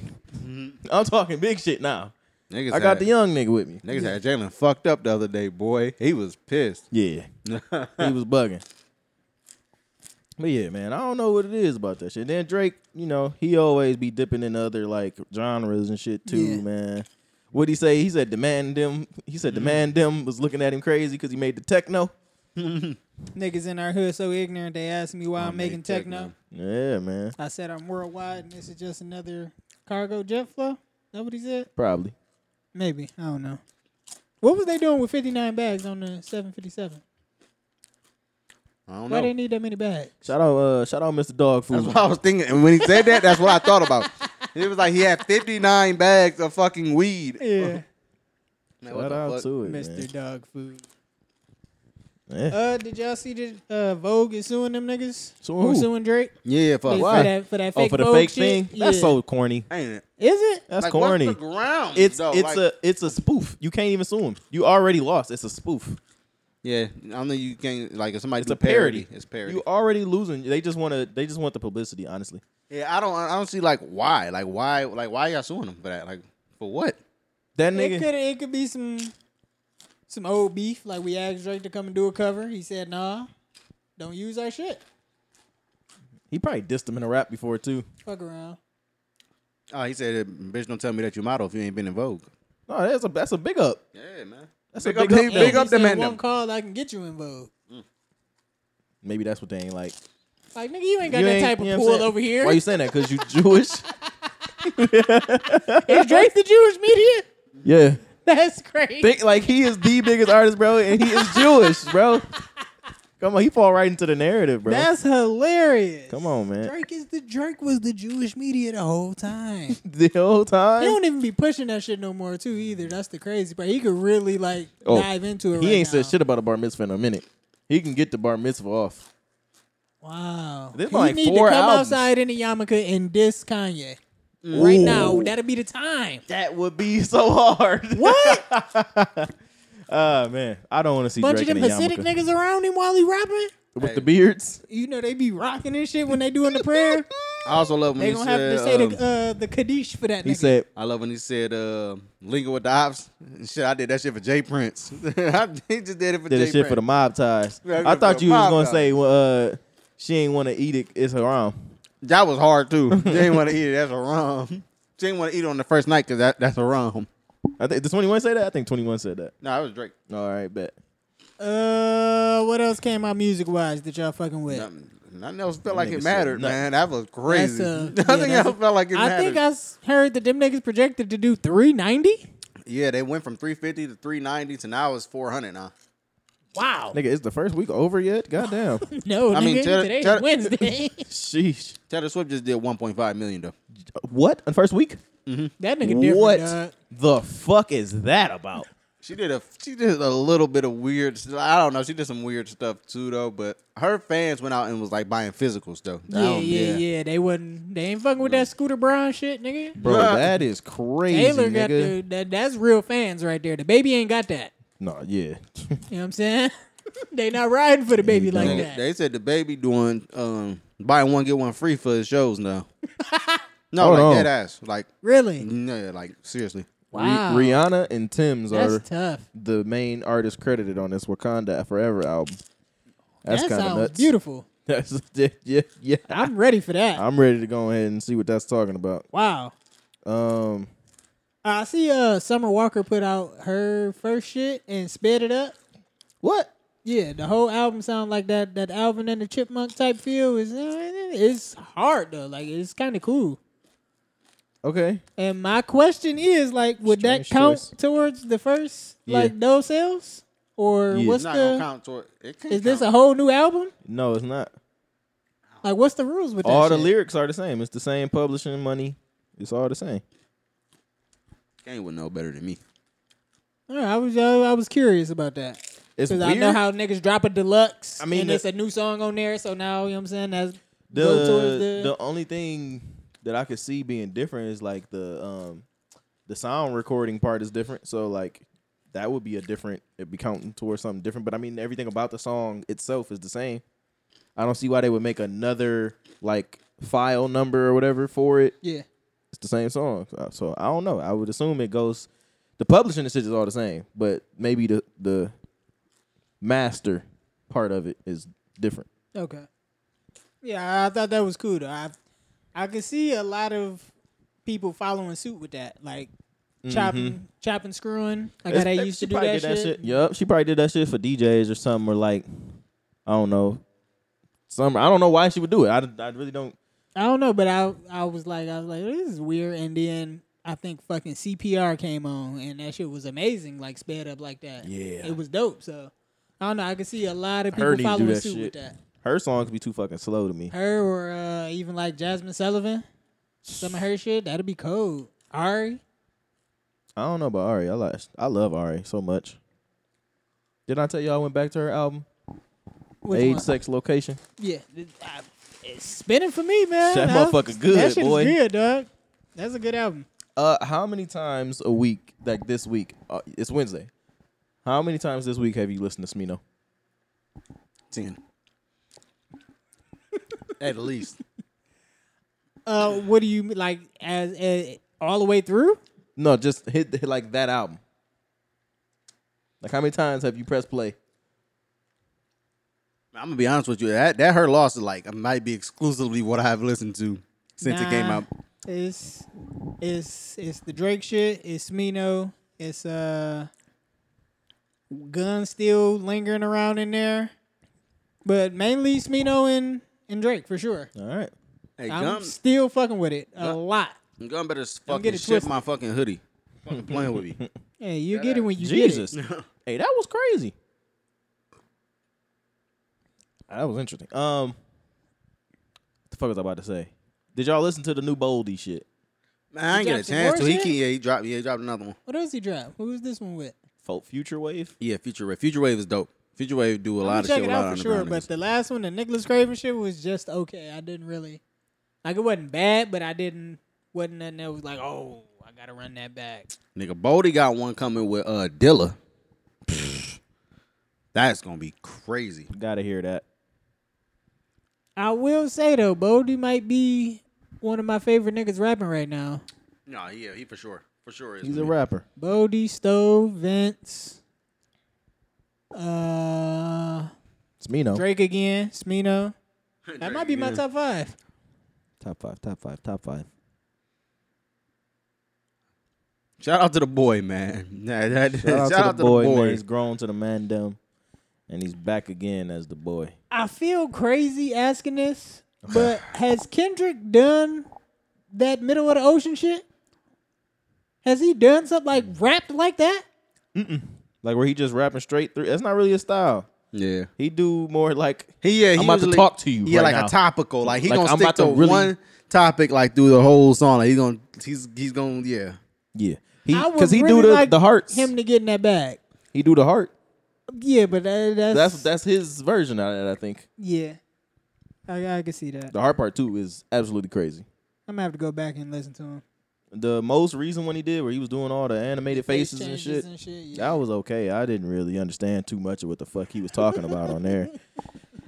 [SPEAKER 2] I'm talking big shit now.
[SPEAKER 3] Niggas
[SPEAKER 2] I got
[SPEAKER 3] had-
[SPEAKER 2] the young nigga with me.
[SPEAKER 3] Niggas had Jalen fucked up the other day, boy. He was pissed.
[SPEAKER 2] Yeah. he was bugging. But yeah, man, I don't know what it is about that shit. Then Drake, you know, he always be dipping in other like genres and shit too,
[SPEAKER 1] Yeah.
[SPEAKER 2] man. What'd he say? He said demand them. He said
[SPEAKER 3] Mm-hmm.
[SPEAKER 2] demand them was looking at him crazy because he made the techno.
[SPEAKER 1] Niggas in our hood so ignorant they asked me why I'm, making techno.
[SPEAKER 2] Yeah, man.
[SPEAKER 1] I said I'm worldwide and this is just another cargo jet flow. That what he said?
[SPEAKER 2] Probably.
[SPEAKER 1] Maybe I don't know. What was they doing with 59 bags on the 757?
[SPEAKER 3] I don't
[SPEAKER 1] Why
[SPEAKER 3] know.
[SPEAKER 1] they need that many bags?
[SPEAKER 2] Shout out, uh, shout out Mr. Dog Food.
[SPEAKER 3] That's *laughs* what I was thinking. And when he said that, that's what I thought about. It was like he had 59 bags of fucking weed.
[SPEAKER 1] Yeah,
[SPEAKER 3] Man, what
[SPEAKER 2] Shout
[SPEAKER 3] the
[SPEAKER 2] out
[SPEAKER 3] fuck?
[SPEAKER 2] to it.
[SPEAKER 1] Mr. Dog Food.
[SPEAKER 2] Man. oh, Yeah.
[SPEAKER 1] Uh, did y'all see that uh, Vogue is suing them niggas?
[SPEAKER 2] Suing
[SPEAKER 1] Or
[SPEAKER 2] who?
[SPEAKER 1] suing Drake?
[SPEAKER 3] Yeah, fuck.
[SPEAKER 1] They-
[SPEAKER 2] why?
[SPEAKER 1] For that, for that
[SPEAKER 2] oh,
[SPEAKER 1] fake
[SPEAKER 2] for the
[SPEAKER 1] Vogue
[SPEAKER 2] fake
[SPEAKER 1] shit?
[SPEAKER 2] thing? That's
[SPEAKER 1] Yeah.
[SPEAKER 2] so Uh, corny.
[SPEAKER 3] Ain't it?
[SPEAKER 1] Is it?
[SPEAKER 2] That's
[SPEAKER 3] Like,
[SPEAKER 2] corny.
[SPEAKER 3] What's the ground?
[SPEAKER 2] it's
[SPEAKER 3] though?
[SPEAKER 2] it's
[SPEAKER 3] Like-
[SPEAKER 2] a it's a spoof. You can't even sue him. You already lost. It's a spoof.
[SPEAKER 3] Yeah, I don't know. You can't like if somebody
[SPEAKER 2] It's
[SPEAKER 3] do
[SPEAKER 2] a parody.
[SPEAKER 3] It's parody.
[SPEAKER 2] You already losing. They just want to. They just want the publicity. Honestly,
[SPEAKER 3] yeah, I don't. I don't see like why. Like why. Like why y'all suing them for that? Like for what?
[SPEAKER 2] that
[SPEAKER 1] It
[SPEAKER 2] nigga.
[SPEAKER 1] could it could be some some old beef. Like we asked Drake to come and do a cover. He said, "Nah, don't use our shit.
[SPEAKER 2] He probably dissed him in a rap before too.
[SPEAKER 1] Fuck around."
[SPEAKER 3] Oh, he said, "Bitch, don't tell me that you model if you ain't been in Vogue."
[SPEAKER 2] No, that's a that's a big up.
[SPEAKER 3] Yeah, man.
[SPEAKER 2] That's
[SPEAKER 3] Big
[SPEAKER 2] a
[SPEAKER 3] up
[SPEAKER 2] big up.
[SPEAKER 3] to-
[SPEAKER 2] though.
[SPEAKER 3] big
[SPEAKER 1] He
[SPEAKER 3] up to
[SPEAKER 1] said,
[SPEAKER 3] man
[SPEAKER 1] One
[SPEAKER 3] them.
[SPEAKER 1] call, I can get you in Vogue.
[SPEAKER 2] Maybe that's what they ain't like.
[SPEAKER 1] Like nigga, you ain't got
[SPEAKER 2] You
[SPEAKER 1] that
[SPEAKER 2] ain't-
[SPEAKER 1] type
[SPEAKER 2] you know what I'm
[SPEAKER 1] of pull
[SPEAKER 2] saying?
[SPEAKER 1] over here.
[SPEAKER 2] Why
[SPEAKER 1] *laughs*
[SPEAKER 2] you saying that? Because you Jewish. *laughs*
[SPEAKER 1] Is Drake the Jewish media? *laughs*
[SPEAKER 2] yeah.
[SPEAKER 1] That's crazy.
[SPEAKER 2] Think like he is the biggest artist, bro, and he is Jewish, bro. Come on, he fall right into the narrative, bro.
[SPEAKER 1] That's hilarious.
[SPEAKER 2] Come on, man.
[SPEAKER 1] Drake is the Drake was the Jewish media the
[SPEAKER 2] *laughs*
[SPEAKER 1] whole time.
[SPEAKER 2] The whole
[SPEAKER 1] They
[SPEAKER 2] time.
[SPEAKER 1] don't even be pushing that shit no more too either. That's the crazy part. He could really like
[SPEAKER 2] Oh,
[SPEAKER 1] dive into it.
[SPEAKER 2] He
[SPEAKER 1] right
[SPEAKER 2] ain't
[SPEAKER 1] now.
[SPEAKER 2] said shit about a bar mitzvah in a minute. He can get the bar mitzvah off.
[SPEAKER 1] Wow.
[SPEAKER 2] There's
[SPEAKER 1] he
[SPEAKER 2] like
[SPEAKER 1] need
[SPEAKER 2] four
[SPEAKER 1] to come
[SPEAKER 2] albums.
[SPEAKER 1] outside in a yarmulke and diss Kanye. Right
[SPEAKER 2] Ooh.
[SPEAKER 1] now, that'll be the
[SPEAKER 2] *laughs*
[SPEAKER 1] time.
[SPEAKER 2] That would be so hard.
[SPEAKER 1] What?
[SPEAKER 2] Ah man, I don't want to see
[SPEAKER 1] Bunch
[SPEAKER 2] Drake
[SPEAKER 1] of them
[SPEAKER 2] in a
[SPEAKER 1] Hasidic
[SPEAKER 2] yarmulke.
[SPEAKER 1] niggas around him while he rapping.
[SPEAKER 2] with the beards.
[SPEAKER 1] You know they be rocking and shit when they doing *laughs* the
[SPEAKER 3] *laughs*
[SPEAKER 1] prayer.
[SPEAKER 3] I also love when
[SPEAKER 1] They
[SPEAKER 3] he
[SPEAKER 1] gonna
[SPEAKER 3] said.
[SPEAKER 1] have to say
[SPEAKER 3] um,
[SPEAKER 1] the uh, the kaddish for that.
[SPEAKER 2] He
[SPEAKER 1] nigga.
[SPEAKER 2] said,
[SPEAKER 3] I love when he said uh, "Lingo with the ops." And shit, I did that shit for Jay Prince. *laughs* I he just did it for
[SPEAKER 2] "Did
[SPEAKER 3] Jay
[SPEAKER 2] the shit
[SPEAKER 3] Prince.
[SPEAKER 2] for the mob ties."
[SPEAKER 3] Yeah,
[SPEAKER 2] I
[SPEAKER 3] for
[SPEAKER 2] thought
[SPEAKER 3] the
[SPEAKER 2] you was
[SPEAKER 3] mob
[SPEAKER 2] gonna
[SPEAKER 3] ties.
[SPEAKER 2] say, "Well, uh, she ain't want to eat it. It's haram."
[SPEAKER 3] That was hard *laughs* too. She didn't want to eat it. That's a rum. She didn't want to eat it on the first night because that, that's a rum.
[SPEAKER 2] I think did Twenty One say that. I think Twenty One said that.
[SPEAKER 3] No, that was Drake.
[SPEAKER 2] All right, bet.
[SPEAKER 1] Uh, what else came out music wise that y'all fucking with?
[SPEAKER 3] Nothing, nothing else felt like
[SPEAKER 2] Nigga
[SPEAKER 3] it
[SPEAKER 2] said
[SPEAKER 3] mattered,
[SPEAKER 2] nothing.
[SPEAKER 3] man. That was *laughs* crazy.
[SPEAKER 1] uh, yeah,
[SPEAKER 3] nothing
[SPEAKER 1] that's-
[SPEAKER 3] else felt like it
[SPEAKER 1] I
[SPEAKER 3] mattered.
[SPEAKER 1] think I s- heard that them niggas projected to do three ninety.
[SPEAKER 3] yeah, they went from 350 to 390 to now it's 400 now.
[SPEAKER 1] Wow.
[SPEAKER 2] Nigga, is the first week over yet?
[SPEAKER 1] *laughs*
[SPEAKER 2] Goddamn.
[SPEAKER 1] No,
[SPEAKER 3] I mean,
[SPEAKER 1] nigga,
[SPEAKER 3] tell-
[SPEAKER 1] today's
[SPEAKER 3] tell- *laughs*
[SPEAKER 1] Wednesday. *laughs*
[SPEAKER 2] Sheesh.
[SPEAKER 3] Taylor Swift just did 1.5 million though.
[SPEAKER 2] What? The first week?
[SPEAKER 1] that nigga different.
[SPEAKER 2] What
[SPEAKER 1] dog.
[SPEAKER 2] the fuck is that about?
[SPEAKER 3] She did a she did a little bit of weird. st- I don't know. She did some weird stuff too though. But her fans went out and was like buying physicals though. I
[SPEAKER 1] Yeah,
[SPEAKER 3] don't-
[SPEAKER 1] yeah, yeah, They wasn't. They ain't fucking with that Scooter Braun shit, nigga.
[SPEAKER 2] Bro,
[SPEAKER 3] Bruh.
[SPEAKER 2] that is crazy,
[SPEAKER 1] Taylor
[SPEAKER 2] nigga.
[SPEAKER 1] got the, that. That's real fans right there. The baby ain't got that.
[SPEAKER 2] Nah, yeah.
[SPEAKER 1] You know what I'm saying? *laughs* they not riding for the baby like
[SPEAKER 3] Nigga,
[SPEAKER 1] that.
[SPEAKER 3] They said the baby doing um buy one get one free for his
[SPEAKER 1] *laughs*
[SPEAKER 3] shows now. no,
[SPEAKER 2] Hold
[SPEAKER 3] like
[SPEAKER 2] on.
[SPEAKER 3] that ass. Like
[SPEAKER 2] Mm-hmm.
[SPEAKER 1] really?
[SPEAKER 3] no, like seriously.
[SPEAKER 2] Ri-
[SPEAKER 1] Wow.
[SPEAKER 2] Rihanna and Tim's
[SPEAKER 1] That's
[SPEAKER 2] are
[SPEAKER 1] tough.
[SPEAKER 2] the main artists credited on this Wakanda Forever album. That's
[SPEAKER 1] that
[SPEAKER 2] kind
[SPEAKER 1] sounds
[SPEAKER 2] of nuts.
[SPEAKER 1] beautiful.
[SPEAKER 2] *laughs* That's yeah, yeah, yeah.
[SPEAKER 1] I'm ready for that.
[SPEAKER 2] I'm ready to go ahead and see what that's talking about.
[SPEAKER 1] wow.
[SPEAKER 2] Um,
[SPEAKER 1] I see. Uh, Summer Walker put out her first shit and sped it up.
[SPEAKER 2] what?
[SPEAKER 1] Yeah, the whole album sound like that. That Alvin and the Chipmunk type feel is. uh, It's hard though. Like it's kind of cool.
[SPEAKER 2] Okay,
[SPEAKER 1] And my question is, like, would
[SPEAKER 2] Strange
[SPEAKER 1] that count
[SPEAKER 2] choice.
[SPEAKER 1] towards the first,
[SPEAKER 2] Yeah.
[SPEAKER 1] like, those sales, or
[SPEAKER 2] Yeah.
[SPEAKER 1] what's
[SPEAKER 3] It's not gonna
[SPEAKER 1] the?
[SPEAKER 3] count toward. It can't
[SPEAKER 1] Is this a
[SPEAKER 3] count.
[SPEAKER 1] whole new album?
[SPEAKER 2] no, it's not.
[SPEAKER 1] Like, what's the rules with that?
[SPEAKER 2] all the
[SPEAKER 1] shit?
[SPEAKER 2] lyrics are the same. It's the same publishing money. It's all the same.
[SPEAKER 3] Kane would know better than me.
[SPEAKER 1] All right, I was uh, I was curious about that
[SPEAKER 2] It's
[SPEAKER 1] because
[SPEAKER 2] weird.
[SPEAKER 1] I know how niggas drop a deluxe.
[SPEAKER 2] I mean,
[SPEAKER 1] and
[SPEAKER 2] the-
[SPEAKER 1] it's a new song on there, so now you know what I'm saying. That's
[SPEAKER 2] the,
[SPEAKER 1] go towards
[SPEAKER 2] the
[SPEAKER 1] the,
[SPEAKER 2] only thing that I could see being different is like the um the sound recording part is different. So like that would be a different it'd be counting towards something different. But I mean everything about the song itself is the same. I don't see why they would make another like file number or whatever for it.
[SPEAKER 1] yeah.
[SPEAKER 2] It's the same song. So- So I don't know. I would assume it goes the publishing and shit is all the same, but maybe the the master part of it is different.
[SPEAKER 1] Okay. Yeah, I thought that was cool. Though. I I could see a lot of people following suit with that, like chopping, chopping, screwing. Like
[SPEAKER 2] Mm-hmm.
[SPEAKER 1] how
[SPEAKER 2] It's-
[SPEAKER 1] they
[SPEAKER 2] it-
[SPEAKER 1] used
[SPEAKER 2] she
[SPEAKER 1] to do
[SPEAKER 2] probably
[SPEAKER 1] that,
[SPEAKER 2] did
[SPEAKER 1] shit.
[SPEAKER 2] Yep, she probably did that shit for DJs or something, or like, I don't know, some. I don't know why she would do it. I, I really don't.
[SPEAKER 1] I don't know, but I I was like I was like this is weird, and then I think fucking CPR came on, and that shit was amazing, like sped up like that.
[SPEAKER 2] Yeah.
[SPEAKER 1] it was dope. So I don't know. I could see a lot of people
[SPEAKER 2] Her do
[SPEAKER 1] following
[SPEAKER 2] that
[SPEAKER 1] suit with
[SPEAKER 2] shit.
[SPEAKER 1] that.
[SPEAKER 2] Her songs be too fucking slow to me.
[SPEAKER 1] Her or uh, even like Jasmine Sullivan, some of her shit that'd be cold. Ari,
[SPEAKER 2] I don't know about Ari. I like. I love Ari so much. Did I tell you I went back to her album,
[SPEAKER 1] which
[SPEAKER 2] Age,
[SPEAKER 1] one?
[SPEAKER 2] Sex, Location?
[SPEAKER 1] Yeah, it- I, it's spinning for me, man.
[SPEAKER 2] That
[SPEAKER 1] I-
[SPEAKER 2] motherfucker good,
[SPEAKER 1] That shit
[SPEAKER 2] boy.
[SPEAKER 1] is good, dog. That's a good album.
[SPEAKER 2] Uh, how many times a week, like this week, uh, it's Wednesday. How many times this week have you listened to Smino?
[SPEAKER 1] *laughs*
[SPEAKER 3] Ten. At least.
[SPEAKER 1] Uh, what do you like as, as all the way through?
[SPEAKER 2] No, just hit, hit like that album. Like how many times have you pressed play?
[SPEAKER 3] I'm gonna be honest with you. That that her loss is like might be exclusively what I have listened to since it came
[SPEAKER 1] Nah,
[SPEAKER 3] out.
[SPEAKER 1] It's it's it's the Drake shit. It's Smino. It's uh, Gun still lingering around in there, but mainly Smino and and Drake for sure.
[SPEAKER 2] All right.
[SPEAKER 3] Hey,
[SPEAKER 1] I'm
[SPEAKER 3] Gum,
[SPEAKER 1] still fucking with it a lot.
[SPEAKER 3] Gum better s-
[SPEAKER 1] Don't get
[SPEAKER 3] fucking
[SPEAKER 1] it
[SPEAKER 3] ship
[SPEAKER 1] twisted.
[SPEAKER 3] my fucking hoodie. Fucking playing *laughs* with me.
[SPEAKER 1] Yeah, you get it when you
[SPEAKER 2] Jesus.
[SPEAKER 1] *laughs* get it.
[SPEAKER 2] hey, that was crazy. That was interesting. Um, what the fuck was I about to say? Did y'all listen to the new Boldy shit?
[SPEAKER 3] Man, I ain't
[SPEAKER 1] You
[SPEAKER 3] get a
[SPEAKER 1] dropped some
[SPEAKER 3] chance
[SPEAKER 1] more
[SPEAKER 3] to. He
[SPEAKER 1] shit?
[SPEAKER 3] can, yeah, he dropped. Yeah, he dropped another one.
[SPEAKER 1] What else he drop? Who is this one with?
[SPEAKER 2] Folk Future Wave?
[SPEAKER 3] Yeah, Future Wave. Future Wave is dope. Future Wave do a
[SPEAKER 1] I'm
[SPEAKER 3] lot of
[SPEAKER 1] check
[SPEAKER 3] shit.
[SPEAKER 1] it
[SPEAKER 3] with a lot
[SPEAKER 1] out
[SPEAKER 3] of
[SPEAKER 1] for sure.
[SPEAKER 3] underground
[SPEAKER 1] But
[SPEAKER 3] niggas.
[SPEAKER 1] the last one, the Nicholas Craven shit, was just okay. I didn't really like it. wasn't bad, but I didn't wasn't nothing that was like, oh, I gotta run that back.
[SPEAKER 3] Nigga, Boldy got one coming with uh Dilla. Pfft. That's gonna be crazy.
[SPEAKER 2] Gotta hear that.
[SPEAKER 1] I will say though, Bodie might be one of my favorite niggas rapping right now.
[SPEAKER 3] No, yeah, he for sure, for sure is.
[SPEAKER 2] He's a rapper.
[SPEAKER 1] Bodie, Stove, Vince, uh,
[SPEAKER 2] It's Mino.
[SPEAKER 1] Drake again, Smino.
[SPEAKER 3] *laughs*
[SPEAKER 1] That might be my top five.
[SPEAKER 2] Top five, top five, top *laughs* five.
[SPEAKER 3] Shout out to the boy, man. *laughs* That- that-
[SPEAKER 2] Shout out, to, the boy, man. He's grown to the man dumb. And he's back again as the boy.
[SPEAKER 1] I feel crazy asking this, but has Kendrick done that middle of the ocean shit? Has he done something like rapped like that?
[SPEAKER 2] Like where he just rapping straight through. That's not really his style.
[SPEAKER 3] Yeah,
[SPEAKER 2] He do more like
[SPEAKER 3] he yeah. He
[SPEAKER 2] I'm about to
[SPEAKER 3] usually-
[SPEAKER 2] talk to you
[SPEAKER 3] Yeah,
[SPEAKER 2] right
[SPEAKER 3] like
[SPEAKER 2] now.
[SPEAKER 3] a topical. Like he
[SPEAKER 2] Like,
[SPEAKER 3] gonna
[SPEAKER 2] I'm
[SPEAKER 3] stick
[SPEAKER 2] about to
[SPEAKER 3] to,
[SPEAKER 2] really-
[SPEAKER 3] one topic like through the whole song. Like he gonna he's he's gonna yeah.
[SPEAKER 2] yeah. He
[SPEAKER 1] I would
[SPEAKER 2] because he
[SPEAKER 1] really
[SPEAKER 2] do the,
[SPEAKER 1] like
[SPEAKER 2] the hearts.
[SPEAKER 1] Him to get in that bag.
[SPEAKER 2] He do the heart.
[SPEAKER 1] Yeah, but that, that's
[SPEAKER 2] That's that's his version of it, I think.
[SPEAKER 1] yeah. I, I can see that.
[SPEAKER 2] The hard part too is absolutely crazy.
[SPEAKER 1] I'm gonna have to go back and listen to him.
[SPEAKER 2] The most recent one he did, where he was doing all the animated faces and
[SPEAKER 1] changes
[SPEAKER 2] shit,
[SPEAKER 1] yeah.
[SPEAKER 2] that was okay. I didn't really understand too much of what the fuck he was talking about on
[SPEAKER 1] *laughs*
[SPEAKER 2] there.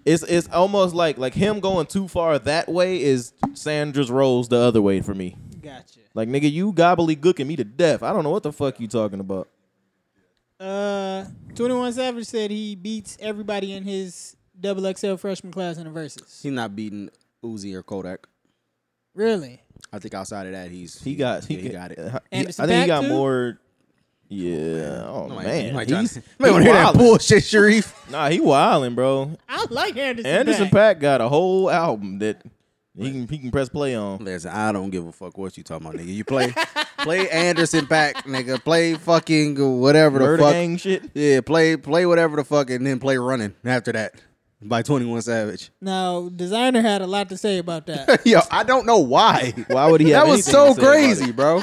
[SPEAKER 2] It's it's almost like like him going too far that way is Sandra's rolls the other way for me.
[SPEAKER 1] Gotcha.
[SPEAKER 2] Like nigga, you gobbledygooking me to death. I don't know what the fuck you talking about.
[SPEAKER 1] Uh, Twenty One Savage said he beats everybody in his double XL freshman class in the verses.
[SPEAKER 3] He's not beating Uzi or Kodak.
[SPEAKER 1] Really?
[SPEAKER 3] I think outside of that, he's
[SPEAKER 2] He got he,
[SPEAKER 3] yeah, he got it.
[SPEAKER 2] I
[SPEAKER 1] Anderson
[SPEAKER 2] think he
[SPEAKER 1] Paak,
[SPEAKER 2] got
[SPEAKER 1] too?
[SPEAKER 2] more. Yeah. Oh
[SPEAKER 3] Like,
[SPEAKER 2] man,
[SPEAKER 3] you might try to- *laughs*
[SPEAKER 2] he's,
[SPEAKER 3] you might wanna
[SPEAKER 2] he
[SPEAKER 3] hear that
[SPEAKER 2] wildin'.
[SPEAKER 3] bullshit, Sharif. *laughs*
[SPEAKER 2] Nah, he wilding, bro.
[SPEAKER 1] I like Anderson.
[SPEAKER 2] Anderson
[SPEAKER 1] Paak.
[SPEAKER 2] Pack got a whole album that he can he can press play on.
[SPEAKER 3] Listen, I don't give a fuck what you talking about, nigga. You play, play Anderson Pack, nigga. Play fucking whatever the
[SPEAKER 2] Murder
[SPEAKER 3] fuck.
[SPEAKER 2] gang shit.
[SPEAKER 3] Yeah, play, play whatever the fuck, and then play running after that. by 21 Savage. *laughs*
[SPEAKER 1] Now, designer had a lot to say about that.
[SPEAKER 3] Yo, I don't know *laughs* why.
[SPEAKER 2] Why would he? Have
[SPEAKER 3] That was
[SPEAKER 2] anything to
[SPEAKER 3] so
[SPEAKER 2] say about it? *laughs*
[SPEAKER 3] crazy, bro.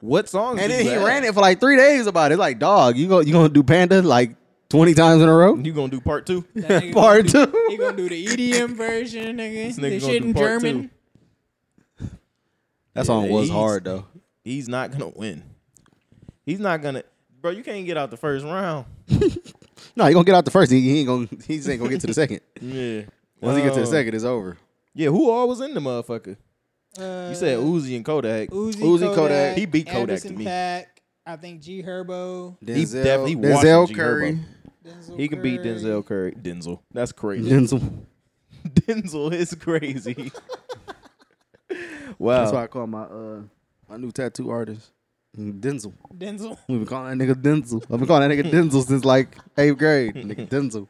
[SPEAKER 2] What songs?
[SPEAKER 3] And
[SPEAKER 2] do
[SPEAKER 3] then
[SPEAKER 2] you
[SPEAKER 3] he
[SPEAKER 2] have?
[SPEAKER 3] ran it for like three days about it. Like, dog, you go, you gonna do Panda like 20 times in a row?
[SPEAKER 2] You gonna do *laughs* part two?
[SPEAKER 1] That nigga
[SPEAKER 3] Part
[SPEAKER 1] gonna do-
[SPEAKER 3] two.
[SPEAKER 1] He gonna do the EDM version, nigga.
[SPEAKER 2] This nigga
[SPEAKER 1] the
[SPEAKER 2] gonna
[SPEAKER 1] shit
[SPEAKER 2] do
[SPEAKER 1] in
[SPEAKER 2] part
[SPEAKER 1] German.
[SPEAKER 2] two.
[SPEAKER 3] That song
[SPEAKER 2] Yeah,
[SPEAKER 3] was
[SPEAKER 2] he's-
[SPEAKER 3] hard though.
[SPEAKER 2] He's not gonna win. He's not gonna. Bro, you can't get out the first round.
[SPEAKER 3] No, he gonna get out the first. He, he ain't gonna. *laughs* He just ain't gonna get to the second.
[SPEAKER 2] Yeah.
[SPEAKER 3] Once he gets to the
[SPEAKER 2] Oh.
[SPEAKER 3] second, it's over.
[SPEAKER 2] Yeah, who all was in the motherfucker?
[SPEAKER 1] Uh,
[SPEAKER 2] You said Uzi and Kodak.
[SPEAKER 1] Uzi,
[SPEAKER 3] Uzi
[SPEAKER 1] Kodak,
[SPEAKER 3] Kodak.
[SPEAKER 2] He beat Kodak to
[SPEAKER 1] Anderson
[SPEAKER 2] me.
[SPEAKER 1] Paak, I think G Herbo.
[SPEAKER 2] He definitely watching
[SPEAKER 3] Denzel
[SPEAKER 2] G
[SPEAKER 3] Curry.
[SPEAKER 2] Herbo.
[SPEAKER 1] Denzel
[SPEAKER 2] He can beat
[SPEAKER 1] Curry.
[SPEAKER 2] Denzel Curry. Denzel. That's crazy.
[SPEAKER 3] Denzel.
[SPEAKER 2] *laughs* Denzel is crazy. wow.
[SPEAKER 3] *laughs* That's why I call my uh my new tattoo artist Denzel.
[SPEAKER 1] Denzel.
[SPEAKER 3] We've been calling that nigga Denzel. I've been calling that nigga Denzel since like eighth
[SPEAKER 2] *laughs*
[SPEAKER 3] grade. Nigga Denzel.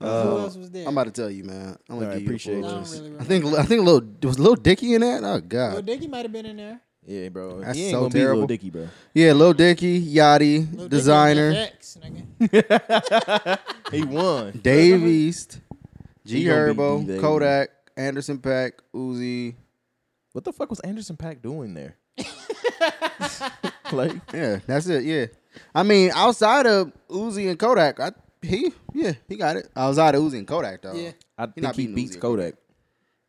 [SPEAKER 1] Who
[SPEAKER 3] Uh,
[SPEAKER 1] else was there?
[SPEAKER 3] I'm about to tell you, man. I'm gonna
[SPEAKER 2] Alright,
[SPEAKER 3] give you
[SPEAKER 2] appreciate
[SPEAKER 3] appreciate
[SPEAKER 2] it.
[SPEAKER 1] I don't
[SPEAKER 3] this.
[SPEAKER 1] really
[SPEAKER 3] I think I think little was little Dicky in that. Oh
[SPEAKER 1] Well,
[SPEAKER 3] god.
[SPEAKER 1] Dicky might have been in there.
[SPEAKER 2] Yeah, bro.
[SPEAKER 3] That's
[SPEAKER 2] he ain't
[SPEAKER 3] so
[SPEAKER 2] gonna
[SPEAKER 3] terrible.
[SPEAKER 2] be Lil Dicky, bro.
[SPEAKER 3] Yeah, little Dicky, Yachty,
[SPEAKER 1] Lil Dicky was
[SPEAKER 3] designer,
[SPEAKER 1] FX, nigga.
[SPEAKER 2] He won.
[SPEAKER 3] Dave East, G
[SPEAKER 2] He gonna be
[SPEAKER 3] Herbo,
[SPEAKER 2] Dave.
[SPEAKER 3] Kodak, Anderson Pack, Uzi.
[SPEAKER 2] What the fuck was Anderson Pack doing
[SPEAKER 1] *laughs*
[SPEAKER 2] there? *laughs* like,
[SPEAKER 3] Yeah, that's it. Yeah, I mean, outside of Uzi and Kodak, I, he yeah he got it. Outside of Uzi and Kodak though,
[SPEAKER 1] Yeah.
[SPEAKER 2] I
[SPEAKER 3] not
[SPEAKER 2] think he
[SPEAKER 3] beating
[SPEAKER 2] beats
[SPEAKER 3] Uzi.
[SPEAKER 2] Kodak.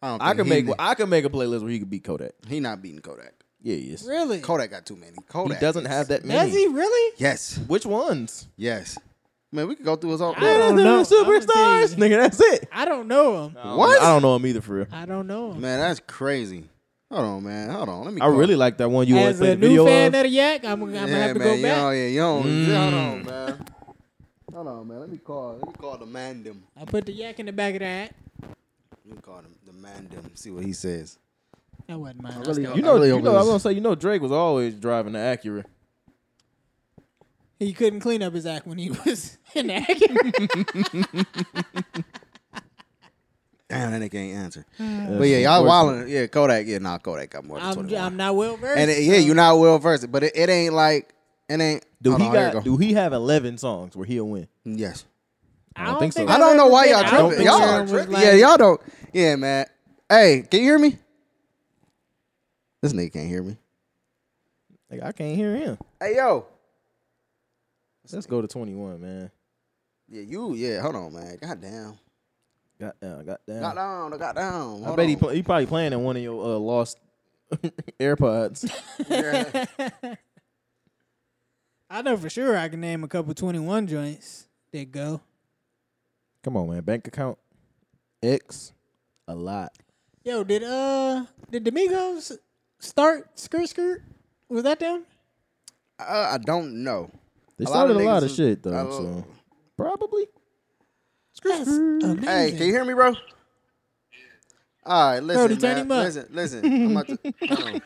[SPEAKER 3] I, don't
[SPEAKER 2] I
[SPEAKER 3] think
[SPEAKER 2] can
[SPEAKER 3] he,
[SPEAKER 2] make I can make a playlist where he could beat Kodak.
[SPEAKER 3] He not beating Kodak.
[SPEAKER 2] Yeah, yes.
[SPEAKER 1] Really?
[SPEAKER 3] Kodak got too many.
[SPEAKER 2] He
[SPEAKER 3] Kodak
[SPEAKER 2] doesn't
[SPEAKER 3] is-
[SPEAKER 2] have that many.
[SPEAKER 1] Does he really?
[SPEAKER 3] Yes,
[SPEAKER 2] Which ones?
[SPEAKER 3] yes. Man, we could go through this all.
[SPEAKER 1] I don't
[SPEAKER 2] Yeah,
[SPEAKER 1] know.
[SPEAKER 2] the Superstars, nigga. That's it.
[SPEAKER 1] I don't know him.
[SPEAKER 3] What?
[SPEAKER 2] I don't know him either for real.
[SPEAKER 1] I don't know him.
[SPEAKER 3] Man, that's crazy. Hold on, man. Hold on. Let me.
[SPEAKER 2] I
[SPEAKER 3] call-
[SPEAKER 2] really like that one you always
[SPEAKER 1] As
[SPEAKER 2] play
[SPEAKER 1] a
[SPEAKER 2] the video
[SPEAKER 1] new fan
[SPEAKER 2] of.
[SPEAKER 1] of the Yak, I'm, I'm gonna have to
[SPEAKER 3] man,
[SPEAKER 1] go
[SPEAKER 3] you
[SPEAKER 1] back.
[SPEAKER 3] don't- yeah, you don't. Hold on,
[SPEAKER 2] Mm.
[SPEAKER 3] man. Hold on, man. Let me call. Let me call the mandem.
[SPEAKER 1] I put the Yak in the back of that.
[SPEAKER 3] Let me call him the mandem. See what he says.
[SPEAKER 1] That wasn't mine.
[SPEAKER 3] really
[SPEAKER 1] I
[SPEAKER 3] don't-
[SPEAKER 2] You
[SPEAKER 1] stole
[SPEAKER 2] know,
[SPEAKER 3] I really
[SPEAKER 2] you
[SPEAKER 3] hope
[SPEAKER 2] know.
[SPEAKER 3] it
[SPEAKER 2] I
[SPEAKER 3] was-
[SPEAKER 2] was gonna say, you know, Drake was always driving the Acura.
[SPEAKER 1] it. he couldn't clean up his act when he *laughs* was
[SPEAKER 2] *laughs*
[SPEAKER 1] in Acura.
[SPEAKER 3] Damn, that nigga ain't answer. But yeah, y'all wildin'. Yeah, Kodak. Yeah, nah, Kodak got more than
[SPEAKER 1] Mm. I'm,
[SPEAKER 3] 21.
[SPEAKER 1] I'm not well versed.
[SPEAKER 3] and it- yeah,
[SPEAKER 1] so-
[SPEAKER 3] you're not well versed, but it, it ain't like it ain't.
[SPEAKER 2] Do
[SPEAKER 3] hold
[SPEAKER 2] he
[SPEAKER 3] on, here
[SPEAKER 2] got?
[SPEAKER 3] it go.
[SPEAKER 2] Do he have eleven songs where he'll win?
[SPEAKER 3] yes.
[SPEAKER 1] I
[SPEAKER 2] don't
[SPEAKER 1] don't
[SPEAKER 2] think
[SPEAKER 1] think
[SPEAKER 2] so.
[SPEAKER 1] so.
[SPEAKER 3] I don't know why y'all
[SPEAKER 2] don't
[SPEAKER 3] tripping.
[SPEAKER 2] think
[SPEAKER 3] Y'all
[SPEAKER 2] so.
[SPEAKER 3] are
[SPEAKER 2] Was
[SPEAKER 3] tripping. yeah, y'all don't. Yeah, man. Hey, can you hear me? This nigga can't hear me.
[SPEAKER 2] Like, I can't hear him.
[SPEAKER 3] Hey, yo.
[SPEAKER 2] Let's go to twenty-one, man.
[SPEAKER 3] Yeah, you. Yeah, hold on, man. God damn.
[SPEAKER 2] God damn, god damn.
[SPEAKER 3] Got down. Got down.
[SPEAKER 2] I bet he, pl- he probably playing in one of your uh, lost *laughs* AirPods.
[SPEAKER 1] I know for sure I can name a couple 21 joints that go.
[SPEAKER 2] *laughs* Come on, man. Bank account X a lot.
[SPEAKER 1] Yo, did uh did Domingos start Skirt Skirt? Was that them?
[SPEAKER 3] *laughs* Uh, I don't know.
[SPEAKER 2] They
[SPEAKER 3] A lot
[SPEAKER 2] started
[SPEAKER 3] of
[SPEAKER 2] a lot
[SPEAKER 3] niggas
[SPEAKER 2] of
[SPEAKER 3] is-
[SPEAKER 2] shit though.
[SPEAKER 3] I love-
[SPEAKER 2] so probably.
[SPEAKER 1] That's amazing.
[SPEAKER 3] Hey, can you hear me, bro? All right, listen,
[SPEAKER 1] Brody, turn
[SPEAKER 3] man.
[SPEAKER 1] him up.
[SPEAKER 3] Listen, listen. I'm
[SPEAKER 1] *laughs*
[SPEAKER 3] about to, hold on.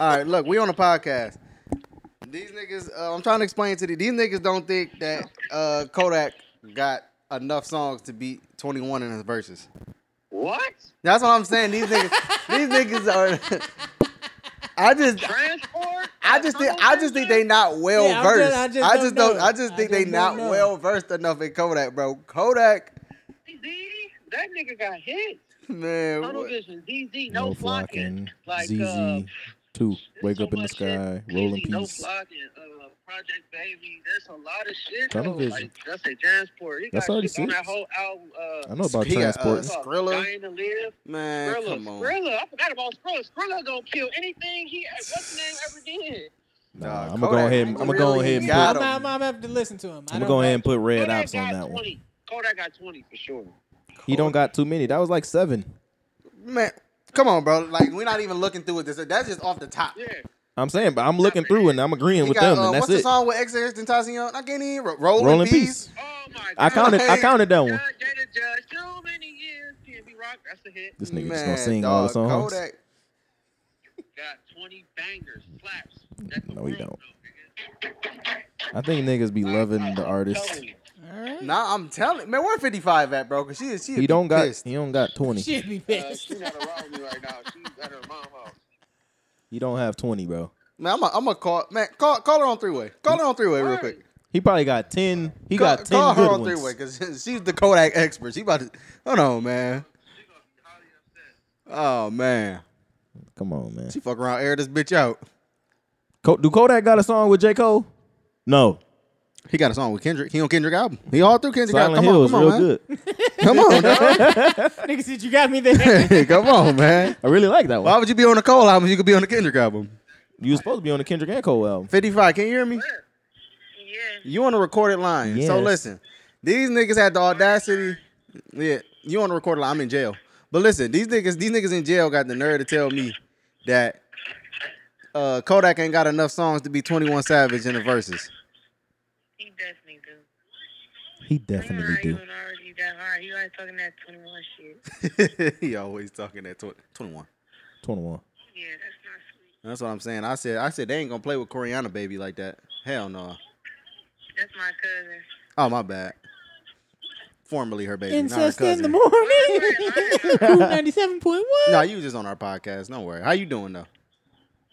[SPEAKER 3] All right, look, we on a podcast. These niggas, uh, I'm trying to explain to you. These niggas don't think that uh, Kodak got enough songs to beat 21 in his verses.
[SPEAKER 7] What?
[SPEAKER 3] That's what I'm saying. These niggas, these niggas are. *laughs* I just,
[SPEAKER 7] Transport?
[SPEAKER 3] *laughs* I just think, I just think they not well
[SPEAKER 1] Yeah, I'm just-
[SPEAKER 3] versed.
[SPEAKER 1] I just
[SPEAKER 3] I
[SPEAKER 1] don't
[SPEAKER 3] just don't,
[SPEAKER 1] know.
[SPEAKER 3] I just
[SPEAKER 1] I just
[SPEAKER 3] think they
[SPEAKER 1] don't
[SPEAKER 3] not
[SPEAKER 1] know.
[SPEAKER 3] well versed enough in Kodak, bro. Kodak,
[SPEAKER 7] DZ? That nigga got hit.
[SPEAKER 3] man.
[SPEAKER 7] Tunnel
[SPEAKER 3] what-
[SPEAKER 7] vision. DZ, no, flocking. Like,
[SPEAKER 2] ZZ
[SPEAKER 7] uh,
[SPEAKER 2] two. Wake
[SPEAKER 7] so
[SPEAKER 2] up in the
[SPEAKER 7] much
[SPEAKER 2] sky.
[SPEAKER 7] shit.
[SPEAKER 2] Roll in
[SPEAKER 7] DZ, No
[SPEAKER 2] peace.
[SPEAKER 7] flocking. Uh, Project Baby. There's a lot of shit.
[SPEAKER 2] Tunnel
[SPEAKER 7] though.
[SPEAKER 2] Vision.
[SPEAKER 7] Like, that's a transport. He
[SPEAKER 2] That's
[SPEAKER 7] got shit
[SPEAKER 2] 36.
[SPEAKER 7] on that whole album. Uh,
[SPEAKER 2] I know about
[SPEAKER 3] He got, uh,
[SPEAKER 2] transports.
[SPEAKER 3] Scott-
[SPEAKER 7] called
[SPEAKER 3] Skrilla.
[SPEAKER 7] Dying to Live.
[SPEAKER 3] Man,
[SPEAKER 7] Skrilla.
[SPEAKER 3] come on.
[SPEAKER 7] Skrilla. I forgot about Skrilla. Skrilla gonna kill anything he, uh, what's his name, ever did.
[SPEAKER 2] Nah,
[SPEAKER 3] Nah,
[SPEAKER 2] I'm gonna go
[SPEAKER 3] Kodak
[SPEAKER 2] ahead. I'm gonna go
[SPEAKER 3] really
[SPEAKER 2] ahead. And put,
[SPEAKER 3] got
[SPEAKER 1] I'm,
[SPEAKER 2] I'm
[SPEAKER 3] him.
[SPEAKER 1] I'm, I'm have to listen to him.
[SPEAKER 2] gonna go ahead and put red
[SPEAKER 7] Kodak
[SPEAKER 2] ops on
[SPEAKER 7] got
[SPEAKER 2] that one.
[SPEAKER 7] 20. Kodak got 20 for sure.
[SPEAKER 2] He don't got too many. That was like seven.
[SPEAKER 3] Man, come on, bro. Like we're not even looking through it. This that's just off the top.
[SPEAKER 7] Yeah.
[SPEAKER 2] I'm saying, but I'm looking through and I'm agreeing
[SPEAKER 3] He
[SPEAKER 2] with
[SPEAKER 3] got,
[SPEAKER 2] them,
[SPEAKER 3] uh,
[SPEAKER 2] and that's
[SPEAKER 3] what's the
[SPEAKER 2] it.
[SPEAKER 3] song with X and Tentacion? I can't even roll,
[SPEAKER 2] Roll in
[SPEAKER 3] in
[SPEAKER 2] peace.
[SPEAKER 3] peace.
[SPEAKER 7] Oh my God.
[SPEAKER 2] I counted. *laughs* I
[SPEAKER 3] Hey.
[SPEAKER 2] counted that one.
[SPEAKER 7] Judge, Jada Judge, so many years, can't be rocked. That's a hit.
[SPEAKER 2] This nigga
[SPEAKER 3] Man,
[SPEAKER 2] just gonna sing all the
[SPEAKER 3] dog,
[SPEAKER 2] songs.
[SPEAKER 3] Kodak.
[SPEAKER 7] Got 20 bangers, slaps. That's the
[SPEAKER 2] No, we
[SPEAKER 7] world,
[SPEAKER 2] don't.
[SPEAKER 7] though,
[SPEAKER 2] I think niggas be
[SPEAKER 7] nigga.
[SPEAKER 2] loving
[SPEAKER 7] I'm
[SPEAKER 2] the artist.
[SPEAKER 7] telling you.
[SPEAKER 1] All right.
[SPEAKER 3] Nah, I'm telling. Man, where 55 at, bro? Cause she is. She
[SPEAKER 2] He don't got.
[SPEAKER 3] pissed.
[SPEAKER 2] He don't got twenty.
[SPEAKER 1] Should be
[SPEAKER 7] Uh,
[SPEAKER 1] pissed.
[SPEAKER 7] she's not around me right now. She's at her mom's house.
[SPEAKER 2] He don't have twenty, bro.
[SPEAKER 3] Man, I'm gonna I'm call. Man, call call her on three way. Call her on three way real
[SPEAKER 7] Word.
[SPEAKER 3] quick.
[SPEAKER 2] He probably got ten. He
[SPEAKER 3] Call-
[SPEAKER 2] got ten
[SPEAKER 3] call her
[SPEAKER 2] good
[SPEAKER 3] on
[SPEAKER 2] ones.
[SPEAKER 3] three way because *laughs* she's the Kodak expert. She about to. Hold on, man. Oh man,
[SPEAKER 2] Come on, man.
[SPEAKER 3] she fuck around, air this bitch out.
[SPEAKER 2] Co- Do Kodak got a song with J Cole? No.
[SPEAKER 3] He got a song with Kendrick. He on Kendrick album. He all through Kendrick
[SPEAKER 2] Silent
[SPEAKER 3] album. Come
[SPEAKER 2] Hill
[SPEAKER 3] on,
[SPEAKER 2] is
[SPEAKER 3] come on,
[SPEAKER 2] real
[SPEAKER 3] man.
[SPEAKER 2] good.
[SPEAKER 3] Come
[SPEAKER 2] *laughs*
[SPEAKER 3] on, dog.
[SPEAKER 1] *laughs* Nigga said you got me
[SPEAKER 3] *laughs*
[SPEAKER 1] there.
[SPEAKER 3] come on, man.
[SPEAKER 2] I really like that one.
[SPEAKER 3] Why would you be on the Cole album? if You could be on the Kendrick album.
[SPEAKER 2] You was supposed to be on the Kendrick and Cole album.
[SPEAKER 3] Fifty five. Can you hear me?
[SPEAKER 7] Yeah.
[SPEAKER 3] You on a recorded line. So
[SPEAKER 2] Yes.
[SPEAKER 3] listen, these niggas had the audacity. Yeah, you on a recorded line. I'm in jail. But listen, these niggas, these niggas in jail got the nerve to tell me that uh, Kodak ain't got enough songs to be 21 Savage in the verses. *laughs*
[SPEAKER 7] He definitely
[SPEAKER 2] He
[SPEAKER 7] do. Remember
[SPEAKER 2] definitely
[SPEAKER 7] how you
[SPEAKER 2] do.
[SPEAKER 7] and already got hard. You always talking that 21 shit.
[SPEAKER 3] he always talking that tw- 21.
[SPEAKER 2] Twenty one.
[SPEAKER 7] Yeah, that's not sweet.
[SPEAKER 3] That's what I'm saying. I said, I said they ain't gonna play with Coriana baby like that. Hell no.
[SPEAKER 7] That's my cousin.
[SPEAKER 3] Oh my bad. Formerly her baby,
[SPEAKER 1] Incest
[SPEAKER 3] not her
[SPEAKER 1] in
[SPEAKER 3] cousin.
[SPEAKER 1] the *laughs* morning. Cool ninety seven point one.
[SPEAKER 3] no, you was just on our podcast. Don't worry. How you doing though?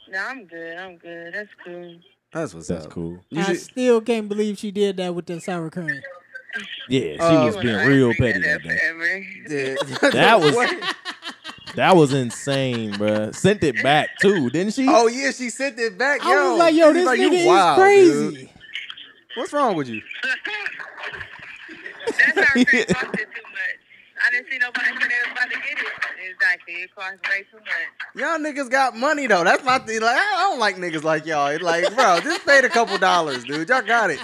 [SPEAKER 7] No, I'm good. I'm good. That's cool.
[SPEAKER 3] That's what's
[SPEAKER 2] That's
[SPEAKER 3] up.
[SPEAKER 2] cool.
[SPEAKER 3] You
[SPEAKER 1] I *laughs*
[SPEAKER 3] should-
[SPEAKER 1] still can't believe she did that with the sour cream.
[SPEAKER 2] Yeah, she
[SPEAKER 3] Uh,
[SPEAKER 2] was
[SPEAKER 7] You
[SPEAKER 2] being
[SPEAKER 7] and I
[SPEAKER 2] real
[SPEAKER 7] agree
[SPEAKER 2] petty that
[SPEAKER 7] with
[SPEAKER 2] day.
[SPEAKER 3] *laughs*
[SPEAKER 7] Forever.
[SPEAKER 3] Yeah.
[SPEAKER 2] That was that was insane, bruh. Sent it back too, didn't she?
[SPEAKER 3] Oh yeah, she sent it back. Yo,
[SPEAKER 1] I was like, yo,
[SPEAKER 3] She's
[SPEAKER 1] this
[SPEAKER 3] "You
[SPEAKER 1] nigga
[SPEAKER 3] wild,
[SPEAKER 1] is crazy.
[SPEAKER 3] dude. What's wrong with you?
[SPEAKER 2] *laughs*
[SPEAKER 7] That's how Chris cost it too much. I didn't see nobody said they was about to get it. Exactly. It cost way too much.
[SPEAKER 3] Y'all niggas got money though. That's my thing. Like, I don't like niggas like y'all. It's like, bro, just paid a couple dollars, dude. Y'all got it.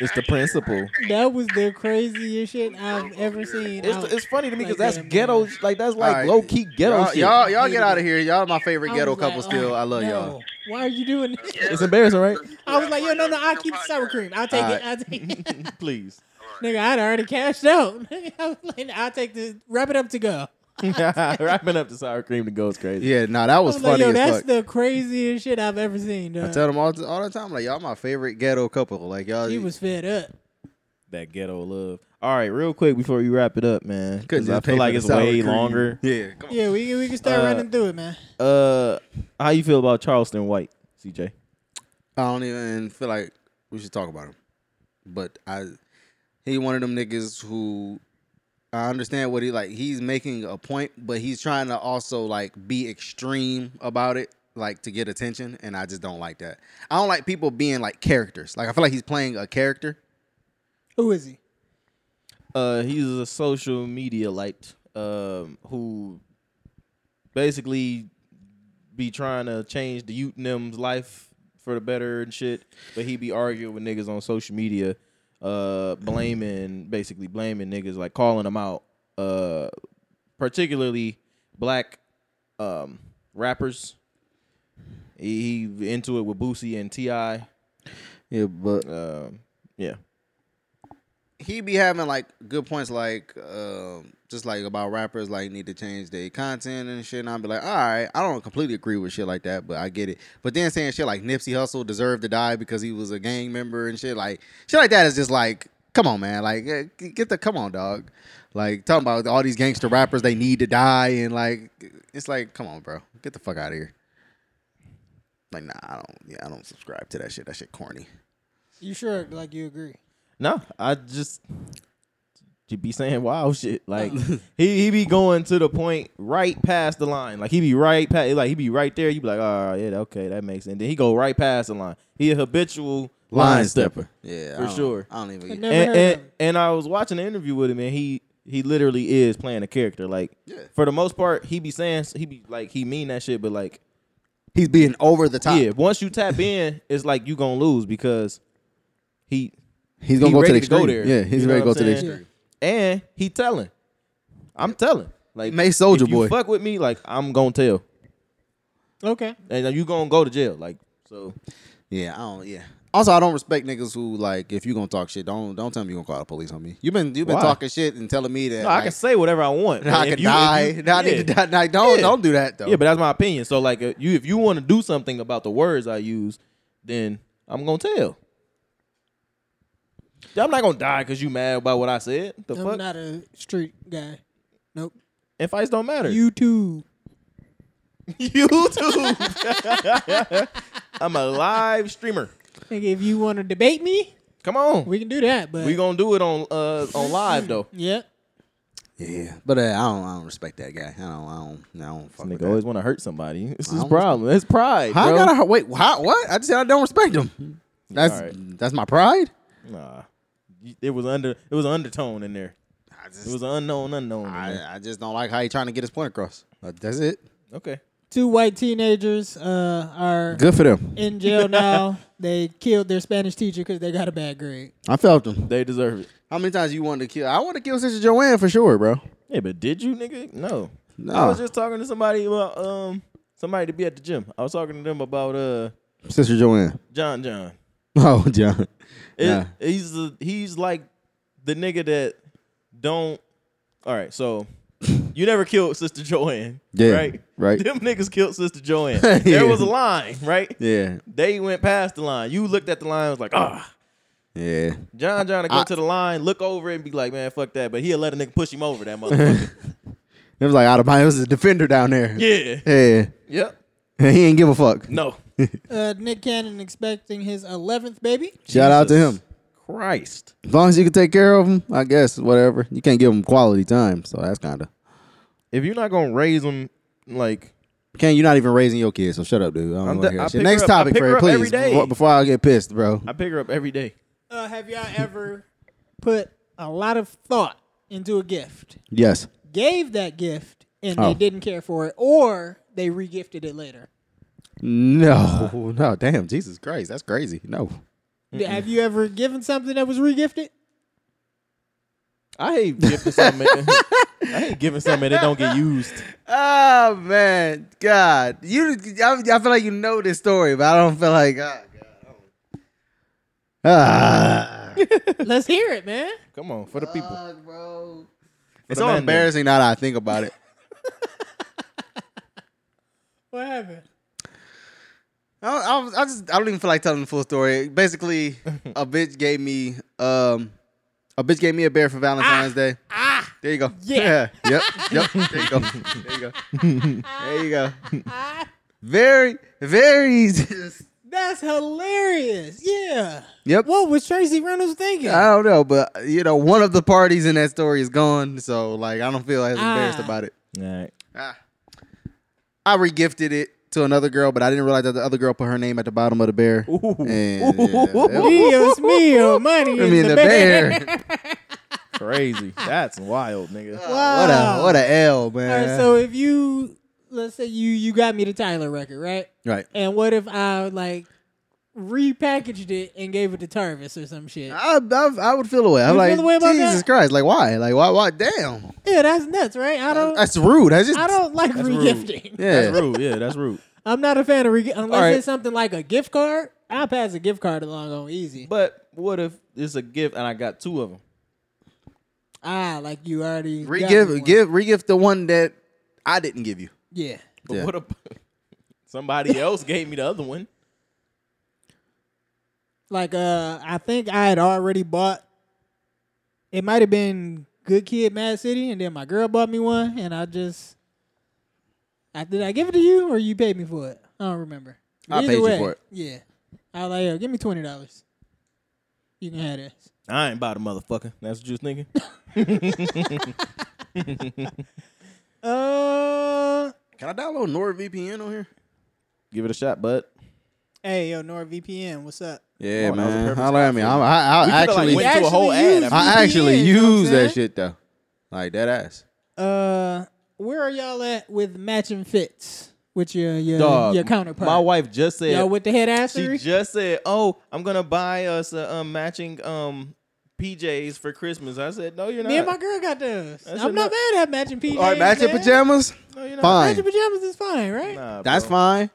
[SPEAKER 2] It's the principle.
[SPEAKER 1] That was the craziest shit I've ever
[SPEAKER 2] *laughs*
[SPEAKER 1] seen.
[SPEAKER 2] It's,
[SPEAKER 1] I-
[SPEAKER 2] it's funny to me because
[SPEAKER 1] Like,
[SPEAKER 2] that's
[SPEAKER 1] damn,
[SPEAKER 2] ghetto.
[SPEAKER 1] man.
[SPEAKER 2] Like that's like
[SPEAKER 3] All right.
[SPEAKER 2] low key ghetto
[SPEAKER 3] y'all,
[SPEAKER 2] shit. *laughs*
[SPEAKER 3] y'all, y'all get out of here. Y'all my favorite
[SPEAKER 1] I
[SPEAKER 3] ghetto
[SPEAKER 1] was like,
[SPEAKER 3] couple still.
[SPEAKER 1] oh,
[SPEAKER 3] I love
[SPEAKER 1] no.
[SPEAKER 3] y'all.
[SPEAKER 1] Why are you doing this?
[SPEAKER 2] It's embarrassing, right?
[SPEAKER 1] I was like, yo, no, no, I'll keep the sour cream. I'll take it.
[SPEAKER 3] Alright.
[SPEAKER 1] I'll take it.
[SPEAKER 2] Please.
[SPEAKER 1] Nigga, I'd already cashed out. *laughs* I was like, I'll take the wrap it up to go.
[SPEAKER 2] *laughs* Wrapping up the sour cream to go is crazy.
[SPEAKER 3] Yeah, nah, that
[SPEAKER 1] I
[SPEAKER 3] was
[SPEAKER 1] was like,
[SPEAKER 3] funny
[SPEAKER 1] yo,
[SPEAKER 3] as
[SPEAKER 1] that's
[SPEAKER 3] fuck.
[SPEAKER 1] the craziest shit I've ever seen,
[SPEAKER 3] I
[SPEAKER 1] dog.
[SPEAKER 3] tell them all, all the time, like y'all my favorite ghetto couple. Like y'all,
[SPEAKER 1] She was fed up.
[SPEAKER 2] That ghetto love. All right, real quick before you wrap it up, man,
[SPEAKER 3] couldn't
[SPEAKER 2] because
[SPEAKER 3] just
[SPEAKER 2] I
[SPEAKER 3] pay
[SPEAKER 2] feel
[SPEAKER 3] for
[SPEAKER 2] like
[SPEAKER 3] the
[SPEAKER 2] it's
[SPEAKER 3] sour
[SPEAKER 2] way
[SPEAKER 3] cream.
[SPEAKER 2] longer.
[SPEAKER 3] Yeah, come on.
[SPEAKER 1] Yeah, we can- we can start
[SPEAKER 2] Uh,
[SPEAKER 1] running through it, man.
[SPEAKER 2] Uh, how you feel about Charleston White, CJ?
[SPEAKER 3] I don't even feel like we should talk about him. But I he one of them niggas who I understand what he like he's making a point, but he's trying to also like be extreme about it, like to get attention, and I just don't like that. I don't like people being like characters. Like I feel like he's playing a character.
[SPEAKER 1] Who is he?
[SPEAKER 2] Uh, he's a social media light um, who basically be trying to change the youth and them's life for the better and shit. But he be arguing with niggas on social media, uh, blaming basically blaming niggas like calling them out, uh, particularly black um, rappers. He, he into it with Boosie and Ti.
[SPEAKER 3] Yeah, but
[SPEAKER 2] Um, yeah,
[SPEAKER 3] he be having like good points, like um, just like about rappers like need to change their content and shit. And I'll be like, all right, I don't completely agree with shit like that, but I get it. But then saying shit like Nipsey Hussle deserved to die because he was a gang member and shit like shit like that is just like, come on, man, like eh, get the come on, dog. Like talking about all these gangster rappers, they need to die and like it's like, come on, bro, get the fuck out of here. Like nah, I don't, yeah, I don't subscribe to that shit. That shit corny.
[SPEAKER 1] You sure like you agree?
[SPEAKER 2] No, I just you be saying wild shit. *laughs* Like he he be going to the point right past the line. Like he be right past like he be right there. You be like, oh yeah, okay, that makes sense. Then he go right past the line. He a habitual line, stepper.
[SPEAKER 3] yeah, I
[SPEAKER 2] For
[SPEAKER 3] don't-
[SPEAKER 2] sure.
[SPEAKER 3] I don't even.
[SPEAKER 1] I
[SPEAKER 3] get-
[SPEAKER 1] never
[SPEAKER 2] And,
[SPEAKER 1] heard of
[SPEAKER 2] and
[SPEAKER 1] him.
[SPEAKER 2] and I was watching an interview with him and he he literally is playing a character. Like
[SPEAKER 3] Yeah.
[SPEAKER 2] for the most part, he be saying he be like he mean that shit, but like
[SPEAKER 3] He's being over the top.
[SPEAKER 2] yeah, once you tap in, it's like you gonna lose because he He
[SPEAKER 3] He's gonna go to the
[SPEAKER 2] ready to go
[SPEAKER 3] extreme.
[SPEAKER 2] there.
[SPEAKER 3] Yeah, he's
[SPEAKER 2] You know
[SPEAKER 3] ready to go
[SPEAKER 2] what
[SPEAKER 3] to
[SPEAKER 2] I'm
[SPEAKER 3] the
[SPEAKER 2] saying?
[SPEAKER 3] extreme.
[SPEAKER 2] and he telling. I'm telling. Like
[SPEAKER 3] Make Soulja
[SPEAKER 2] if you
[SPEAKER 3] Boy.
[SPEAKER 2] Fuck with me, like I'm gonna tell,
[SPEAKER 1] Okay.
[SPEAKER 2] and you gonna go to jail. Like so,
[SPEAKER 3] Yeah, I don't. Yeah. Also, I don't respect niggas who like if you gonna talk shit, don't don't tell me you gonna call the police on me. You've been you've been
[SPEAKER 2] Why?
[SPEAKER 3] talking shit and telling me that
[SPEAKER 2] No, I
[SPEAKER 3] like,
[SPEAKER 2] can say whatever I want. but
[SPEAKER 3] *laughs* I
[SPEAKER 2] if
[SPEAKER 3] can
[SPEAKER 2] you- if
[SPEAKER 3] die.
[SPEAKER 2] you-
[SPEAKER 3] Nah, I need to
[SPEAKER 2] yeah.
[SPEAKER 3] die. Nah, don't
[SPEAKER 2] Yeah.
[SPEAKER 3] don't do that though.
[SPEAKER 2] Yeah, but that's my opinion. So like, uh, you if you want to do something about the words I use, then I'm gonna tell. I'm not gonna die because you mad about what I said. The
[SPEAKER 1] I'm
[SPEAKER 2] fuck?
[SPEAKER 1] not a street guy. Nope.
[SPEAKER 2] and fights don't matter.
[SPEAKER 1] You too.
[SPEAKER 2] *laughs* YouTube. I'm a live streamer.
[SPEAKER 1] Nigga, if you want to debate me,
[SPEAKER 2] Come on. We,
[SPEAKER 1] we can do that. But
[SPEAKER 2] gonna do it on uh on live though.
[SPEAKER 1] yeah,
[SPEAKER 3] Yeah, but uh, I don't. I don't respect that guy. I don't. I don't. I don't fuck with
[SPEAKER 2] *laughs* Nigga
[SPEAKER 3] that.
[SPEAKER 2] always want to hurt somebody. *laughs* This is his
[SPEAKER 3] don't-
[SPEAKER 2] problem. That's pride.
[SPEAKER 3] How I
[SPEAKER 2] bro.
[SPEAKER 3] gotta hu- wait? How, what? I just said I don't respect him. That's
[SPEAKER 2] All right.
[SPEAKER 3] that's my pride.
[SPEAKER 2] Nah, You- it was under it was an undertone in there.
[SPEAKER 3] I just,
[SPEAKER 2] It was an unknown unknown. in there.
[SPEAKER 3] I, I just don't like how he trying to get his point across. But that's it.
[SPEAKER 2] Okay,
[SPEAKER 1] two white teenagers uh, are
[SPEAKER 3] Good for them.
[SPEAKER 1] in
[SPEAKER 3] *laughs*
[SPEAKER 1] jail now. they killed their Spanish teacher because they got a bad grade.
[SPEAKER 3] I felt them.
[SPEAKER 2] they deserve it.
[SPEAKER 3] How many times you wanted to kill? I want to kill Sister Joanne for sure, bro.
[SPEAKER 2] Yeah, but did you, nigga? No.
[SPEAKER 3] No,
[SPEAKER 2] I was just talking to somebody about um somebody to be at the gym. I was talking to them about uh
[SPEAKER 3] Sister Joanne. *laughs*
[SPEAKER 2] John John.
[SPEAKER 3] Oh, John.
[SPEAKER 2] It-
[SPEAKER 3] Nah.
[SPEAKER 2] He's the, he's like the nigga that don't. All right, so you never killed Sister Joanne,
[SPEAKER 3] Yeah,
[SPEAKER 2] right?
[SPEAKER 3] right.
[SPEAKER 2] Them niggas killed Sister Joanne.
[SPEAKER 3] *laughs*
[SPEAKER 2] There was a line, right?
[SPEAKER 3] Yeah,
[SPEAKER 2] They went past the line. You looked at the line, was like, ah.
[SPEAKER 3] yeah.
[SPEAKER 2] John John to go
[SPEAKER 3] I-
[SPEAKER 2] to the line, look over it, and be like, man, fuck that. But he'll let a nigga push him over that
[SPEAKER 3] *laughs*
[SPEAKER 2] motherfucker.
[SPEAKER 3] It was like out of my. It was a defender down there.
[SPEAKER 2] yeah.
[SPEAKER 3] Yeah.
[SPEAKER 2] Yep.
[SPEAKER 3] He ain't give a fuck.
[SPEAKER 2] No.
[SPEAKER 1] Uh, Nick Cannon expecting his 11th baby.
[SPEAKER 3] Shout out to
[SPEAKER 2] Jesus
[SPEAKER 3] him.
[SPEAKER 2] Christ.
[SPEAKER 3] As long as you can take care of them, I guess whatever. You can't give them quality time, so that's kind of.
[SPEAKER 2] If you're not gonna raise him, like
[SPEAKER 3] Can you're not even raising your kids? So shut up, dude. I don't
[SPEAKER 2] I'm
[SPEAKER 3] want
[SPEAKER 2] d-
[SPEAKER 3] to hear
[SPEAKER 2] I
[SPEAKER 3] that
[SPEAKER 2] pick
[SPEAKER 3] shit.
[SPEAKER 2] her
[SPEAKER 3] Next
[SPEAKER 2] up- I
[SPEAKER 3] topic,
[SPEAKER 2] pick her
[SPEAKER 3] Fred,
[SPEAKER 2] up every
[SPEAKER 3] please.
[SPEAKER 2] day.
[SPEAKER 3] before- Before I get pissed, bro.
[SPEAKER 2] I pick her up every day.
[SPEAKER 1] Uh, have y'all ever put a lot of thought into a gift,
[SPEAKER 3] Yes.
[SPEAKER 1] gave that gift, and
[SPEAKER 3] Oh.
[SPEAKER 1] they didn't care for it, or they regifted it later?
[SPEAKER 3] No.
[SPEAKER 2] *laughs*
[SPEAKER 3] no. Damn. Jesus Christ. That's crazy. No.
[SPEAKER 1] D- Have you ever given something that was *laughs* regifted?
[SPEAKER 2] I hate giving something. *laughs* I hate giving something that don't get used.
[SPEAKER 3] Oh man, God, you. I, I feel like you know this story, but I don't feel like. ah, God. Ah.
[SPEAKER 1] Let's hear it, man.
[SPEAKER 2] Come on, for the people.
[SPEAKER 3] bro.
[SPEAKER 2] For
[SPEAKER 3] It's
[SPEAKER 2] the
[SPEAKER 3] so
[SPEAKER 2] man
[SPEAKER 3] embarrassing now that I think about it.
[SPEAKER 1] What happened?
[SPEAKER 3] I, I, was- I just I don't even feel like telling the full
[SPEAKER 1] *laughs*
[SPEAKER 3] story. Basically, a bitch gave me um a bitch gave me a bear for Valentine's Day.
[SPEAKER 1] Ah,
[SPEAKER 3] There you go. *laughs*
[SPEAKER 1] Yeah.
[SPEAKER 3] yep. Yep.
[SPEAKER 1] *laughs*
[SPEAKER 3] There you go. There you go. There you go. Very very.
[SPEAKER 1] *laughs* that's hilarious. Yeah.
[SPEAKER 3] yep.
[SPEAKER 1] What was Tracy Reynolds thinking?
[SPEAKER 3] I don't know, but you know, one of the parties in that story is gone, so like I don't feel as embarrassed
[SPEAKER 1] Ah.
[SPEAKER 3] about it.
[SPEAKER 2] All right.
[SPEAKER 3] I regifted it to another girl, but I didn't realize that the other girl put her name at the bottom of the bear. And, yeah,
[SPEAKER 1] Dios mío, money
[SPEAKER 3] I
[SPEAKER 1] in
[SPEAKER 3] mean
[SPEAKER 1] the, *laughs*
[SPEAKER 3] the
[SPEAKER 1] bear.
[SPEAKER 3] bear.
[SPEAKER 2] Crazy. That's wild, nigga.
[SPEAKER 3] What a
[SPEAKER 1] Wow.
[SPEAKER 3] what a L,
[SPEAKER 1] All
[SPEAKER 3] man.
[SPEAKER 1] right, so if you let's say you you got me the Tyler record, right?
[SPEAKER 3] right.
[SPEAKER 1] And what if I like repackaged it and gave it to Tarvis or some shit?
[SPEAKER 3] I, I, I would feel away. I'm
[SPEAKER 1] You
[SPEAKER 3] like
[SPEAKER 1] feel the way about
[SPEAKER 3] Jesus
[SPEAKER 1] that?
[SPEAKER 3] Christ! Like why? Like why? Why? Damn!
[SPEAKER 1] Yeah, that's nuts, right? I don't
[SPEAKER 3] That's rude. That's just
[SPEAKER 1] I don't like
[SPEAKER 2] That's rude.
[SPEAKER 1] regifting.
[SPEAKER 3] yeah.
[SPEAKER 2] That's rude. Yeah, that's rude.
[SPEAKER 1] I'm not a fan of re- unless
[SPEAKER 3] right.
[SPEAKER 1] it's something like a gift card. I'll pass a gift card along on easy.
[SPEAKER 2] But what if it's a gift and I got two of them?
[SPEAKER 1] ah, like you already got me one.
[SPEAKER 3] Regive, give, regift the one that I didn't give you.
[SPEAKER 1] Yeah,
[SPEAKER 2] But
[SPEAKER 3] Yeah.
[SPEAKER 2] what if *laughs* somebody else gave me the other one?
[SPEAKER 1] like uh, I think I had already bought. It might have been Good Kid, Mad City, and then my girl bought me one, and I just. I, did I give it to you or you paid me for it? I don't remember.
[SPEAKER 3] I paid you for it.
[SPEAKER 1] Yeah, I was like, yo, give me twenty dollars. You can have this.
[SPEAKER 2] I ain't about a motherfucker. That's what you was thinking.
[SPEAKER 1] Uh,
[SPEAKER 3] Can I download NordVPN on here?
[SPEAKER 2] Give it a shot, bud.
[SPEAKER 1] hey, yo, NordVPN, what's up?
[SPEAKER 3] Yeah,
[SPEAKER 2] Oh, that was a
[SPEAKER 3] man.
[SPEAKER 2] perfect
[SPEAKER 3] Holler at me.
[SPEAKER 2] spot
[SPEAKER 3] I'm,
[SPEAKER 2] for
[SPEAKER 3] I, I
[SPEAKER 2] We coulda, like,
[SPEAKER 3] actually,
[SPEAKER 2] went
[SPEAKER 1] We
[SPEAKER 2] to a whole
[SPEAKER 1] actually
[SPEAKER 2] ad.
[SPEAKER 1] used-
[SPEAKER 2] after-
[SPEAKER 3] I actually
[SPEAKER 1] VPN, you know what I'm
[SPEAKER 3] use that
[SPEAKER 1] saying?
[SPEAKER 3] shit though. Like that ass.
[SPEAKER 1] Uh, where are y'all at with matching fits with your your
[SPEAKER 2] Dog,
[SPEAKER 1] your counterpart?
[SPEAKER 2] My wife just said
[SPEAKER 1] Y'all with the head
[SPEAKER 2] she
[SPEAKER 1] assery?
[SPEAKER 2] just said, "Oh, I'm gonna buy us a, um, matching um PJs for Christmas." I said, "No, you're not.
[SPEAKER 1] Me and my girl got those.
[SPEAKER 2] That's
[SPEAKER 1] I'm not
[SPEAKER 2] enough.
[SPEAKER 1] mad at matching PJs.
[SPEAKER 3] All right, matching
[SPEAKER 1] man.
[SPEAKER 3] pajamas.
[SPEAKER 2] no, you're not.
[SPEAKER 3] Fine.
[SPEAKER 1] Matching pajamas is fine, right?
[SPEAKER 2] Nah,
[SPEAKER 3] That's
[SPEAKER 2] bro.
[SPEAKER 3] fine.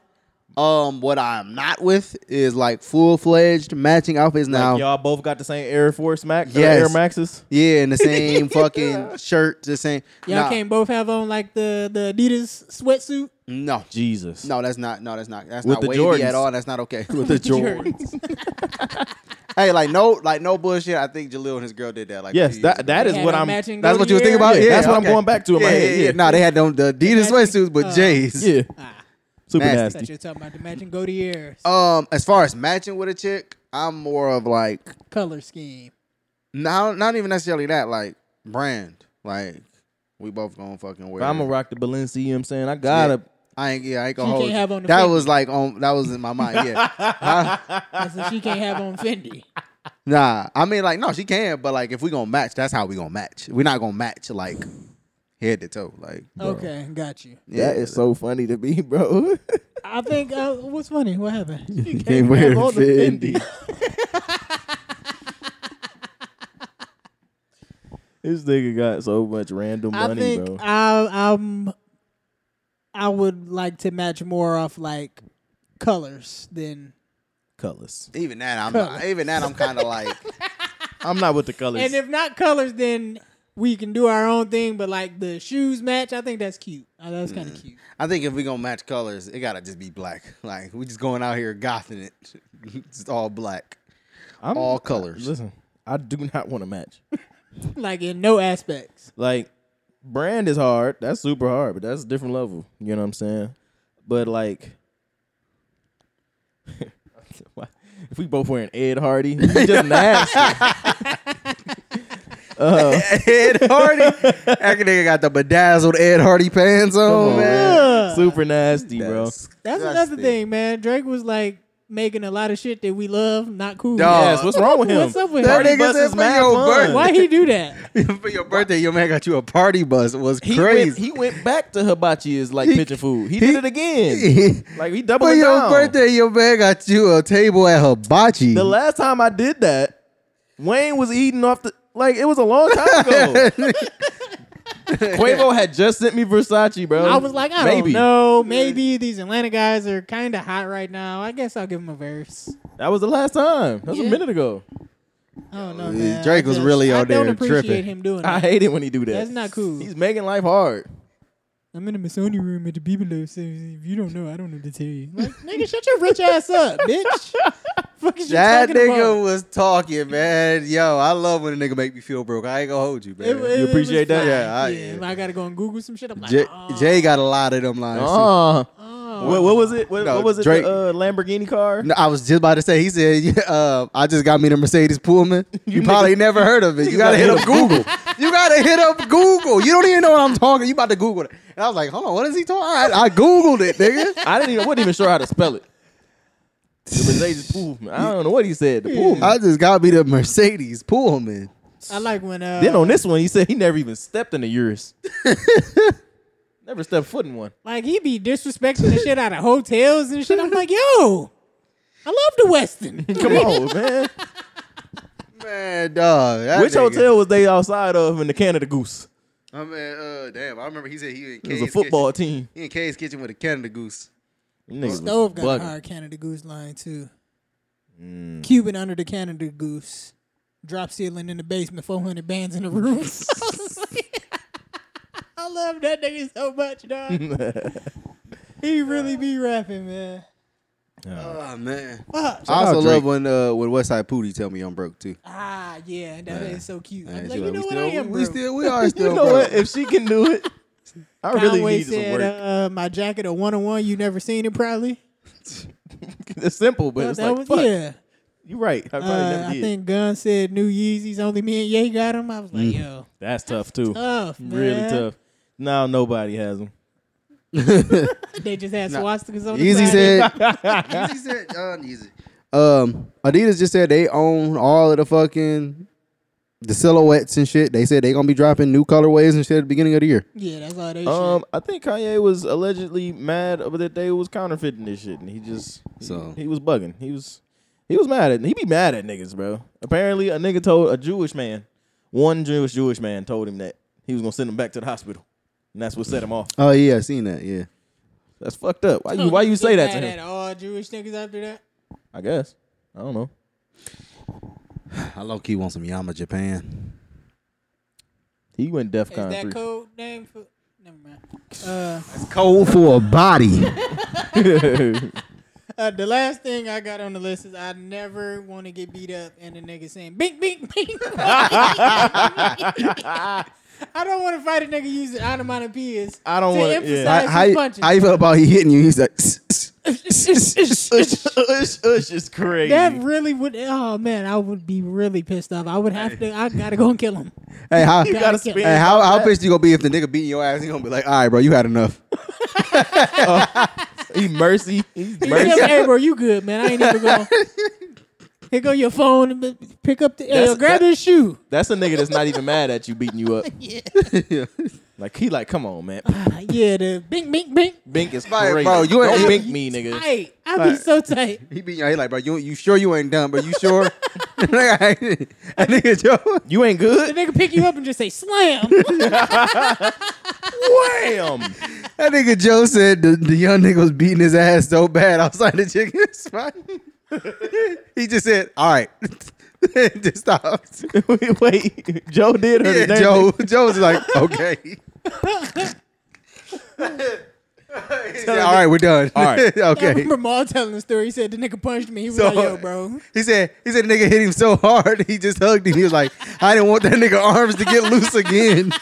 [SPEAKER 3] Um, what I'm not with is like full fledged matching outfits now.
[SPEAKER 2] Like, y'all both got the same Air Force Max, uh,
[SPEAKER 3] Yes.
[SPEAKER 2] Air Maxes.
[SPEAKER 3] yeah, and the same fucking shirt, the same.
[SPEAKER 1] Y'all
[SPEAKER 3] nah,
[SPEAKER 1] can't both have on like the the Adidas sweatsuit.
[SPEAKER 3] No,
[SPEAKER 2] Jesus,
[SPEAKER 3] *laughs* no, that's not. No, that's not. That's
[SPEAKER 2] With
[SPEAKER 3] not
[SPEAKER 2] the
[SPEAKER 3] wavy
[SPEAKER 2] Jordans.
[SPEAKER 3] at all. That's not okay.
[SPEAKER 2] *laughs* with the Jordan.
[SPEAKER 3] *laughs* hey, like no, like no bullshit. I think Jalil and his girl did that. Like a
[SPEAKER 2] Yes,
[SPEAKER 3] few years
[SPEAKER 2] that that
[SPEAKER 1] They
[SPEAKER 2] is
[SPEAKER 1] had
[SPEAKER 2] what
[SPEAKER 1] on
[SPEAKER 2] I'm.
[SPEAKER 1] matching
[SPEAKER 3] That's what you was
[SPEAKER 1] Goodyear.
[SPEAKER 3] thinking about?
[SPEAKER 2] Yeah,
[SPEAKER 3] Yeah,
[SPEAKER 2] that's what I'm
[SPEAKER 3] okay.
[SPEAKER 2] going back to in
[SPEAKER 3] ago.
[SPEAKER 2] my
[SPEAKER 3] yeah,
[SPEAKER 2] head.
[SPEAKER 3] yeah.
[SPEAKER 2] Yeah,
[SPEAKER 3] No, they had them the Adidas
[SPEAKER 1] Matching-
[SPEAKER 3] sweatsuits, but
[SPEAKER 1] uh,
[SPEAKER 3] J's.
[SPEAKER 2] yeah.
[SPEAKER 1] Ah,
[SPEAKER 8] Super
[SPEAKER 3] Nasty.
[SPEAKER 8] nasty.
[SPEAKER 1] That you're talking about the matching Gaudier
[SPEAKER 3] Um, as far as matching with a chick, I'm more of like
[SPEAKER 1] color scheme.
[SPEAKER 3] not not even necessarily that like brand. Like we both gonna fucking wear.
[SPEAKER 2] If I'm gonna rock the Balenciaga, you know what I'm saying? I gotta.
[SPEAKER 3] I ain't yeah, I ain't gonna
[SPEAKER 1] You
[SPEAKER 3] hold.
[SPEAKER 1] can't have on the
[SPEAKER 3] that
[SPEAKER 1] finger.
[SPEAKER 3] was like on that was in my mind. Yeah,
[SPEAKER 1] That's what she can't have on
[SPEAKER 3] *laughs*
[SPEAKER 1] Fendi.
[SPEAKER 3] nah. I mean like no, she can, but like if we gonna match, that's how we gonna match. We're not gonna match like head to toe. Like
[SPEAKER 1] Okay, got you.
[SPEAKER 3] yeah,
[SPEAKER 8] That is so funny to me,
[SPEAKER 2] *laughs*
[SPEAKER 8] bro.
[SPEAKER 1] I think uh, what's funny? What happened?
[SPEAKER 8] you can't wear
[SPEAKER 2] all the
[SPEAKER 8] Fendi.
[SPEAKER 2] *laughs* This nigga got so much random
[SPEAKER 1] I
[SPEAKER 2] money,
[SPEAKER 1] think
[SPEAKER 2] bro.
[SPEAKER 1] I, I'm. I would like to match more off like colors than
[SPEAKER 2] colors.
[SPEAKER 3] even that I'm even that
[SPEAKER 1] *laughs*
[SPEAKER 3] I'm kind of like
[SPEAKER 2] I'm not with the colors.
[SPEAKER 1] And if not colors, then we can do our own thing. But like the shoes match, I think that's cute. Uh, that's kind of cute.
[SPEAKER 3] I think if we gonna match colors, it gotta just be black. Like we just going out here gothing it, *laughs* just all black.
[SPEAKER 2] I'm,
[SPEAKER 3] all colors.
[SPEAKER 2] Listen, I do not want to match.
[SPEAKER 1] Like in no aspects.
[SPEAKER 2] Like, brand is hard. That's super hard, but that's a different level. You know what I'm saying? But like, *laughs* why- if we both wearing Ed Hardy, we just
[SPEAKER 3] *laughs*
[SPEAKER 2] nasty.
[SPEAKER 3] Ed Hardy, that nigga got the bedazzled Ed Hardy pants on, man.
[SPEAKER 1] Ugh.
[SPEAKER 2] super nasty, bro.
[SPEAKER 3] That's-
[SPEAKER 1] That's another thing, man. Drake was like making a lot of shit that we love not cool.
[SPEAKER 3] Dog.
[SPEAKER 2] Yes, what's wrong
[SPEAKER 3] *laughs*
[SPEAKER 2] with him?
[SPEAKER 1] What's up with
[SPEAKER 3] That
[SPEAKER 1] him?
[SPEAKER 2] Party
[SPEAKER 3] nigga
[SPEAKER 2] bus
[SPEAKER 3] said
[SPEAKER 2] is
[SPEAKER 3] for
[SPEAKER 2] mad
[SPEAKER 3] your
[SPEAKER 2] fun.
[SPEAKER 3] birthday.
[SPEAKER 1] Why he do that?
[SPEAKER 3] *laughs* for your birthday, your man got you a party bus. It was
[SPEAKER 2] He went,
[SPEAKER 3] crazy.
[SPEAKER 2] he went back to hibachi is like
[SPEAKER 3] He-
[SPEAKER 2] pitching food. He, did it again.
[SPEAKER 3] *laughs*
[SPEAKER 2] Like he doubled
[SPEAKER 3] for
[SPEAKER 2] it
[SPEAKER 3] your
[SPEAKER 2] down.
[SPEAKER 3] birthday, your man got you a table at hibachi.
[SPEAKER 2] The last time I did that, Wayne was eating off the like it was a long time ago. *laughs* Quavo had just sent me Versace, bro.
[SPEAKER 1] I was like, I
[SPEAKER 2] maybe.
[SPEAKER 1] don't know. Maybe these Atlanta guys are kind of hot right now. I guess I'll give them a verse.
[SPEAKER 2] That was the last time. That was
[SPEAKER 1] Yeah.
[SPEAKER 2] a minute ago.
[SPEAKER 1] I don't know.
[SPEAKER 3] Yeah,
[SPEAKER 1] Man.
[SPEAKER 3] Drake
[SPEAKER 1] I
[SPEAKER 3] was
[SPEAKER 1] just-
[SPEAKER 3] really
[SPEAKER 1] I
[SPEAKER 3] out there
[SPEAKER 1] don't appreciate
[SPEAKER 3] tripping.
[SPEAKER 1] him doing
[SPEAKER 2] I
[SPEAKER 3] *laughs*
[SPEAKER 1] that.
[SPEAKER 2] hate it when he do that.
[SPEAKER 1] That's not cool.
[SPEAKER 2] He's making life hard.
[SPEAKER 1] I'm in the Missoni room at the Bibelo, so if you don't know, I don't know to tell you. Like, nigga, shut your rich ass up,
[SPEAKER 3] *laughs*
[SPEAKER 1] bitch. Fuck is you
[SPEAKER 3] that
[SPEAKER 1] talking
[SPEAKER 3] nigga
[SPEAKER 1] about?
[SPEAKER 3] was talking, man. Yo, I love when a nigga make me feel broke. I ain't gonna hold you, man.
[SPEAKER 1] was
[SPEAKER 2] appreciate that?
[SPEAKER 1] fine.
[SPEAKER 3] Yeah, I-
[SPEAKER 1] yeah. if I gotta go and Google some shit. I'm like,
[SPEAKER 3] J-
[SPEAKER 1] oh,
[SPEAKER 3] Jay got a lot of them lines. too.
[SPEAKER 2] Uh, what, what was it? What,
[SPEAKER 3] No,
[SPEAKER 2] what was it?
[SPEAKER 3] Drake-
[SPEAKER 2] The, uh, Lamborghini car?
[SPEAKER 3] *laughs* No, I was just about to say. He said, *laughs* yeah, uh, "I just got me the Mercedes Pullman." *laughs* You, probably never heard of it. *laughs* You gotta hit up Google. you gotta hit up Google. You don't even know what I'm talking. You about to Google it? And I was like, "Hold on, what is he talking?" All right, I googled it, *laughs* nigga.
[SPEAKER 2] I didn't even wasn't even sure how to spell it. The Mercedes pool. I don't know what he said. The pool.
[SPEAKER 3] I just got me the Mercedes Pullman.
[SPEAKER 1] I like when uh,
[SPEAKER 2] Then on this one, he said he never even stepped in a *laughs* Urus. never stepped foot in one.
[SPEAKER 1] like he be disrespecting the shit out of hotels and shit. I'm like, yo, I love the Westin.
[SPEAKER 2] Come on, man.
[SPEAKER 3] Man, dog. that
[SPEAKER 2] Which
[SPEAKER 3] nigga-
[SPEAKER 2] hotel was they outside of in the Canada Goose?
[SPEAKER 3] I mean, uh, damn. I remember he said he in
[SPEAKER 2] It was
[SPEAKER 3] Kay's
[SPEAKER 2] a football team.
[SPEAKER 3] Kitchen. He in Kay's kitchen with a Canada Goose.
[SPEAKER 2] Them niggas was
[SPEAKER 1] Stove got
[SPEAKER 2] bugging.
[SPEAKER 1] a hard Canada Goose line too. Cuban under the Canada Goose. Drop ceiling in the basement, 400 bands in the room. *laughs* I love that nigga so much, dog. he really be rapping, man.
[SPEAKER 3] Oh man.
[SPEAKER 1] Fuck.
[SPEAKER 3] I also
[SPEAKER 2] out
[SPEAKER 3] love
[SPEAKER 2] Drake.
[SPEAKER 3] when uh when Westside Pootie tell me I'm broke too.
[SPEAKER 1] Ah, yeah, that is so cute.
[SPEAKER 3] Man,
[SPEAKER 1] I'm
[SPEAKER 3] she
[SPEAKER 1] like, you know
[SPEAKER 3] we
[SPEAKER 1] what? I
[SPEAKER 3] still,
[SPEAKER 1] am, bro.
[SPEAKER 3] we still we *laughs* are
[SPEAKER 2] *laughs*
[SPEAKER 3] still
[SPEAKER 2] You know
[SPEAKER 3] broke.
[SPEAKER 2] what? If she can do it, I really
[SPEAKER 1] Conway
[SPEAKER 2] need some
[SPEAKER 1] said,
[SPEAKER 2] work.
[SPEAKER 1] uh, my jacket a 101, you never seen it probably.
[SPEAKER 2] *laughs* it's simple, but
[SPEAKER 1] Well,
[SPEAKER 2] it's
[SPEAKER 1] uh, that
[SPEAKER 2] like,
[SPEAKER 1] was-
[SPEAKER 2] fuck.
[SPEAKER 1] yeah.
[SPEAKER 2] You're right. I probably
[SPEAKER 1] Uh,
[SPEAKER 2] never
[SPEAKER 1] I
[SPEAKER 2] did.
[SPEAKER 1] think Gunn said New Yeezys, only me and Ye got them. I was like, yo,
[SPEAKER 2] That's tough too.
[SPEAKER 1] tough, man.
[SPEAKER 2] Mm. Really tough. Now nobody has them.
[SPEAKER 1] They just had swastikas on the
[SPEAKER 3] Easy
[SPEAKER 1] side.
[SPEAKER 3] said. *laughs* Easy said. John Easy. Um, Adidas just said they own all of the fucking the silhouettes and shit. They said they gonna be dropping new colorways and shit at the beginning of the year.
[SPEAKER 1] *laughs* Yeah, that's all they
[SPEAKER 2] Um, I think Kanye was allegedly mad over that they was counterfeiting this shit, and he just he-
[SPEAKER 3] So.
[SPEAKER 2] he, was bugging. He was he was mad at he be mad at niggas, bro. Apparently, a nigga told a Jewish man, one Jewish Jewish man told him that he was gonna send him back to the hospital, and that's what set him off.
[SPEAKER 3] Oh yeah, I seen that. Yeah.
[SPEAKER 2] That's fucked up. Why you why you say that to him?
[SPEAKER 1] all Jewish niggas after that.
[SPEAKER 2] I guess I don't know.
[SPEAKER 3] I low key want some Yama Japan.
[SPEAKER 2] He went
[SPEAKER 1] Is
[SPEAKER 2] DefCon
[SPEAKER 1] that
[SPEAKER 2] three.
[SPEAKER 1] code name for? Never mind. Uh,
[SPEAKER 3] Cold for a *laughs* body.
[SPEAKER 1] uh, the last thing I got on the list is I never want to get beat up, and the nigga saying "bing, bing, bing." *laughs* I don't want to fight a nigga using onomatopoeias.
[SPEAKER 2] I don't
[SPEAKER 1] to
[SPEAKER 2] wanna- yeah.
[SPEAKER 1] emphasize
[SPEAKER 3] how,
[SPEAKER 1] his
[SPEAKER 3] how, you-
[SPEAKER 1] punches.
[SPEAKER 3] how you feel about he hitting you? He's like, "Tss,
[SPEAKER 2] *laughs* Ush, ush is crazy.
[SPEAKER 1] *laughs* That really would. Oh man, I would be really pissed off. I would have to. I gotta go and kill
[SPEAKER 2] *laughs*
[SPEAKER 1] him.
[SPEAKER 3] Hey, *laughs* how
[SPEAKER 1] You gotta spin
[SPEAKER 3] hey, how how pissed you gonna be if the nigga beating your ass? He gonna be like, all right, bro, you had enough. *laughs*
[SPEAKER 2] he
[SPEAKER 1] *laughs*
[SPEAKER 2] mercy. He's
[SPEAKER 1] You tell him, hey, bro, you good, man? I ain't
[SPEAKER 2] *laughs*
[SPEAKER 1] even going. Here go your phone. and b- Pick up the. Hey,
[SPEAKER 2] That's-
[SPEAKER 1] yo, grab
[SPEAKER 2] that-
[SPEAKER 1] his shoe.
[SPEAKER 2] That's a nigga that's not even mad at you beating
[SPEAKER 1] *laughs*
[SPEAKER 2] you up.
[SPEAKER 1] Yeah,
[SPEAKER 2] Like he like, come on, man.
[SPEAKER 1] Ah, yeah. The bing, bing, bing.
[SPEAKER 2] Bink is
[SPEAKER 3] Right,
[SPEAKER 2] crazy.
[SPEAKER 3] bro, you ain't-
[SPEAKER 2] Don't
[SPEAKER 3] you-
[SPEAKER 2] bink me, nigga.
[SPEAKER 1] Hey, I'd be so tight.
[SPEAKER 3] He beat your. He like, bro, you you sure you ain't done? But you sure? *laughs* that nigga Joe.
[SPEAKER 2] you ain't
[SPEAKER 1] The
[SPEAKER 2] good.
[SPEAKER 3] *laughs*
[SPEAKER 1] nigga pick you up and just say slam.
[SPEAKER 2] Wham!
[SPEAKER 3] That nigga Joe said the, the young nigga was beating his ass so bad outside the chicken *laughs* spot. he just said, all right. *laughs* just stopped.
[SPEAKER 2] *laughs* Wait, Joe did her
[SPEAKER 3] Yeah,
[SPEAKER 2] today.
[SPEAKER 3] Joe, Joe was like,
[SPEAKER 2] *laughs*
[SPEAKER 3] okay. He said, all right, we're done.
[SPEAKER 2] All right.
[SPEAKER 1] I
[SPEAKER 3] *laughs* *laughs* okay.
[SPEAKER 1] remember Maul telling the story. He said the nigga punched me. He was
[SPEAKER 3] So-
[SPEAKER 1] like, yo,
[SPEAKER 3] *laughs*
[SPEAKER 1] bro.
[SPEAKER 3] He said, he said the nigga hit him so hard, he just hugged him. He was like, I didn't want that nigga arms to get loose again. *laughs*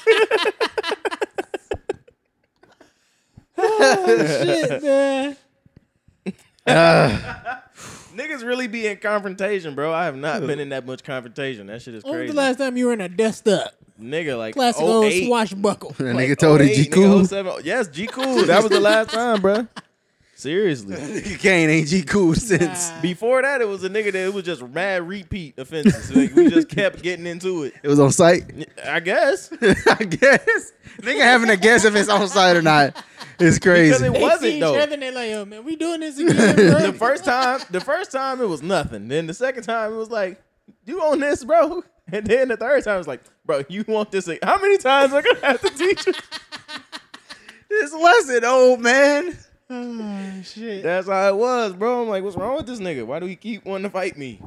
[SPEAKER 1] Shit, man.
[SPEAKER 2] Niggas really be in confrontation, bro. I have not been in that much confrontation. That shit is
[SPEAKER 1] When was
[SPEAKER 2] crazy.
[SPEAKER 1] the last time you were in a dust up?
[SPEAKER 2] nigga, like
[SPEAKER 1] Classic old
[SPEAKER 2] 08,
[SPEAKER 3] *laughs*
[SPEAKER 1] swashbuckle. *laughs*
[SPEAKER 3] That
[SPEAKER 2] like
[SPEAKER 3] nigga told him,
[SPEAKER 2] 08,
[SPEAKER 3] G
[SPEAKER 2] nigga,
[SPEAKER 3] Cool. *laughs*
[SPEAKER 2] 07. Yes, G Cool. That was the last time, bro. Seriously.
[SPEAKER 3] You can't ain't G Cool since.
[SPEAKER 2] Before that, it was a nigga that it was just mad repeat offenses. Like, we just kept getting into it.
[SPEAKER 3] It was on site.
[SPEAKER 2] I guess.
[SPEAKER 3] *laughs* I guess. Nigga having a guess if it's on site or not
[SPEAKER 2] Because
[SPEAKER 3] is crazy.
[SPEAKER 2] it
[SPEAKER 1] They see
[SPEAKER 2] wasn't
[SPEAKER 1] each
[SPEAKER 2] though.
[SPEAKER 1] other and they're like, yo, man, we doing this
[SPEAKER 3] *laughs*
[SPEAKER 1] again, bro.
[SPEAKER 2] the first time, the first time it was nothing. Then the second time it was like, you on this, bro? *laughs* And then the third time it was like, bro, you want this? Like, how many times I gonna have to teach you? *laughs*
[SPEAKER 3] This lesson, old man.
[SPEAKER 1] Oh, shit.
[SPEAKER 2] That's how it was, bro. I'm like, what's wrong with this nigga? Why do he keep wanting to fight me?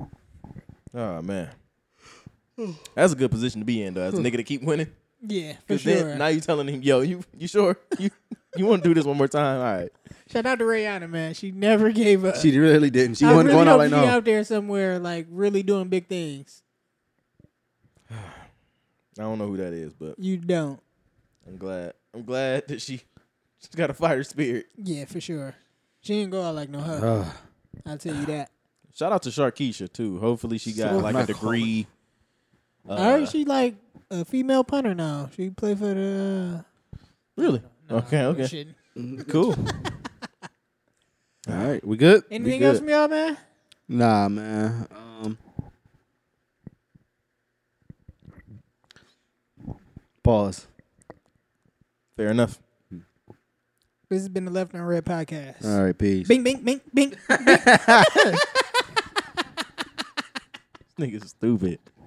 [SPEAKER 2] Oh man, that's a good position to be in, though. As a nigga to keep
[SPEAKER 1] *laughs*
[SPEAKER 2] winning,
[SPEAKER 1] Yeah, for
[SPEAKER 2] 'Cause
[SPEAKER 1] sure.
[SPEAKER 2] then now you telling him, yo, you you sure *laughs* you you want to do this one more time? All right,
[SPEAKER 1] Shout out to Rihanna, man. She never gave up.
[SPEAKER 3] She really didn't. She
[SPEAKER 1] I
[SPEAKER 3] wasn't
[SPEAKER 1] really
[SPEAKER 3] going
[SPEAKER 1] hope
[SPEAKER 3] out like
[SPEAKER 1] she
[SPEAKER 3] no.
[SPEAKER 1] out there somewhere, like really doing big things.
[SPEAKER 2] I don't know who that is, but
[SPEAKER 1] You don't.
[SPEAKER 2] I'm glad. I'm glad that she she's got a fighter spirit.
[SPEAKER 1] Yeah, for sure. She didn't go out like no hoe. I'll
[SPEAKER 2] *sighs*
[SPEAKER 1] tell you that.
[SPEAKER 2] Shout out to Sharkeisha too. Hopefully she got
[SPEAKER 3] Still
[SPEAKER 2] like
[SPEAKER 3] not
[SPEAKER 2] a degree. Uh,
[SPEAKER 1] I heard she like a female punter now. She play for the. uh,
[SPEAKER 2] Really? okay, okay.
[SPEAKER 1] Shit.
[SPEAKER 2] Cool. *laughs*
[SPEAKER 3] All right, we good?
[SPEAKER 1] Anything
[SPEAKER 2] good.
[SPEAKER 1] else from y'all, man?
[SPEAKER 3] Nah, man. Um, pause.
[SPEAKER 2] Fair enough.
[SPEAKER 1] This has been the Left and Red podcast.
[SPEAKER 3] All right, peace.
[SPEAKER 1] Bing, bing, bing, bing.
[SPEAKER 2] This nigga's stupid.